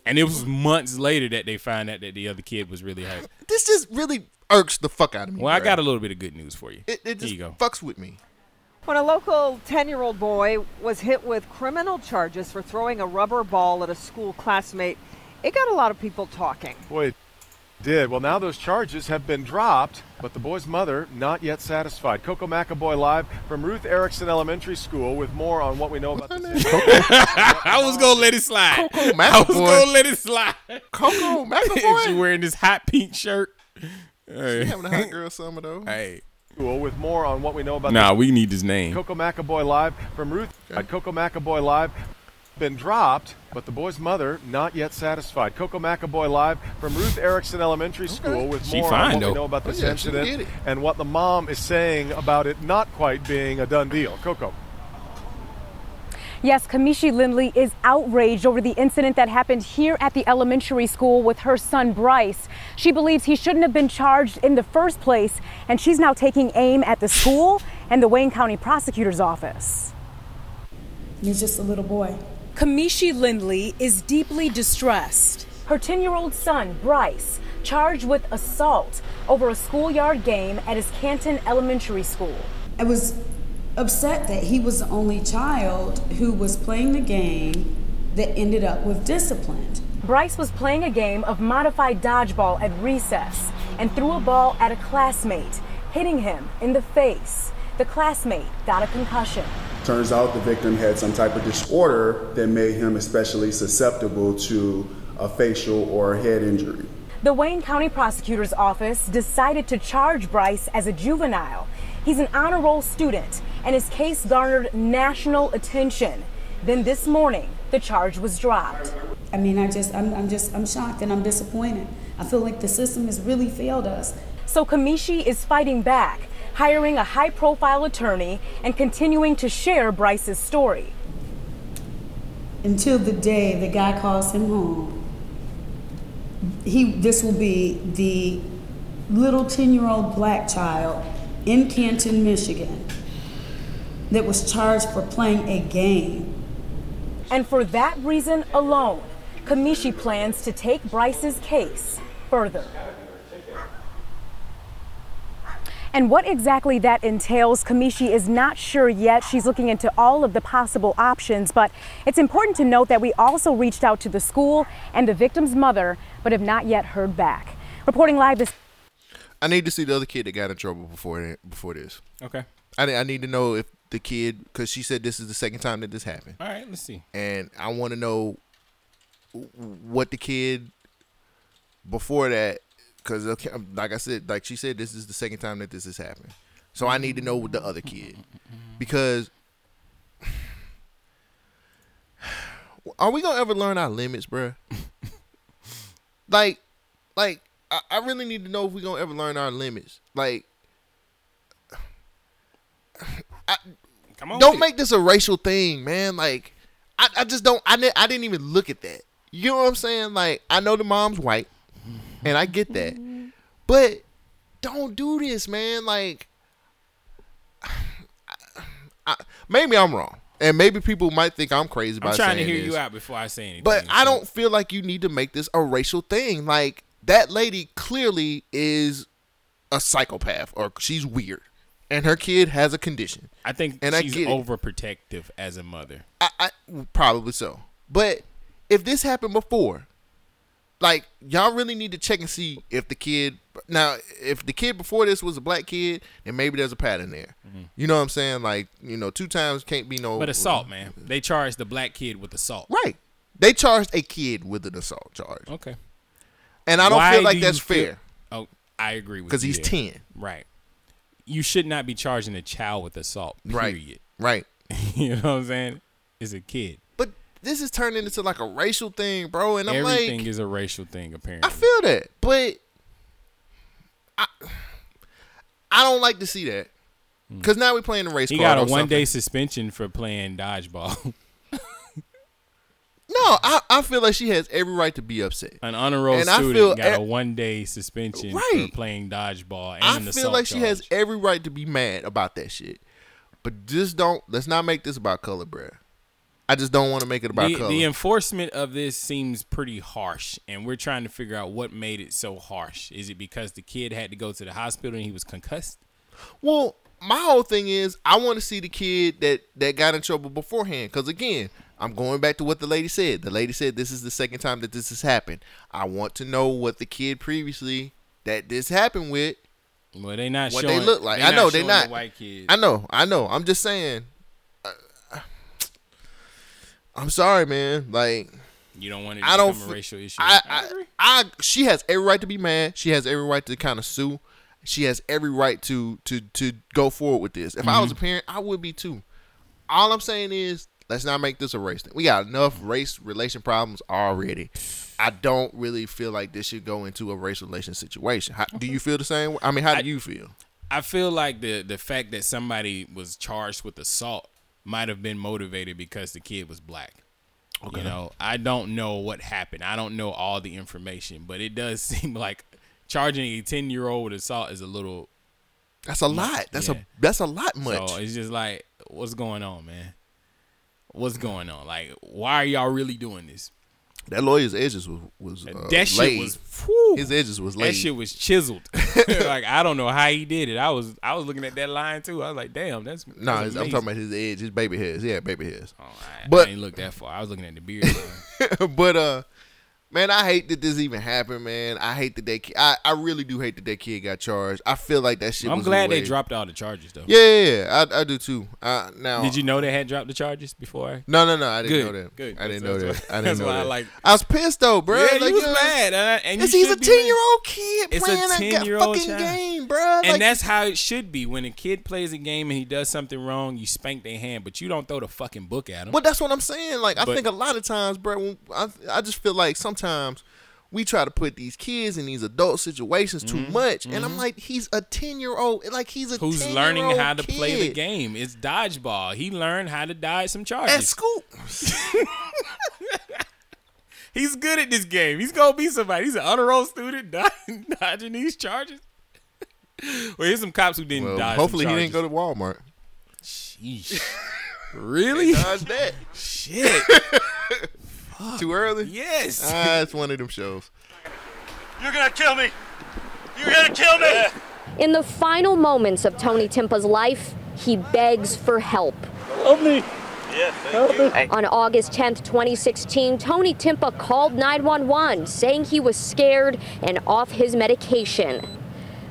and it was months later that they found out that the other kid was really hurt.
this just really irks the fuck out of me.
Well, I
bruh.
got a little bit of good news for you.
It- it
Here
just
you go.
fucks with me.
When a local 10 year old boy was hit with criminal charges for throwing a rubber ball at a school classmate, it got a lot of people talking.
Boy, it did. Well, now those charges have been dropped, but the boy's mother not yet satisfied. Coco McAvoy live from Ruth Erickson Elementary School with more on what we know about this.
I was gonna let it slide.
Coco
I was
McAvoy.
gonna let it slide.
Coco
if she wearing this hot pink shirt. Hey.
having a hot girl summer though.
Hey.
School with more on what we know about
Nah,
this.
we need his name.
Coco McAvoy live from Ruth. Uh, Coco McAvoy live been dropped, but the boy's mother not yet satisfied. Coco McAvoy live from Ruth Erickson Elementary School with
She
more
fine,
on what
though.
we know about
Oh,
this
yeah, she did
incident
it.
and what the mom is saying about it not quite being a done deal. Coco.
Yes, Kamishi Lindley is outraged over the incident that happened here at the elementary school with her son Bryce. She believes he shouldn't have been charged in the first place, and she's now taking aim at the school and the Wayne County Prosecutor's Office.
He's just a little boy.
Kamishi Lindley is deeply distressed. Her 10 year old son, Bryce, charged with assault over a schoolyard game at his Canton Elementary School.
I was upset that he was the only child who was playing the game that ended up with disciplined.
Bryce was playing a game of modified dodgeball at recess and threw a ball at a classmate, hitting him in the face. The classmate got a concussion.
Turns out the victim had some type of disorder that made him especially susceptible to a facial or head injury.
The Wayne County Prosecutor's Office decided to charge Bryce as a juvenile. He's an honor roll student, and his case garnered national attention. Then this morning, the charge was dropped.
I mean, I just, I'm, I'm just, I'm shocked and I'm disappointed. I feel like the system has really failed us.
So Kamishi is fighting back, hiring a high profile attorney and continuing to share Bryce's story.
Until the day the guy calls him home he this will be the little 10 year old black child in Canton, Michigan that was charged for playing a game.
And for that reason alone, Kamishi plans to take Bryce's case further. And what exactly that entails, Kamishi is not sure yet. She's looking into all of the possible options, but it's important to note that we also reached out to the school and the victim's mother, but have not yet heard back. Reporting live this
I need to see the other kid that got in trouble before it- before this.
Okay.
I ne- I need to know if the kid because she said this is the second time that this happened.
All right, let's see.
and I want to know w- what the kid before that, because like I said, like she said, this is the second time that this has happened. So I need to know with the other kid because are we gonna ever learn our limits, bruh? like, like I, I really need to know if we gonna ever learn our limits. Like,
Come on.
don't
with it.
make this a racial thing, man. Like, I, I just don't. I, ne- I didn't even look at that. You know what I'm saying? Like, I know the mom's white, and I get that, but don't do this, man. Like, I, maybe I'm wrong, and maybe people might think I'm crazy.
I'm
by
trying to
saying
hear
this.
you out before I say anything.
But I don't feel like you need to make this a racial thing. Like that lady clearly is a psychopath or she's weird. And her kid has a condition.
I think
and I
she's
get it.
overprotective as a mother.
I, I probably so. But if this happened before, like y'all really need to check and see if the kid now if the kid before this was a black kid, then maybe there's a pattern there. You know what I'm saying? Like, you know, two times can't be no
Mm-hmm. But assault, man. They charged the black kid with assault.
Right. They charged a kid with an assault charge.
Okay.
And I don't
Why
feel like
do
that's
you feel-
fair.
Oh, I agree with you.
'Cause he's
there.
10.
Right. You should not be charging a child with assault,
Right.
period.
Right.
you know what I'm saying? It's a kid.
But this is turning into like a racial thing, bro. And I'm
Everything
like,
is a racial thing, apparently.
I feel that, but I, I don't like to see that because now we're playing the race.
Hmm. he got
card
a
or
one
something.
day suspension for playing dodgeball.
No, I, I feel like she has every right to be upset.
An honor roll
And I
student
feel
got
e-
a one day suspension
Right.
for playing dodgeball and
I
an
feel
assault
like she
charge.
has every right to be mad about that shit, but just don't. Let's not make this about color, bro. I just don't want to make it about
the,
color.
the enforcement of this seems pretty harsh, and we're trying to figure out what made it so harsh. Is it because the kid had to go to the hospital and he was concussed?
Well, my whole thing is I want to see the kid that that got in trouble beforehand. Because again, I'm going back to what the lady said. The lady said this is the second time that this has happened. I want to know what the kid previously that this happened with.
Well, they not
what they
showing-
look like.
they
I
not
know they're
showing the
not
white kids.
I know. I know. I'm just saying. I, I'm sorry, man. Like.
You don't want it to
I don't
become a
fe-
racial issue.
I, I, I, she has every right to be mad. She has every right to kind of sue. She has every right to to to go forward with this. If I was a
Mhm.
parent, I would be too. All I'm saying is, let's not make this a race thing. We got enough race relation problems already. I don't really feel like this should go into a race relation situation. How, Do you feel the same? way? I mean, how do you feel?
I feel like the the fact that somebody was charged with assault might have been motivated because the kid was black.
Okay.
You know, I don't know what happened. I don't know all the information, but it does seem like charging a ten year old with assault is a little.
That's a lot. That's a that's a lot much.
So it's just like, what's going on, man? What's going on? Like, why are y'all really doing this?
That lawyer's edges was was uh,
That shit
laid.
was-
his edges was laid.
That shit was chiseled. like, I don't know how he did it. I was I was looking at that line too. I was like, damn, that's
No,
that's
it's-
amazing.
I'm
Oh,
talking about his edge, his baby hairs. Yeah, baby hairs.
I-
but
I ain't look that far. I was looking at the beard. line.
but uh, man, I hate that this even happened, man. I hate that that kid. I, I really do hate that that kid got charged. I feel like that shit.
I'm
was
glad
way-
they dropped all the charges though.
Yeah, yeah, yeah. I, I do too. Uh, now
Did you know they had dropped the charges before?
No, no, no. I didn't
Good,
know that.
Good.
I didn't know
That's-
that.
that's
I
why-
didn't
that's
know
why I
that.
like-
I was pissed though, bro.
Yeah, you
like,
was
yo,
mad, and I- and you
it's- he's a
should be mad.
ten year old kid
It's
playing
a
that
10 year old
fucking
child.
game, bro.
and that's how it should be. When a kid plays a game and he does something wrong, you spank their hand, but you don't throw the fucking book at him.
Well, that's what I'm saying. Like, I
But-
think a lot of times, bro, when I, I just feel like sometimes we try to put these kids in these adult situations too much. And I'm
mhm.
like, he's a 10 year old. Like, he's a
Who's learning
10-year-old
how to play the
kid.
game? It's dodgeball. He learned how to dodge some charges
At school.
He's good at this game. He's gonna be somebody. He's an honor roll student dodging, dodging these charges. well, here's some cops who didn't
Well,
dodge.
hopefully
some
he didn't
charges.
go to Walmart.
Sheesh. really?
Dodge that.
Shit.
Too early.
Yes.
Ah, it's one of them shows.
You're gonna kill me. You're gonna kill me.
In the final moments of Tony Timpa's life, he begs for help.
Help me. Yeah, help me.
On August 10, 2016, Tony Timpa called 911 saying he was scared and off his medication.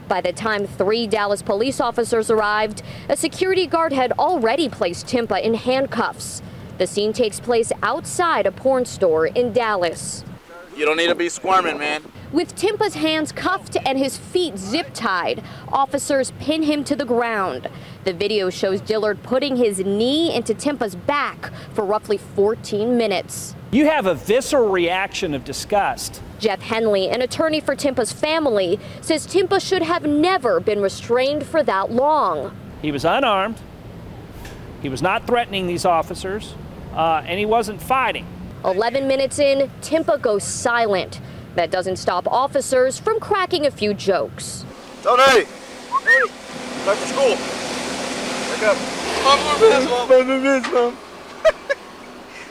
By the time three Dallas police officers arrived, a security guard had already placed Timpa in handcuffs. The scene takes place outside a porn store in Dallas.
You don't need to be squirming, man.
With Timpa's hands cuffed and his feet zip tied, officers pin him to the ground. The video shows Dillard putting his knee into Timpa's back for roughly 14 minutes.
You have a visceral reaction of disgust.
Jeff Henley, an attorney for Timpa's family, says Timpa should have never been restrained for that long.
He was unarmed, he was not threatening these officers, uh, and he wasn't fighting.
11 minutes in, Timpa goes silent. That doesn't stop officers from cracking a few jokes.
Tony! Hey! Back to school. Wake up.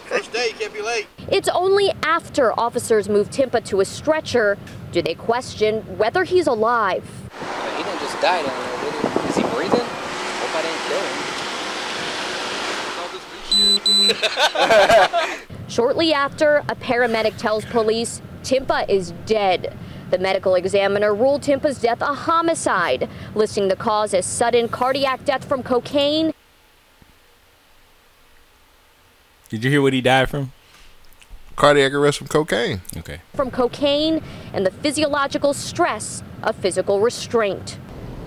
First day, you can't be late.
It's only after officers move Timpa to a stretcher do they question whether he's alive.
He didn't just die down there, did he? Is he breathing? Hope I didn't kill him.
Shortly after, a paramedic tells police Timpa is dead. The medical examiner ruled Timpa's death a homicide, listing the cause as sudden cardiac death from cocaine
Did you hear what he died from?
Cardiac arrest from cocaine.
Okay.
from cocaine and the physiological stress of physical restraint.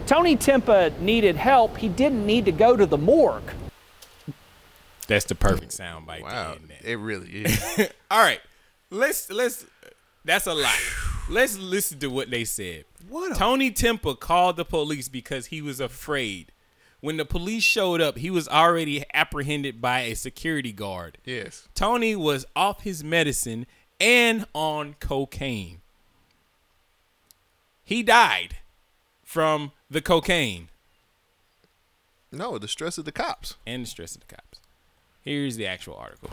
Tony Tempa needed help. He didn't need to go to the morgue.
That's the perfect sound bite. Wow,
it really is.
All right, let's let's. That's a lot. let's listen to what they said.
What a-
Tony Tempa called the police because he was afraid. When the police showed up, he was already apprehended by a security guard.
Yes.
Tony was off his medicine and on cocaine. He died from the cocaine.
No, the stress of the cops.
And the stress of the cops. Here's the actual article.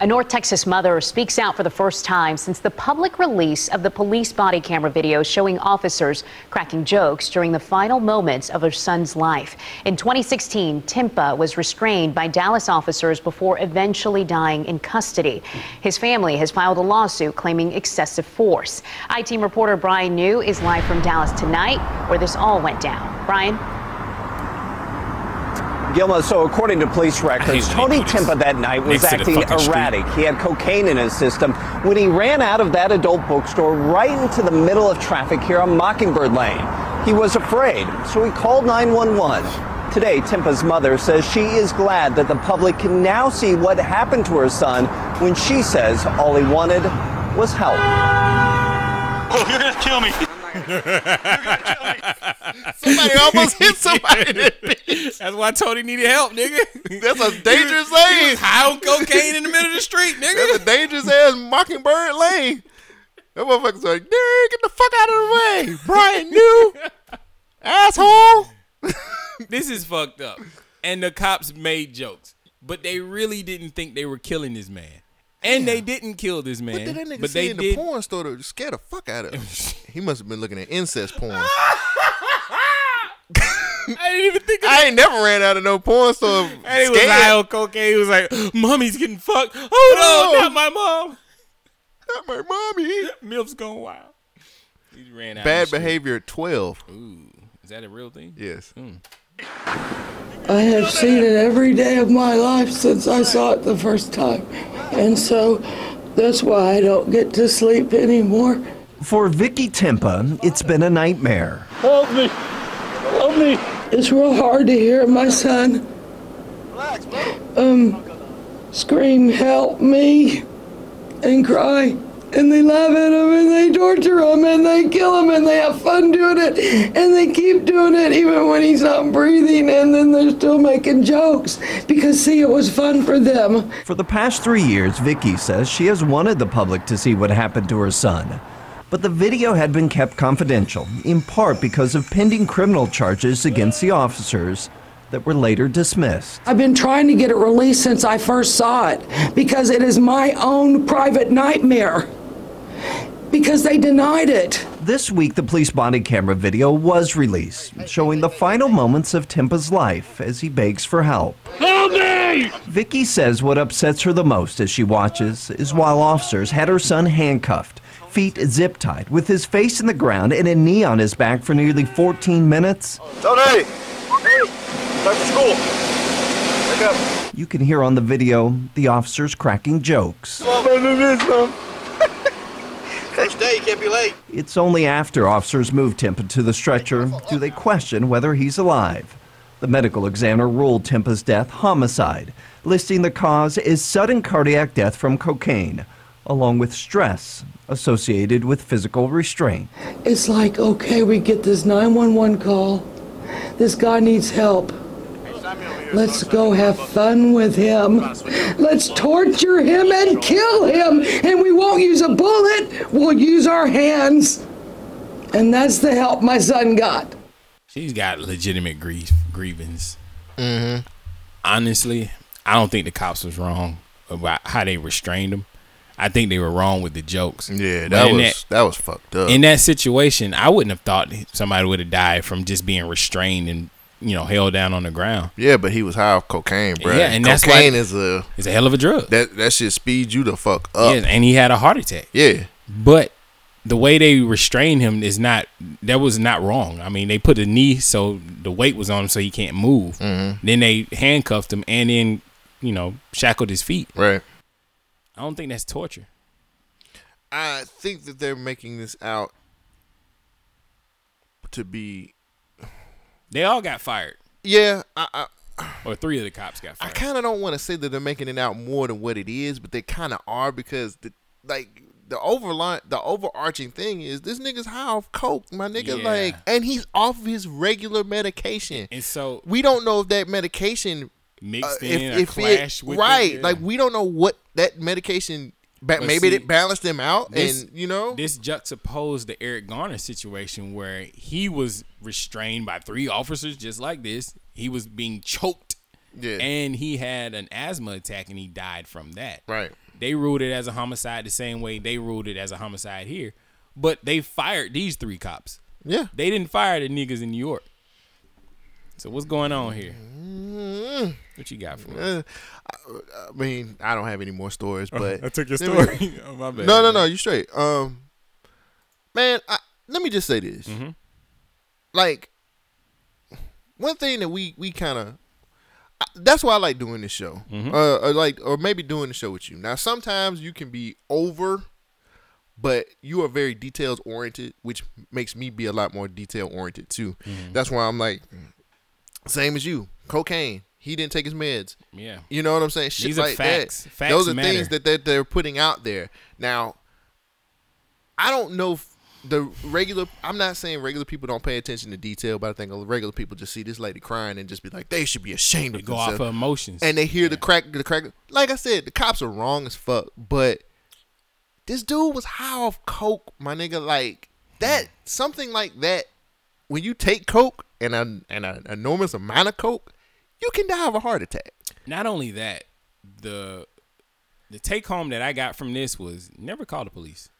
A North Texas mother speaks out for the first time since the public release of the police body camera video showing officers cracking jokes during the final moments of her son's life. In 2016, Timpa was restrained by Dallas officers before eventually dying in custody. His family has filed a lawsuit claiming excessive force. I-Team reporter Brian New is live from Dallas tonight, where this all went down. Brian?
Gilma, so according to police records, Tony Timpa that night was
Next to the
acting
fucking street.
erratic. He had cocaine in his system when he ran out of that adult bookstore right into the middle of traffic here on Mockingbird Lane. He was afraid, so he called 911. Today, Timpa's mother says she is glad that the public can now see what happened to her son when she says all he wanted was help.
Oh, you're gonna kill me.
Somebody almost hit somebody.
That's why Tony needed help, nigga.
That's a dangerous lane. He was
high on cocaine in the middle of the street, nigga.
That's a dangerous ass Mockingbird lane. That motherfucker's like, nigga, get the fuck out of the way, Brian New, asshole.
this is fucked up. And the cops made jokes, but they really didn't think they were killing this man. And they didn't kill this man.
What did that nigga
but
see
they
in the
did.
porn store to scare the fuck out of him? he must have been looking at incest porn.
I didn't even think.
I ain't never ran out of no porn store.
And he was
scared.
high on cocaine. He was like, "Mommy's getting fucked. Oh no,
No.
not my mom,
not my mommy."
Milf's gone wild. He ran out.
Bad
of the
behavior at twelve.
street. Ooh, is that a real thing? Hmm.
Yes.
I have seen it every day of my life since I saw it the first time. And so that's why I don't get to sleep anymore.
For Vicky Timpa, it's been a nightmare.
Help me! Help me! It's real hard to hear my son. Um, scream, help me! And cry. And they laugh at him and they do torture him and they kill him and they have fun doing it and they keep doing it even when he's not breathing and then they're still making jokes because see it was fun for them.
For the past three years, Vicky says she has wanted the public to see what happened to her son. But the video had been kept confidential, in part because of pending criminal charges against the officers that were later dismissed.
I've been trying to get it released since I first saw it because it is my own private nightmare because they denied it.
This week, the police body camera video was released, showing the final moments of Tempa's life as he begs for help.
Help me!
Vicky says what upsets her the most as she watches is while officers had her son handcuffed, feet zip tied, with his face in the ground and a knee on his back for nearly 14 minutes.
Tony! Tony! Time for school. Wake up.
You can hear on the video the officers cracking jokes.
First day, you can't be late.
It's only after officers move Tempa to the stretcher do they question whether he's alive. The medical examiner ruled Tempa's death homicide, listing the cause as sudden cardiac death from cocaine, along with stress associated with physical restraint.
It's like, okay, we get this 911 call. This guy needs help. Let's go have fun with him. Let's torture him and kill him. And we won't use a bullet, we'll use our hands. And that's the help my son got.
She's got legitimate grief grievance.
Mm-hmm.
Honestly, I don't think the cops was wrong about how they restrained him. I think they were wrong with the jokes. Yeah,
that was- that was fucked up.
In that situation, I wouldn't have thought somebody would have died from just being restrained and you know held down on the ground.
Yeah, but he was high off cocaine, bro.
Yeah, and that's
cocaine
like-
is a
it's a hell of a drug.
That that shit speeds you the fuck up.
Yeah, and he had a heart attack.
Yeah.
But the way they restrained him is not that was not wrong. I mean, they put a knee so the weight was on him so he can't move.
Mm-hmm.
Then they handcuffed him and then, you know, shackled his feet.
Right.
I don't think that's torture.
I think that they're making this out to be.
They all got fired.
Yeah, I, I
or three of the cops got
I
fired.
kind of don't want to say that they're making it out more than what it is, but they kind of are because the like the overline the overarching thing is this nigga's high off coke, my nigga.
Yeah.
Like, and he's off of his regular medication,
and so
we don't know if that medication
Mixed
uh,
in or clashed with it,
right.
yeah.
Like, we don't know what that medication. Ba-
But
maybe
see,
it balanced them out,
this-
and you know,
this juxtaposed the Eric Garner situation where he was restrained by three officers just like this. He was being choked, and he had an asthma attack, and he died from that.
Right.
They ruled it as a homicide the same way they ruled it as a homicide here, but they fired these three cops.
Yeah.
They didn't fire the niggas in New York. So what's going on here?
Mm-hmm.
What you got for us?
Uh, I, I mean, I don't have any more stories,
Oh,
but
I took your
Let me-
story. Oh, my bad.
No, no, no. You straight. Um, man, I, let me just say this.
Mm-hmm.
Like, one thing that we we kind of that's why I like doing this show,
Mm-hmm.
uh, or like, or maybe doing the show with you. Now, sometimes you can be over, but you are very details oriented, which makes me be a lot more detail oriented too.
Mhm.
That's why I'm like, same as you, cocaine. He didn't take his meds.
Yeah.
you know what I'm saying. Shit
These are
like
facts.
that.
Facts
Those are
matter.
things that they're, they're putting out there now. I don't know if the regular. I'm not saying regular people don't pay attention to detail, but I think regular people just see this lady crying and just be like, they should be ashamed
They
of
go off
themselves.
of emotions.
And they hear the crack, the crack. Like I said, the cops are wrong as fuck, but this dude was high off coke, my nigga. Like that, something like that. When you take coke and an and an enormous amount of coke, you can die of a heart attack.
Not only that, the the take home that I got from this was never call the police.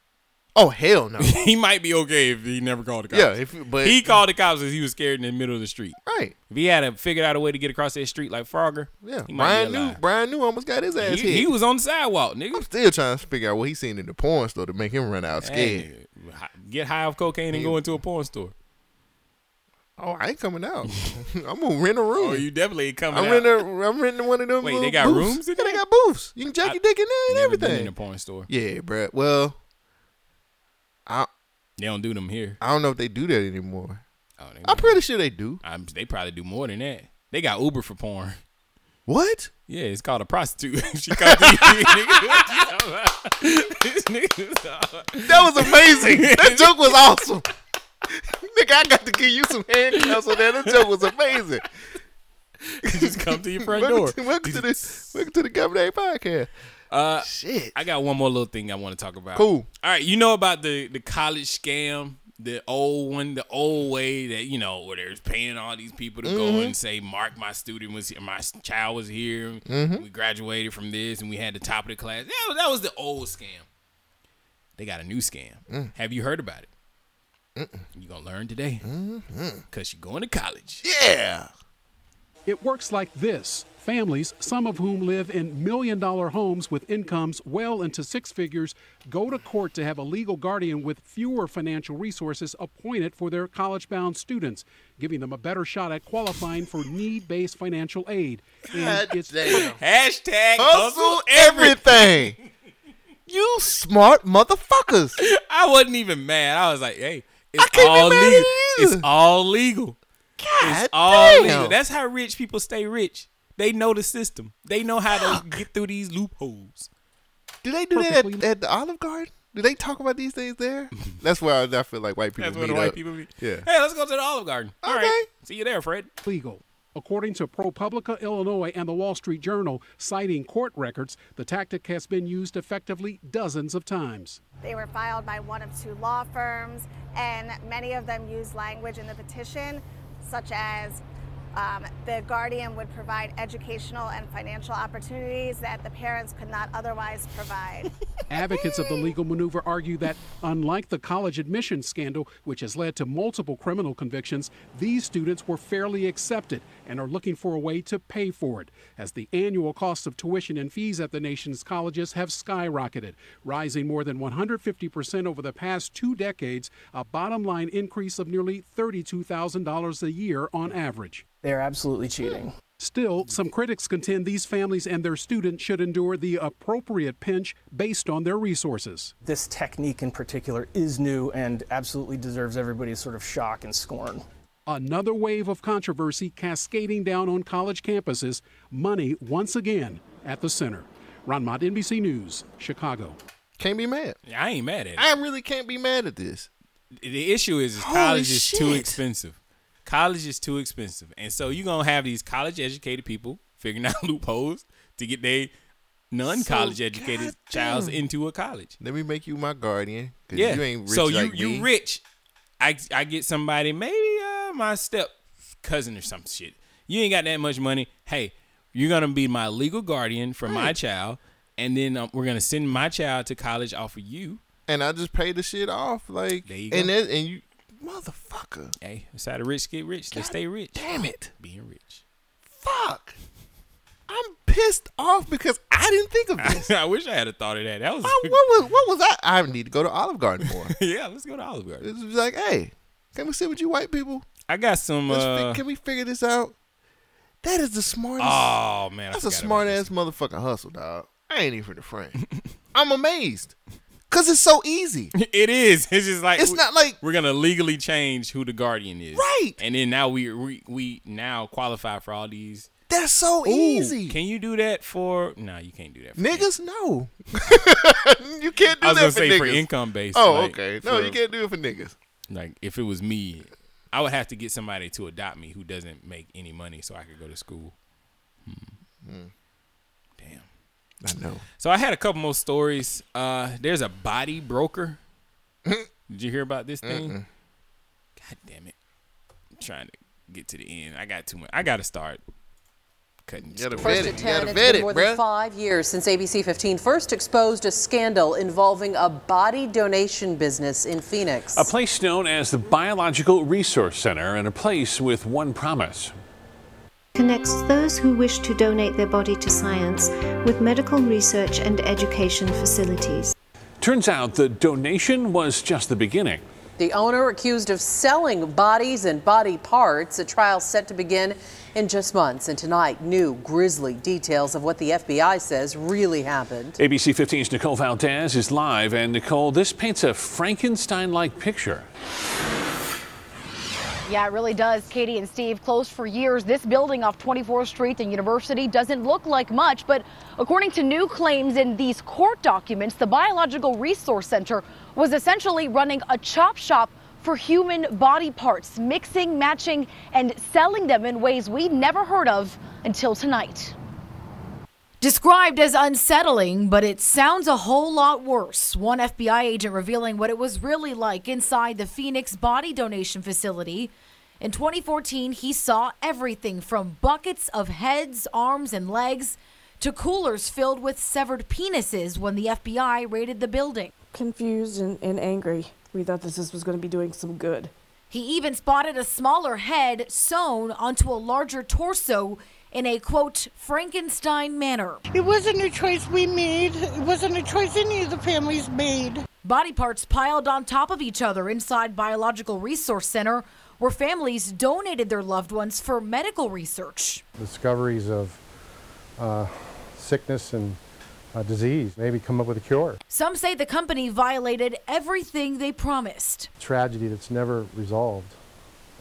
Oh hell no!
he might be okay if he never called the cops.
Yeah, if- but-
he called the cops because he was scared in the middle of the street.
Right.
If he had a figured out a way to get across that street like Frogger,
Yeah,
he might
Brian
be
knew.
alive.
Brian knew almost got his ass
He-
hit.
he was on the sidewalk, nigga.
I'm still trying to figure out what he seen in the porn store to make him run out scared.
Hey, hi- get high off cocaine and go into a porn store.
Oh, I ain't coming out. I'm gonna rent a room.
Oh, you definitely ain't coming
I'm
out.
renting. I'm renting one of them.
Wait,
uh,
they got
booths.
rooms in
Yeah, they got booths. You can jack your dick in there and
Never been
everything.
in a porn store.
Yeah, bruh. Well, I
they don't do them here.
I don't know if they do that anymore.
Oh, they
I'm pretty sure they do.
I'm, they probably do more than that. They got Uber for porn.
What?
Yeah, it's called a prostitute. she called That
was amazing. That joke was awesome. Nigga, I got to give you some handcuffs on that. That joke was amazing.
Just come to your front
welcome
door.
To, welcome, to the, welcome to the Governor Day podcast.
Uh, Shit. I got one more little thing I want to talk about.
Cool.
All right, you know about the the college scam, the old one, the old way that you know where there's paying all these people to go
Mhm.
and say, "Mark, my student was here, my child was here,
Mhm.
we graduated from this, and we had the top of the class." That was, that was the old scam. They got a new scam.
Mm.
Have you heard about it? You gonna learn today, cause you're going to college.
Mm-hmm. Yeah.
It works like this. Families, some of whom live in million dollar homes with incomes well into six figures, go to court to have a legal guardian with fewer financial resources appointed for their college bound students, giving them a better shot at qualifying for need based financial aid. And it's
Hashtag
hustle
everything. you smart motherfuckers.
I wasn't even mad. I was like, "Hey, it's all
mad at
legal.
it
It's all legal. it's all legal. That's how rich people stay rich. They know the system. They know how to get through these loopholes.
Do they do that at, at the Olive Garden? Do they talk about these things there? That's where I, I feel like white people
That's
meet
where the white
up.
people meet.
Yeah.
Hey, let's go to the Olive Garden. All right, see you there, Fred.
legal. According to ProPublica Illinois and the Wall Street Journal, citing court records, the tactic has been used effectively dozens of times.
They were filed by one of two law firms, and many of them used language in the petition, such as um, the guardian would provide educational and financial opportunities that the parents could not otherwise provide.
Advocates of the legal maneuver argue that, unlike the college admissions scandal, which has led to multiple criminal convictions, these students were fairly accepted and are looking for a way to pay for it, as the annual cost of tuition and fees at the nation's colleges have skyrocketed, rising more than 150% over the past two decades, a bottom line increase of nearly $32,000 a year on average.
They're absolutely cheating.
Still, some critics contend these families and their students should endure the appropriate pinch based on their resources.
This technique in particular is new and absolutely deserves everybody's sort of shock and scorn.
Another wave of controversy cascading down on college campuses, money once again at the center. Ron Mott, NBC News, Chicago.
Can't be mad.
I ain't mad at it.
I really can't be mad at this.
The issue is, is
Holy
college is too
shit.
expensive. College is too expensive, and so you're gonna have these college educated people figuring out loopholes to get their non-college educated childs
goddamn.
into a college.
Let me make you my guardian. 'cause
Yeah.
You ain't rich
so
like
you
me.
you rich. I I get somebody maybe uh, my step cousin or some shit. You ain't got that much money. Hey, you're gonna be my legal guardian for my
Right.
child, and then um, we're gonna send my child to college off of you.
And I just pay the shit off. Like
There you go.
and that, and you motherfucker.
Hey, that's how the rich get rich. they stay rich.
damn it.
being rich.
Fuck. I'm pissed off because I didn't think of this.
I wish I had a thought of that. That was
I- what was what was that? I need to go to Olive Garden more.
yeah. Let's go to Olive Garden.
It's just like, hey, can we sit with you white people?
I got some.
Let's
Uh,
fi- can we figure this out? That is the smartest.
Oh, man, I
that's a
forgot
smart ass motherfucking hustle, dog. I ain't even a friend. I'm amazed because it's so easy.
It is. It's just like
It's not like-
we're gonna legally change who the guardian is,
Right.
And then now we we, we now qualify for all these.
That's so
Ooh,
easy.
Can you do that for? No, you can't do that. For
Niggas, no. you can't do
I was
that
gonna
for
say
niggas.
for income based.
Oh,
like,
okay. No,
for-
you can't do it for niggas.
Like if it was me, I would have to get somebody to adopt me who doesn't make any money, so I could go to school. Hmm.
Damn. Hmm. I know.
So I had a couple more stories. Uh, there's a body broker. Did you hear about this thing?
Mm-mm.
God damn it! I'm trying to get to the end. I got too much. I gotta start cutting.
You gotta
stories.
First at 10, it's been more than five years since ABC 15 first exposed a scandal involving a body donation business in Phoenix.
A place known as the Biological Resource Center and a place with one promise.
connects those who wish to donate their body to science with medical research and education facilities.
Turns out the donation was just the beginning.
The owner accused of selling bodies and body parts, a trial set to begin in just months. And tonight, new grisly details of what the FBI says really happened.
ABC 15's Nicole Valdez is live, and Nicole, this paints a Frankenstein like picture.
Yeah, it really does. Katie and Steve, closed for years. This building off 24th Street and University doesn't look like much, but according to new claims in these court documents, the Biological Resource Center was essentially running a chop shop for human body parts, mixing, matching, and selling them in ways we never heard of until tonight.
Described as unsettling, but it sounds a whole lot worse. One FBI agent revealing what it was really like inside the Phoenix body donation facility. In 2014, he saw everything from buckets of heads, arms, and legs to coolers filled with severed penises when the FBI raided the building.
Confused and, and angry. We thought that this was going to be doing some good.
He even spotted a smaller head sewn onto a larger torso in a quote, Frankenstein manner.
It wasn't a choice we made. It wasn't a choice any of the families made.
Body parts piled on top of each other inside Biological Resource Center, where families donated their loved ones for medical research.
discoveries of uh, sickness and uh, disease, maybe come up with a cure.
Some say the company violated everything they promised.
Tragedy that's never resolved,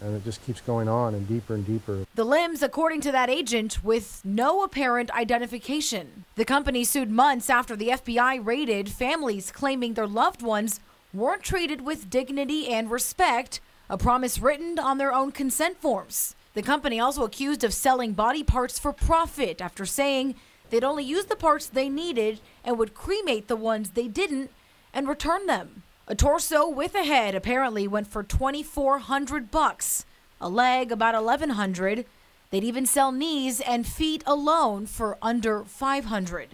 and it just keeps going on and deeper and deeper.
The limbs, according to that agent, with no apparent identification. The company sued months after the FBI raided families claiming their loved ones weren't treated with dignity and respect, a promise written on their own consent forms. The company also accused of selling body parts for profit after saying they'd only use the parts they needed and would cremate the ones they didn't and return them. A torso with a head apparently went for 2400 bucks, a leg about 1100. They'd even sell knees and feet alone for under 500.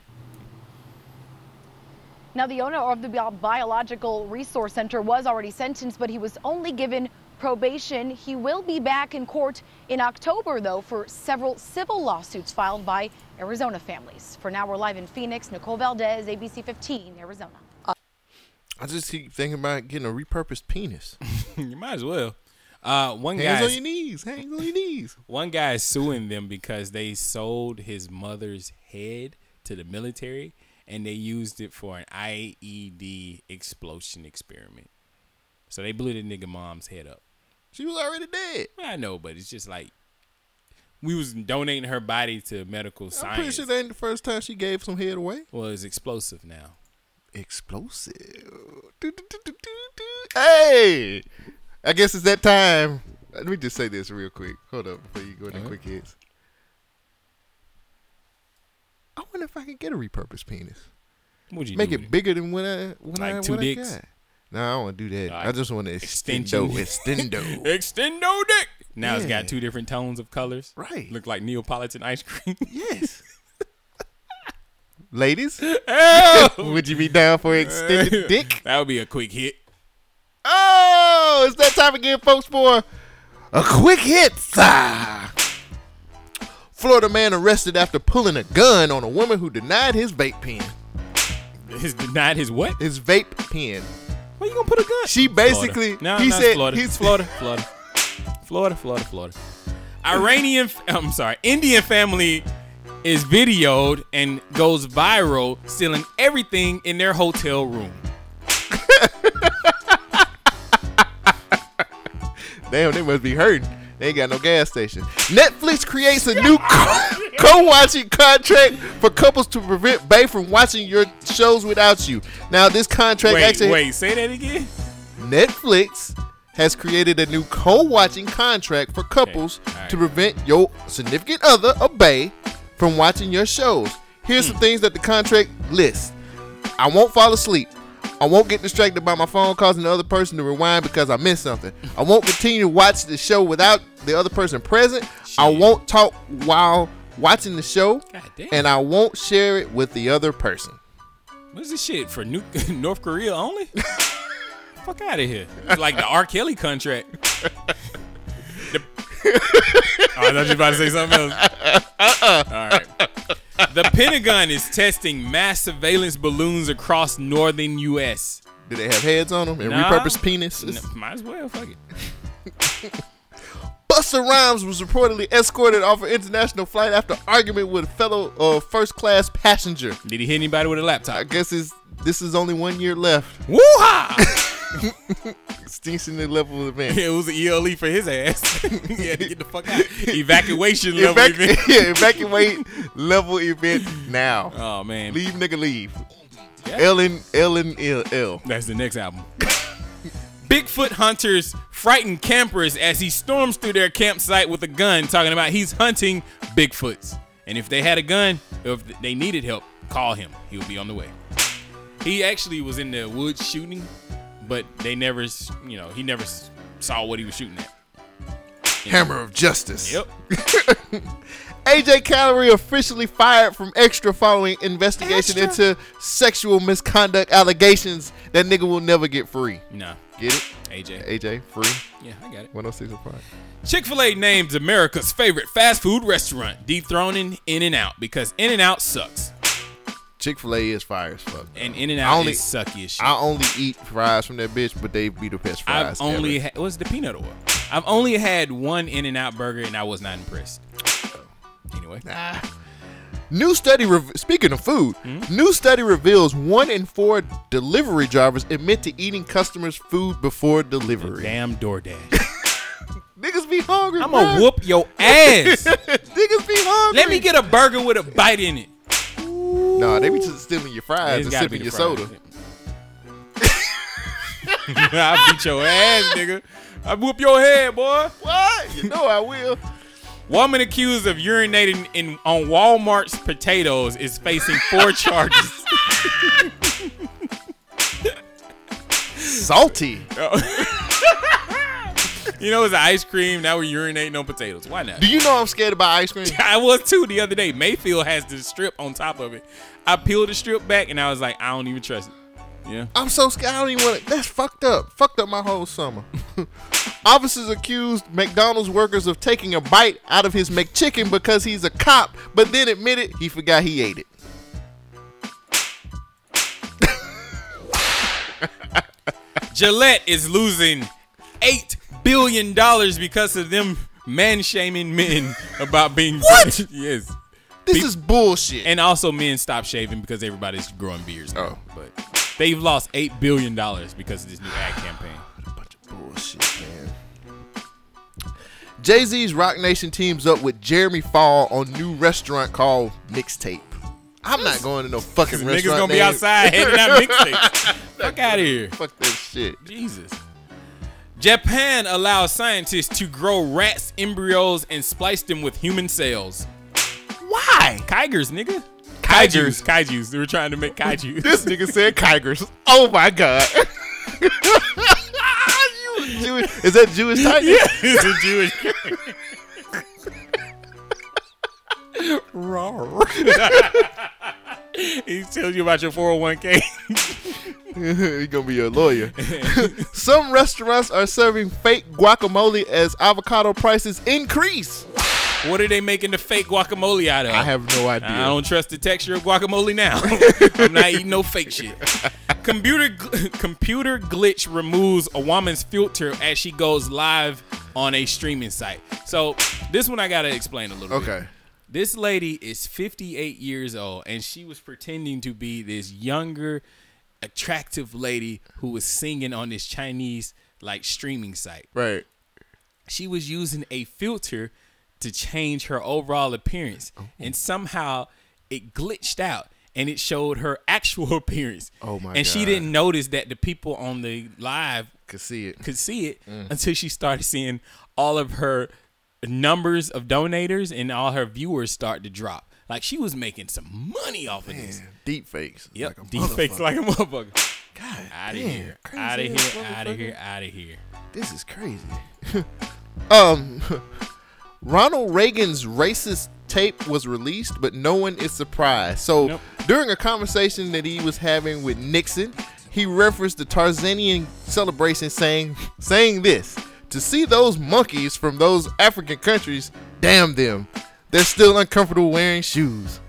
Now, the owner of the Bi- Biological Resource Center was already sentenced, but he was only given probation. He will be back in court in October, though, for several civil lawsuits filed by Arizona families. For now, we're live in Phoenix. Nicole Valdez, ABC 15, Arizona.
I just keep thinking about getting a repurposed penis.
you might as well. Uh, one
Hands
guy
on your knees. Hands on your knees.
One guy is suing them because they sold his mother's head to the military and they used it for an IED explosion experiment. So they blew the nigga mom's head up.
She was already dead.
I know, but it's just like we was donating her body to medical
I'm pretty
science.
sure that ain't the first time she gave some head away.
well, it's explosive now.
Explosive. Hey, I guess it's that time. Let me just say this real quick. Hold up before you go
Uh-huh.
into quick hits. I wonder if I could get a repurposed penis.
Would you
make
do
it bigger than what I what
Like
I
two
what
dicks?
I got? No, I don't want to do that. I just want to extendo,
Extension.
extendo.
Extendo dick. Now it's
Yeah.
got two different tones of colors.
Right.
Look like Neapolitan ice cream.
Yes. Ladies,
Ew.
would you be down for extended dick?
That would be a quick hit.
Oh, it's that time again, folks, for a quick hit. Ah. Florida man arrested after pulling a gun on a woman who denied his vape pen.
His denied his what?
His vape pen.
Where you gonna put a gun?
She basically
Florida. No,
he
no, it's
said
Florida.
he's
Florida, Florida, Florida, Florida, Florida. Iranian, I'm sorry, Indian family is videoed and goes viral stealing everything in their hotel room.
Damn, they must be hurting. They ain't got no gas station. Netflix creates a new co- co-watching contract for couples to prevent Bay from watching your shows without you. Now, this contract
wait,
actually
wait, say that again.
Netflix has created a new co-watching contract for couples to prevent your significant other or bae from watching your shows. Here's some things that the contract lists. I won't fall asleep. I won't get distracted by my phone causing the other person to rewind because I missed something. I won't continue to watch the show without the other person present. I won't talk while watching the show. And I won't share it with the other person.
What's this shit for New- North Korea only? Fuck out of here! It's like the R. Kelly contract. The- Oh, I thought you were about to say something else.
Uh-uh.
All right. The Pentagon is testing mass surveillance balloons across northern U.S.
Do they have heads on them and
Nah.
repurposed penises?
N- might as well. Fuck it.
Buster Rhymes was reportedly escorted off an international flight after argument with a fellow uh, first class passenger.
Did he hit anybody with a laptop?
I guess it's, this is only one year left.
Woo-ha!
Stinks in the level of man.
it was an ELE E for his ass. he had to get the fuck out. Evacuation level
Evac-
event.
yeah, evacuate level event now.
Oh man,
leave nigga leave.
Yeah.
Ellen, Ellen, L, L.
That's the next album. Bigfoot hunters frighten campers as he storms through their campsite with a gun, talking about he's hunting Bigfoots. And if they had a gun, or if they needed help, call him. He'll be on the way. He actually was in the woods shooting, but they never, s- you know, he never s- saw what he was shooting at.
Hammer of justice.
Yep.
AJ Callery officially fired from Extra following investigation into sexual misconduct allegations. That nigga will never get free.
Nah.
Get it?
AJ.
AJ, free.
Yeah, I got it.
106 and 5.
Chick fil A names America's favorite fast food restaurant, dethroning In N Out because In N Out sucks.
Chick fil A is fire as fuck.
And In-N-Out is sucky as shit.
I only eat fries from that bitch, but they be the best fries.
I've only
ever.
had, was the peanut oil. I've only had one In and Out burger and I was not impressed. Anyway.
New study, rev- speaking of food,
Hmm?
new study reveals one in four delivery drivers admit to eating customers' food before delivery.
Damn DoorDash.
Niggas be hungry.
I'm
bruh.
gonna whoop your ass.
Niggas be hungry.
Let me get a burger with a bite in it.
Nah, they be just stealing your
It's
fries and
gotta be
sipping
the
your
fries.
soda.
I beat your ass, nigga. I whoop your head, boy.
What? You know I will.
Woman accused of urinating in on Walmart's potatoes is facing four charges.
Salty.
you know, it's an ice cream. Now we're urinating on potatoes. Why not?
Do you know I'm scared about ice cream?
I was too the other day. Mayfield has the strip on top of it. I peeled the strip back and I was like, I don't even trust it. Yeah.
I'm so scared. I don't even want to. That's fucked up. Fucked up my whole summer. Officers accused McDonald's workers of taking a bite out of his McChicken because he's a cop, but then admitted he forgot he ate it.
Gillette is losing eight billion dollars because of them man shaming men about being what? yes.
This is bullshit. Oh.
And also, men stop shaving because everybody's growing beards. Now. But they've lost eight billion dollars because of this new ad campaign.
Bullshit, man. Jay Z's Rock Nation teams up with Jeremy Fall on new restaurant called Mixtape. I'm not going to no fucking
Niggas
restaurant.
gonna be
name.
outside handing out mixtapes. Fuck out of here.
Fuck that shit.
Jesus. Japan allows scientists to grow rats' embryos and splice them with human cells.
Why?
Kaigers, nigga.
Kaijus.
Kaijus. Kaijus. They were trying to make kaiju.
This nigga said Kigers. Oh my god. You Jewish- Is that Jewish tiger?
Yeah, it's a Jewish Rawr. he tells you about your 401k.
You're gonna be a lawyer. Some restaurants are serving fake guacamole as avocado prices increase.
what are they making the fake guacamole out of?
I have no idea.
I don't trust the texture of guacamole now. I'm not eating no fake shit. Computer gl- computer glitch removes a woman's filter as she goes live on a streaming site. So this one I gotta explain a little bit.
Okay.
This lady is 58 years old and she was pretending to be this younger, attractive lady who was singing on this Chinese like streaming site.
Right.
She was using a filter to change her overall appearance
Oh.
and somehow it glitched out and it showed her actual appearance.
Oh my
And she
God.
didn't notice that the people on the live
could see it. Mm.
Could see it until she started seeing all of her numbers of donators and all her viewers start to drop. Like she was making some money off of this.
Deep fakes.
Yep. deep fakes like a motherfucker. God. Out of
damn,
here.
crazy
Out of
ass
here. Out of here. Out of here.
This is crazy. um, Ronald Reagan's racist tape was released, but no one is surprised. So, during a conversation that he was having with Nixon, he referenced the Tarzanian celebration, saying, "Saying this to see those monkeys from those African countries, damn them, they're still uncomfortable wearing shoes."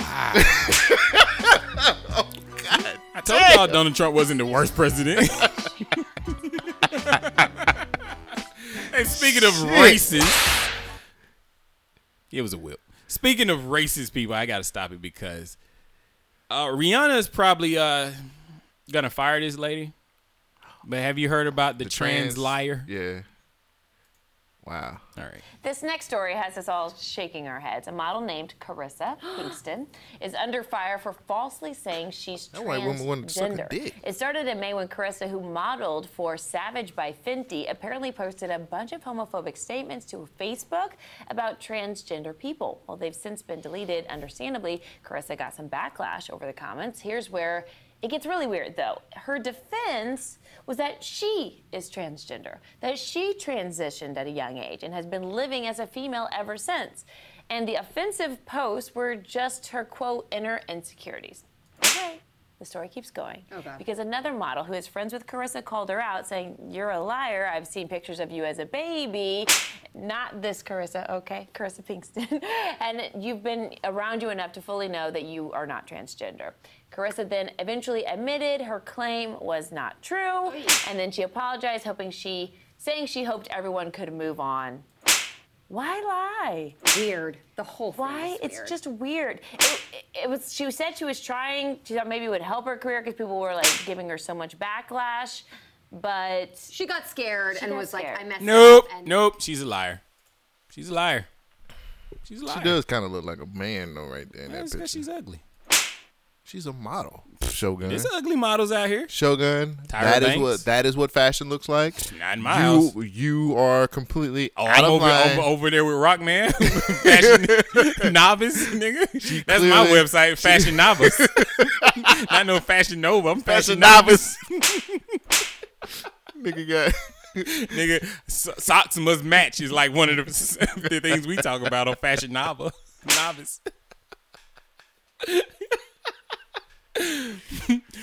I told y'all Donald Trump wasn't the worst president. and speaking of
Shit.
racist, it was a whip. Speaking of racist people, I gotta stop it because uh, Rihanna is probably uh, gonna fire this lady But have you heard about the, trans, liar?
Yeah. Wow.
All right.
This next story has us all shaking our heads. A model named Carissa Kingston is under fire for falsely saying she's
That white woman wanted to suck a
transgender.
dick.
It started in May when Carissa, who modeled for Savage by Fenty, apparently posted a bunch of homophobic statements to Facebook about transgender people. Well, they've since been deleted. Understandably, Carissa got some backlash over the comments. Here's where it gets really weird, though. Her defense was that she is transgender, that she transitioned at a young age and has been living as a female ever since. And the offensive posts were just her, quote, inner insecurities. Okay. The story keeps going. Because another model who is friends with Carissa called her out saying, You're a liar. I've seen pictures of you as a baby. Not this Carissa, okay? Carissa Pinkston. and you've been around you enough to fully know that you are not transgender. Carissa then eventually admitted her claim was not true. And then she apologized, hoping she, saying she hoped everyone could move on. Why lie? Weird. The whole thing. Why? is weird. It's just weird. It, it, it was. She said she was trying. She thought maybe it would help her career because people were like giving her so much backlash, but she got scared
and was like, I messed
Nope. Nope. She's a liar. She's a liar. She's a liar.
She does kind of look like a man though, right there in
That's
that
'cause
picture.
she's ugly.
She's a model. Shogun.
There's ugly models out here.
Shogun.
Tyra
that is
Banks.
what that is what fashion looks like.
Not in my
you,
house.
You are completely
Oh,
out
I'm
of
over,
line.
over, over there with Rockman, fashion novice, nigga. That's my
clearly-
website, fashion novice. Not no fashion nova. I'm fashion,
Fashion
novice.
Nigga got
nigga so- socks must match is like one of the, the things we talk about on fashion nova novice. You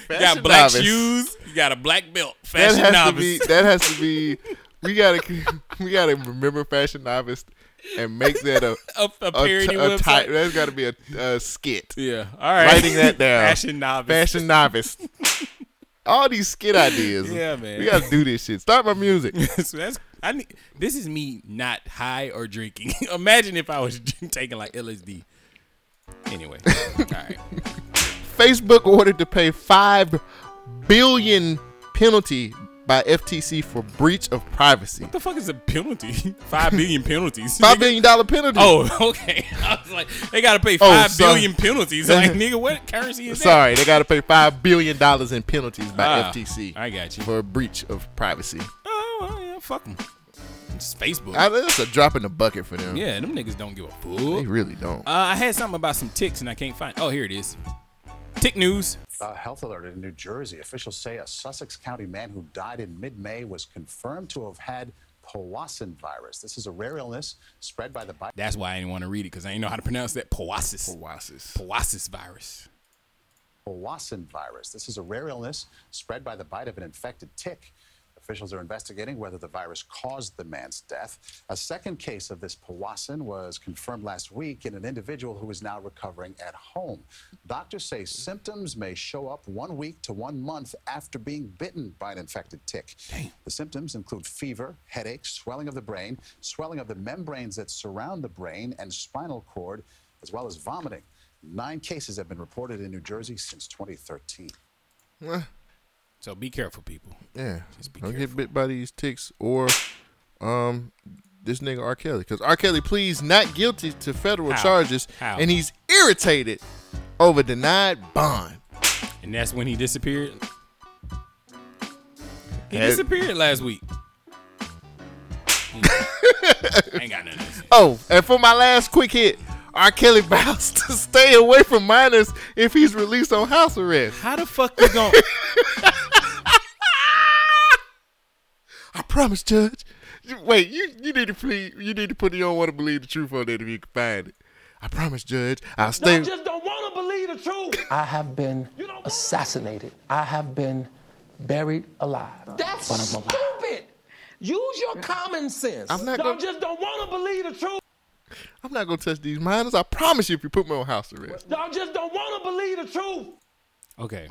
got
Fashion
black
novice.
shoes. You got a black belt.
That
Fashion
has
novice.
to be. That has to be. We gotta we gotta remember fashion novice and make that a
A- a parody
ti-
website.
That's got to be a, a skit.
Yeah. All right.
Writing that down.
Fashion novice.
Fashion novice. All these skit ideas.
Yeah, man.
We gotta do this shit. Start my music.
so that's I need. This is me not high or drinking. Imagine if I was taking like LSD. Anyway, all right.
Facebook ordered to pay five billion penalty by FTC for breach of privacy.
What the fuck is a penalty? Five billion penalties.
Five billion dollar penalty.
Oh, okay. I was like, they gotta pay
Oh,
five
sorry.
billion penalties. Like, nigga, what currency is that?
Sorry, they got to pay five billion dollars in penalties by
Ah,
FTC.
I got you
for a breach of privacy.
Oh, well, yeah, fuck them. It's Facebook.
I, that's a drop in the bucket for them.
yeah, them niggas don't give a fuck.
They really don't.
Uh, I had something about some ticks and I can't find. Oh, here it is. Tick news.
A health alert in New Jersey. Officials say a Sussex County man who died in mid May was confirmed to have had Powassan virus. This is a rare illness spread by the bite.
That's why I didn't want to read it because I didn't know how to pronounce that. Powassis.
Powassis.
Powassis virus.
Powassan virus. This is a rare illness spread by the bite of an infected tick. Officials are investigating whether the virus caused the man's death. A second case of this Powassan was confirmed last week in an individual who is now recovering at home. Doctors say symptoms may show up one week to one month after being bitten by an infected tick. The symptoms include fever, headache, swelling of the brain, swelling of the membranes that surround the brain and spinal cord, as well as vomiting. Nine cases have been reported in New Jersey since 2013.
So be careful, people.
Yeah. Don't get bit by these ticks or um this nigga R. Kelly. Because R. Kelly pleads not guilty to federal
How?
charges
How?
and he's irritated over denied bond.
And that's when he disappeared. He
Had-
disappeared last week. ain't got nothing.
Oh, and for my last quick hit, R. Kelly vows to stay away from minors if he's released on house arrest.
How the fuck you going
I promise, Judge. You- Wait, you, you need to plead you need to put the on want to believe the truth on it if you can find it. I promise, Judge. I'll stay
don't want to believe the truth.
I have been assassinated. I have been buried alive.
That's
But I'm alive.
stupid. Use your common sense.
I'm not
Y'all
gonna-
just don't want to believe the truth.
I'm not gonna touch these minors. I promise you if you put me on house arrest.
Y'all just don't want to believe the truth.
Okay.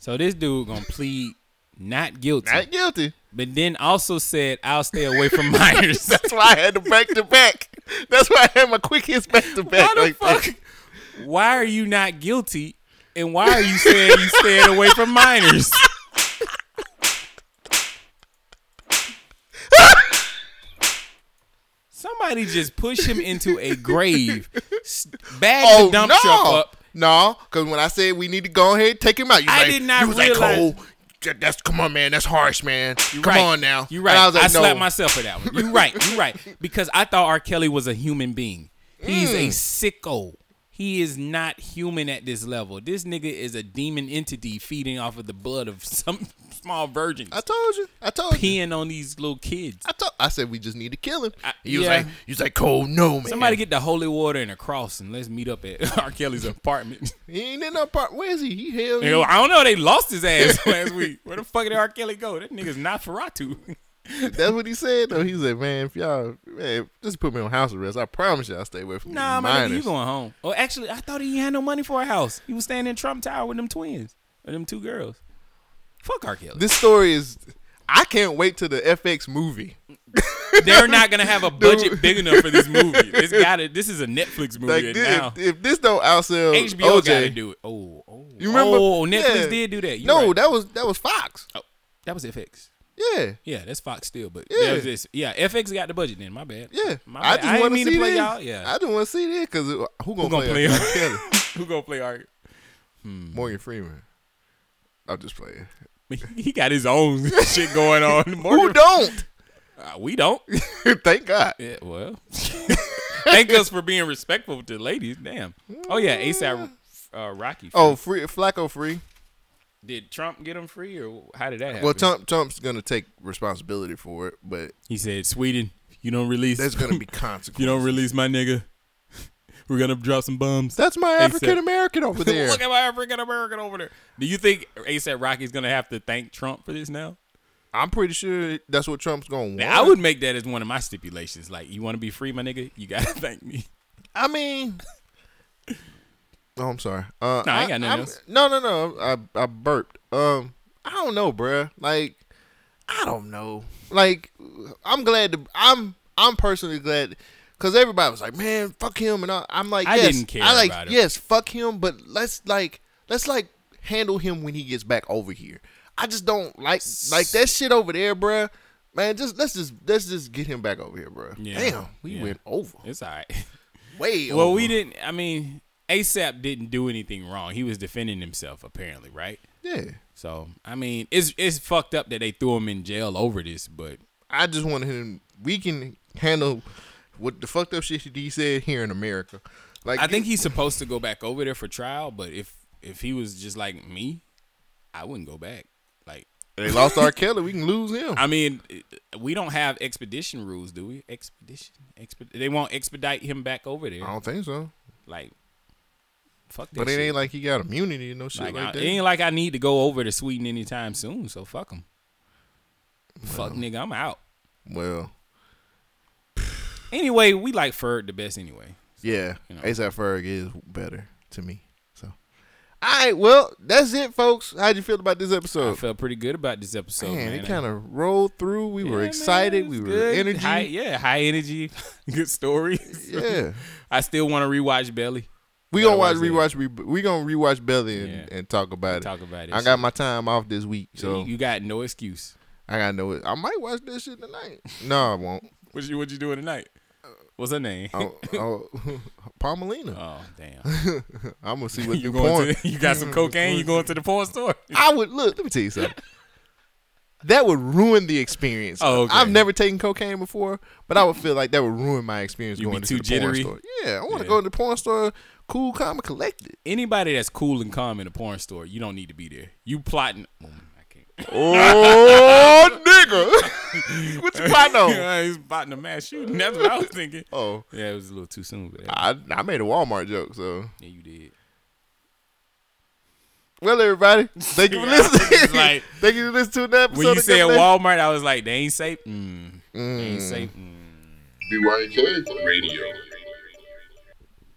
So this dude gonna plead not guilty.
Not guilty.
But then also said I'll stay away from minors.
That's why I had the back to back. That's why I had my quick hits back to
Why
back.
the
like that.
fuck? Why are you not guilty? And why are you saying you staying away from minors? Somebody just push him into a grave. S- Bag
Oh
the dump
no,
truck up.
no, because when I said we need to go ahead take him out, you was
I
like,
did not
you was
realize-
like, Cole, that- that's come on, man, that's harsh, man.
You
come
right.
on now,
You right.
And
I,
I was like, no.
slapped myself for that one. You right. You right. Because I thought R. Kelly was a human being. He's
Mm.
a sicko. He is not human at this level. This nigga is a demon entity feeding off of the blood of some small virgins. I
told you. I told
you. Peeing on these little kids. I
told. I said we just need to kill him. He was like, he was like, Cole, no man.
Somebody get the holy water and a cross and let's meet up at R. Kelly's apartment.
He ain't in no part. Where is he? He hell.
Yo, I don't know. They lost his ass last week. Where the fuck did R. Kelly go? That nigga's not Ferratu.
That's what he said though. He said, "Man, if y'all, man, just put me on house arrest. I promise you, I'll stay away from
Nah,
the
man,
minors."
you going home. Oh, actually, I thought he had no money for a house. He was staying in Trump Tower with them twins, or them two girls. Fuck R. Kelly.
This story is. I can't wait till the FX movie.
They're not gonna have a budget big enough for this movie. It's got to This is a Netflix movie
Like this,
now.
if, if this don't outsell
HBO
OJ,
gotta do it. Oh, oh,
you remember?
Oh, Netflix
Yeah.
did do that. You
no,
right.
that was that was Fox.
Oh, that was FX.
Yeah,
yeah, that's Fox still, but
Yeah.
yeah, this, yeah, FX got the budget. Then my bad.
Yeah,
my
I
bad.
just
didn't
want to
mean
see
to play
this.
y'all. Yeah,
I just want to see this because who gonna,
gonna
play?
play
R.
it?
Kelly?
who gonna play Hmm. R.
Morgan Freeman. I'm just playing.
He got his own shit going on.
Who don't?
Uh, we don't.
Thank God.
Yeah, well, thank us for being respectful to ladies. Damn. Oh yeah, ASAP uh, Rocky.
Oh, free Flacco free.
did Trump get him free, or how did that happen?
Well, Trump Trump's gonna take responsibility for it, but
he said Sweden, you don't release.
There's gonna be consequences.
you don't release my nigga. We're gonna drop some bums.
That's my African American over there.
Look at my African American over there. Do you think ASAP Rocky's gonna have to thank Trump for this now?
I'm pretty sure that's what Trump's gonna want.
Now, I would make that as one of my stipulations. Like, you want to be free, my nigga? You gotta thank me.
I mean, oh, I'm sorry. Uh,
No, I ain't got nothing
I'm-
else.
No, no, no. I I burped. Um, I don't know, bruh. Like, I don't know. Like, I'm glad to. I'm I'm personally glad because everybody was like, "Man, fuck him," and I, I'm like,
I
yes,
didn't care
I like,
about him.
yes, fuck him, but let's like let's like handle him when he gets back over here. I just don't like like that shit over there, bruh. Man, just let's just let's just get him back over here, bruh. Damn, we
Yeah.
went over.
It's all right.
Way
Well,
over.
we didn't. I mean, ASAP didn't do anything wrong. He was defending himself, apparently, right?
Yeah.
So, I mean, it's it's fucked up that they threw him in jail over this, but
I just want him. We can handle what the fucked up shit he said here in America. Like
I think he's supposed to go back over there for trial. But if if he was just like me, I wouldn't go back. Like
they lost R. Kelly, we can lose him.
I mean, we don't have expedition rules, do we? Expedition, exped. They won't expedite him back over there.
I don't think so.
Like, fuck. That
But it
shit.
ain't like he got immunity and no shit like,
Like, I-
that.
It ain't like I need to go over to Sweden anytime soon. So fuck him. Fuck nigga, I'm out.
well,
Anyway, we like Ferg the best anyway.
yeah,
you know.
ASAP Ferg is better to me. So, all right, well, that's it, folks. How'd you feel about this
I
episode?
felt pretty good about this episode.
man,
Man,
it kind of rolled through. We were excited. we were
good.
energy.
High, yeah, high energy. good stories.
Yeah.
I still want to rewatch Belly.
We
Gotta
gonna watch
that.
rewatch. Re- we gonna rewatch Belly and, and talk about it.
talk about it.
I got my time off this week, so
you got no excuse.
I got no. I might watch this shit tonight. No, I won't.
What you what you doing tonight? What's her name?
Oh, oh Palmelina.
Oh damn!
I'm gonna see what
You
you
going
porn.
to- you got some cocaine, you going to the porn store?
I would look. Let me tell you something. That would ruin the experience.
Oh, okay.
I've never taken cocaine before, but I would feel like that would ruin my experience
You be
going to
too
the porn
jittery.
store. Yeah, I want to go to the porn store, cool, calm, and collected.
Anybody that's cool and calm in a porn store, you don't need to be there. You plotting. Oh, I can't.
Oh, nigga. What you plotting on?
Yeah, he's plotting a mass shooting. That's what I was thinking.
Oh.
Yeah, it was a little too soon for that.
I, I made a Walmart joke, so.
Yeah, you did.
Well, everybody, thank you for
Yeah, I was
listening.
just like-
thank you for listening to that episode.
When you
of
said
Good Day.
Walmart, I was like, they ain't safe. Mm. They ain't safe. Mm.
BYK Radio.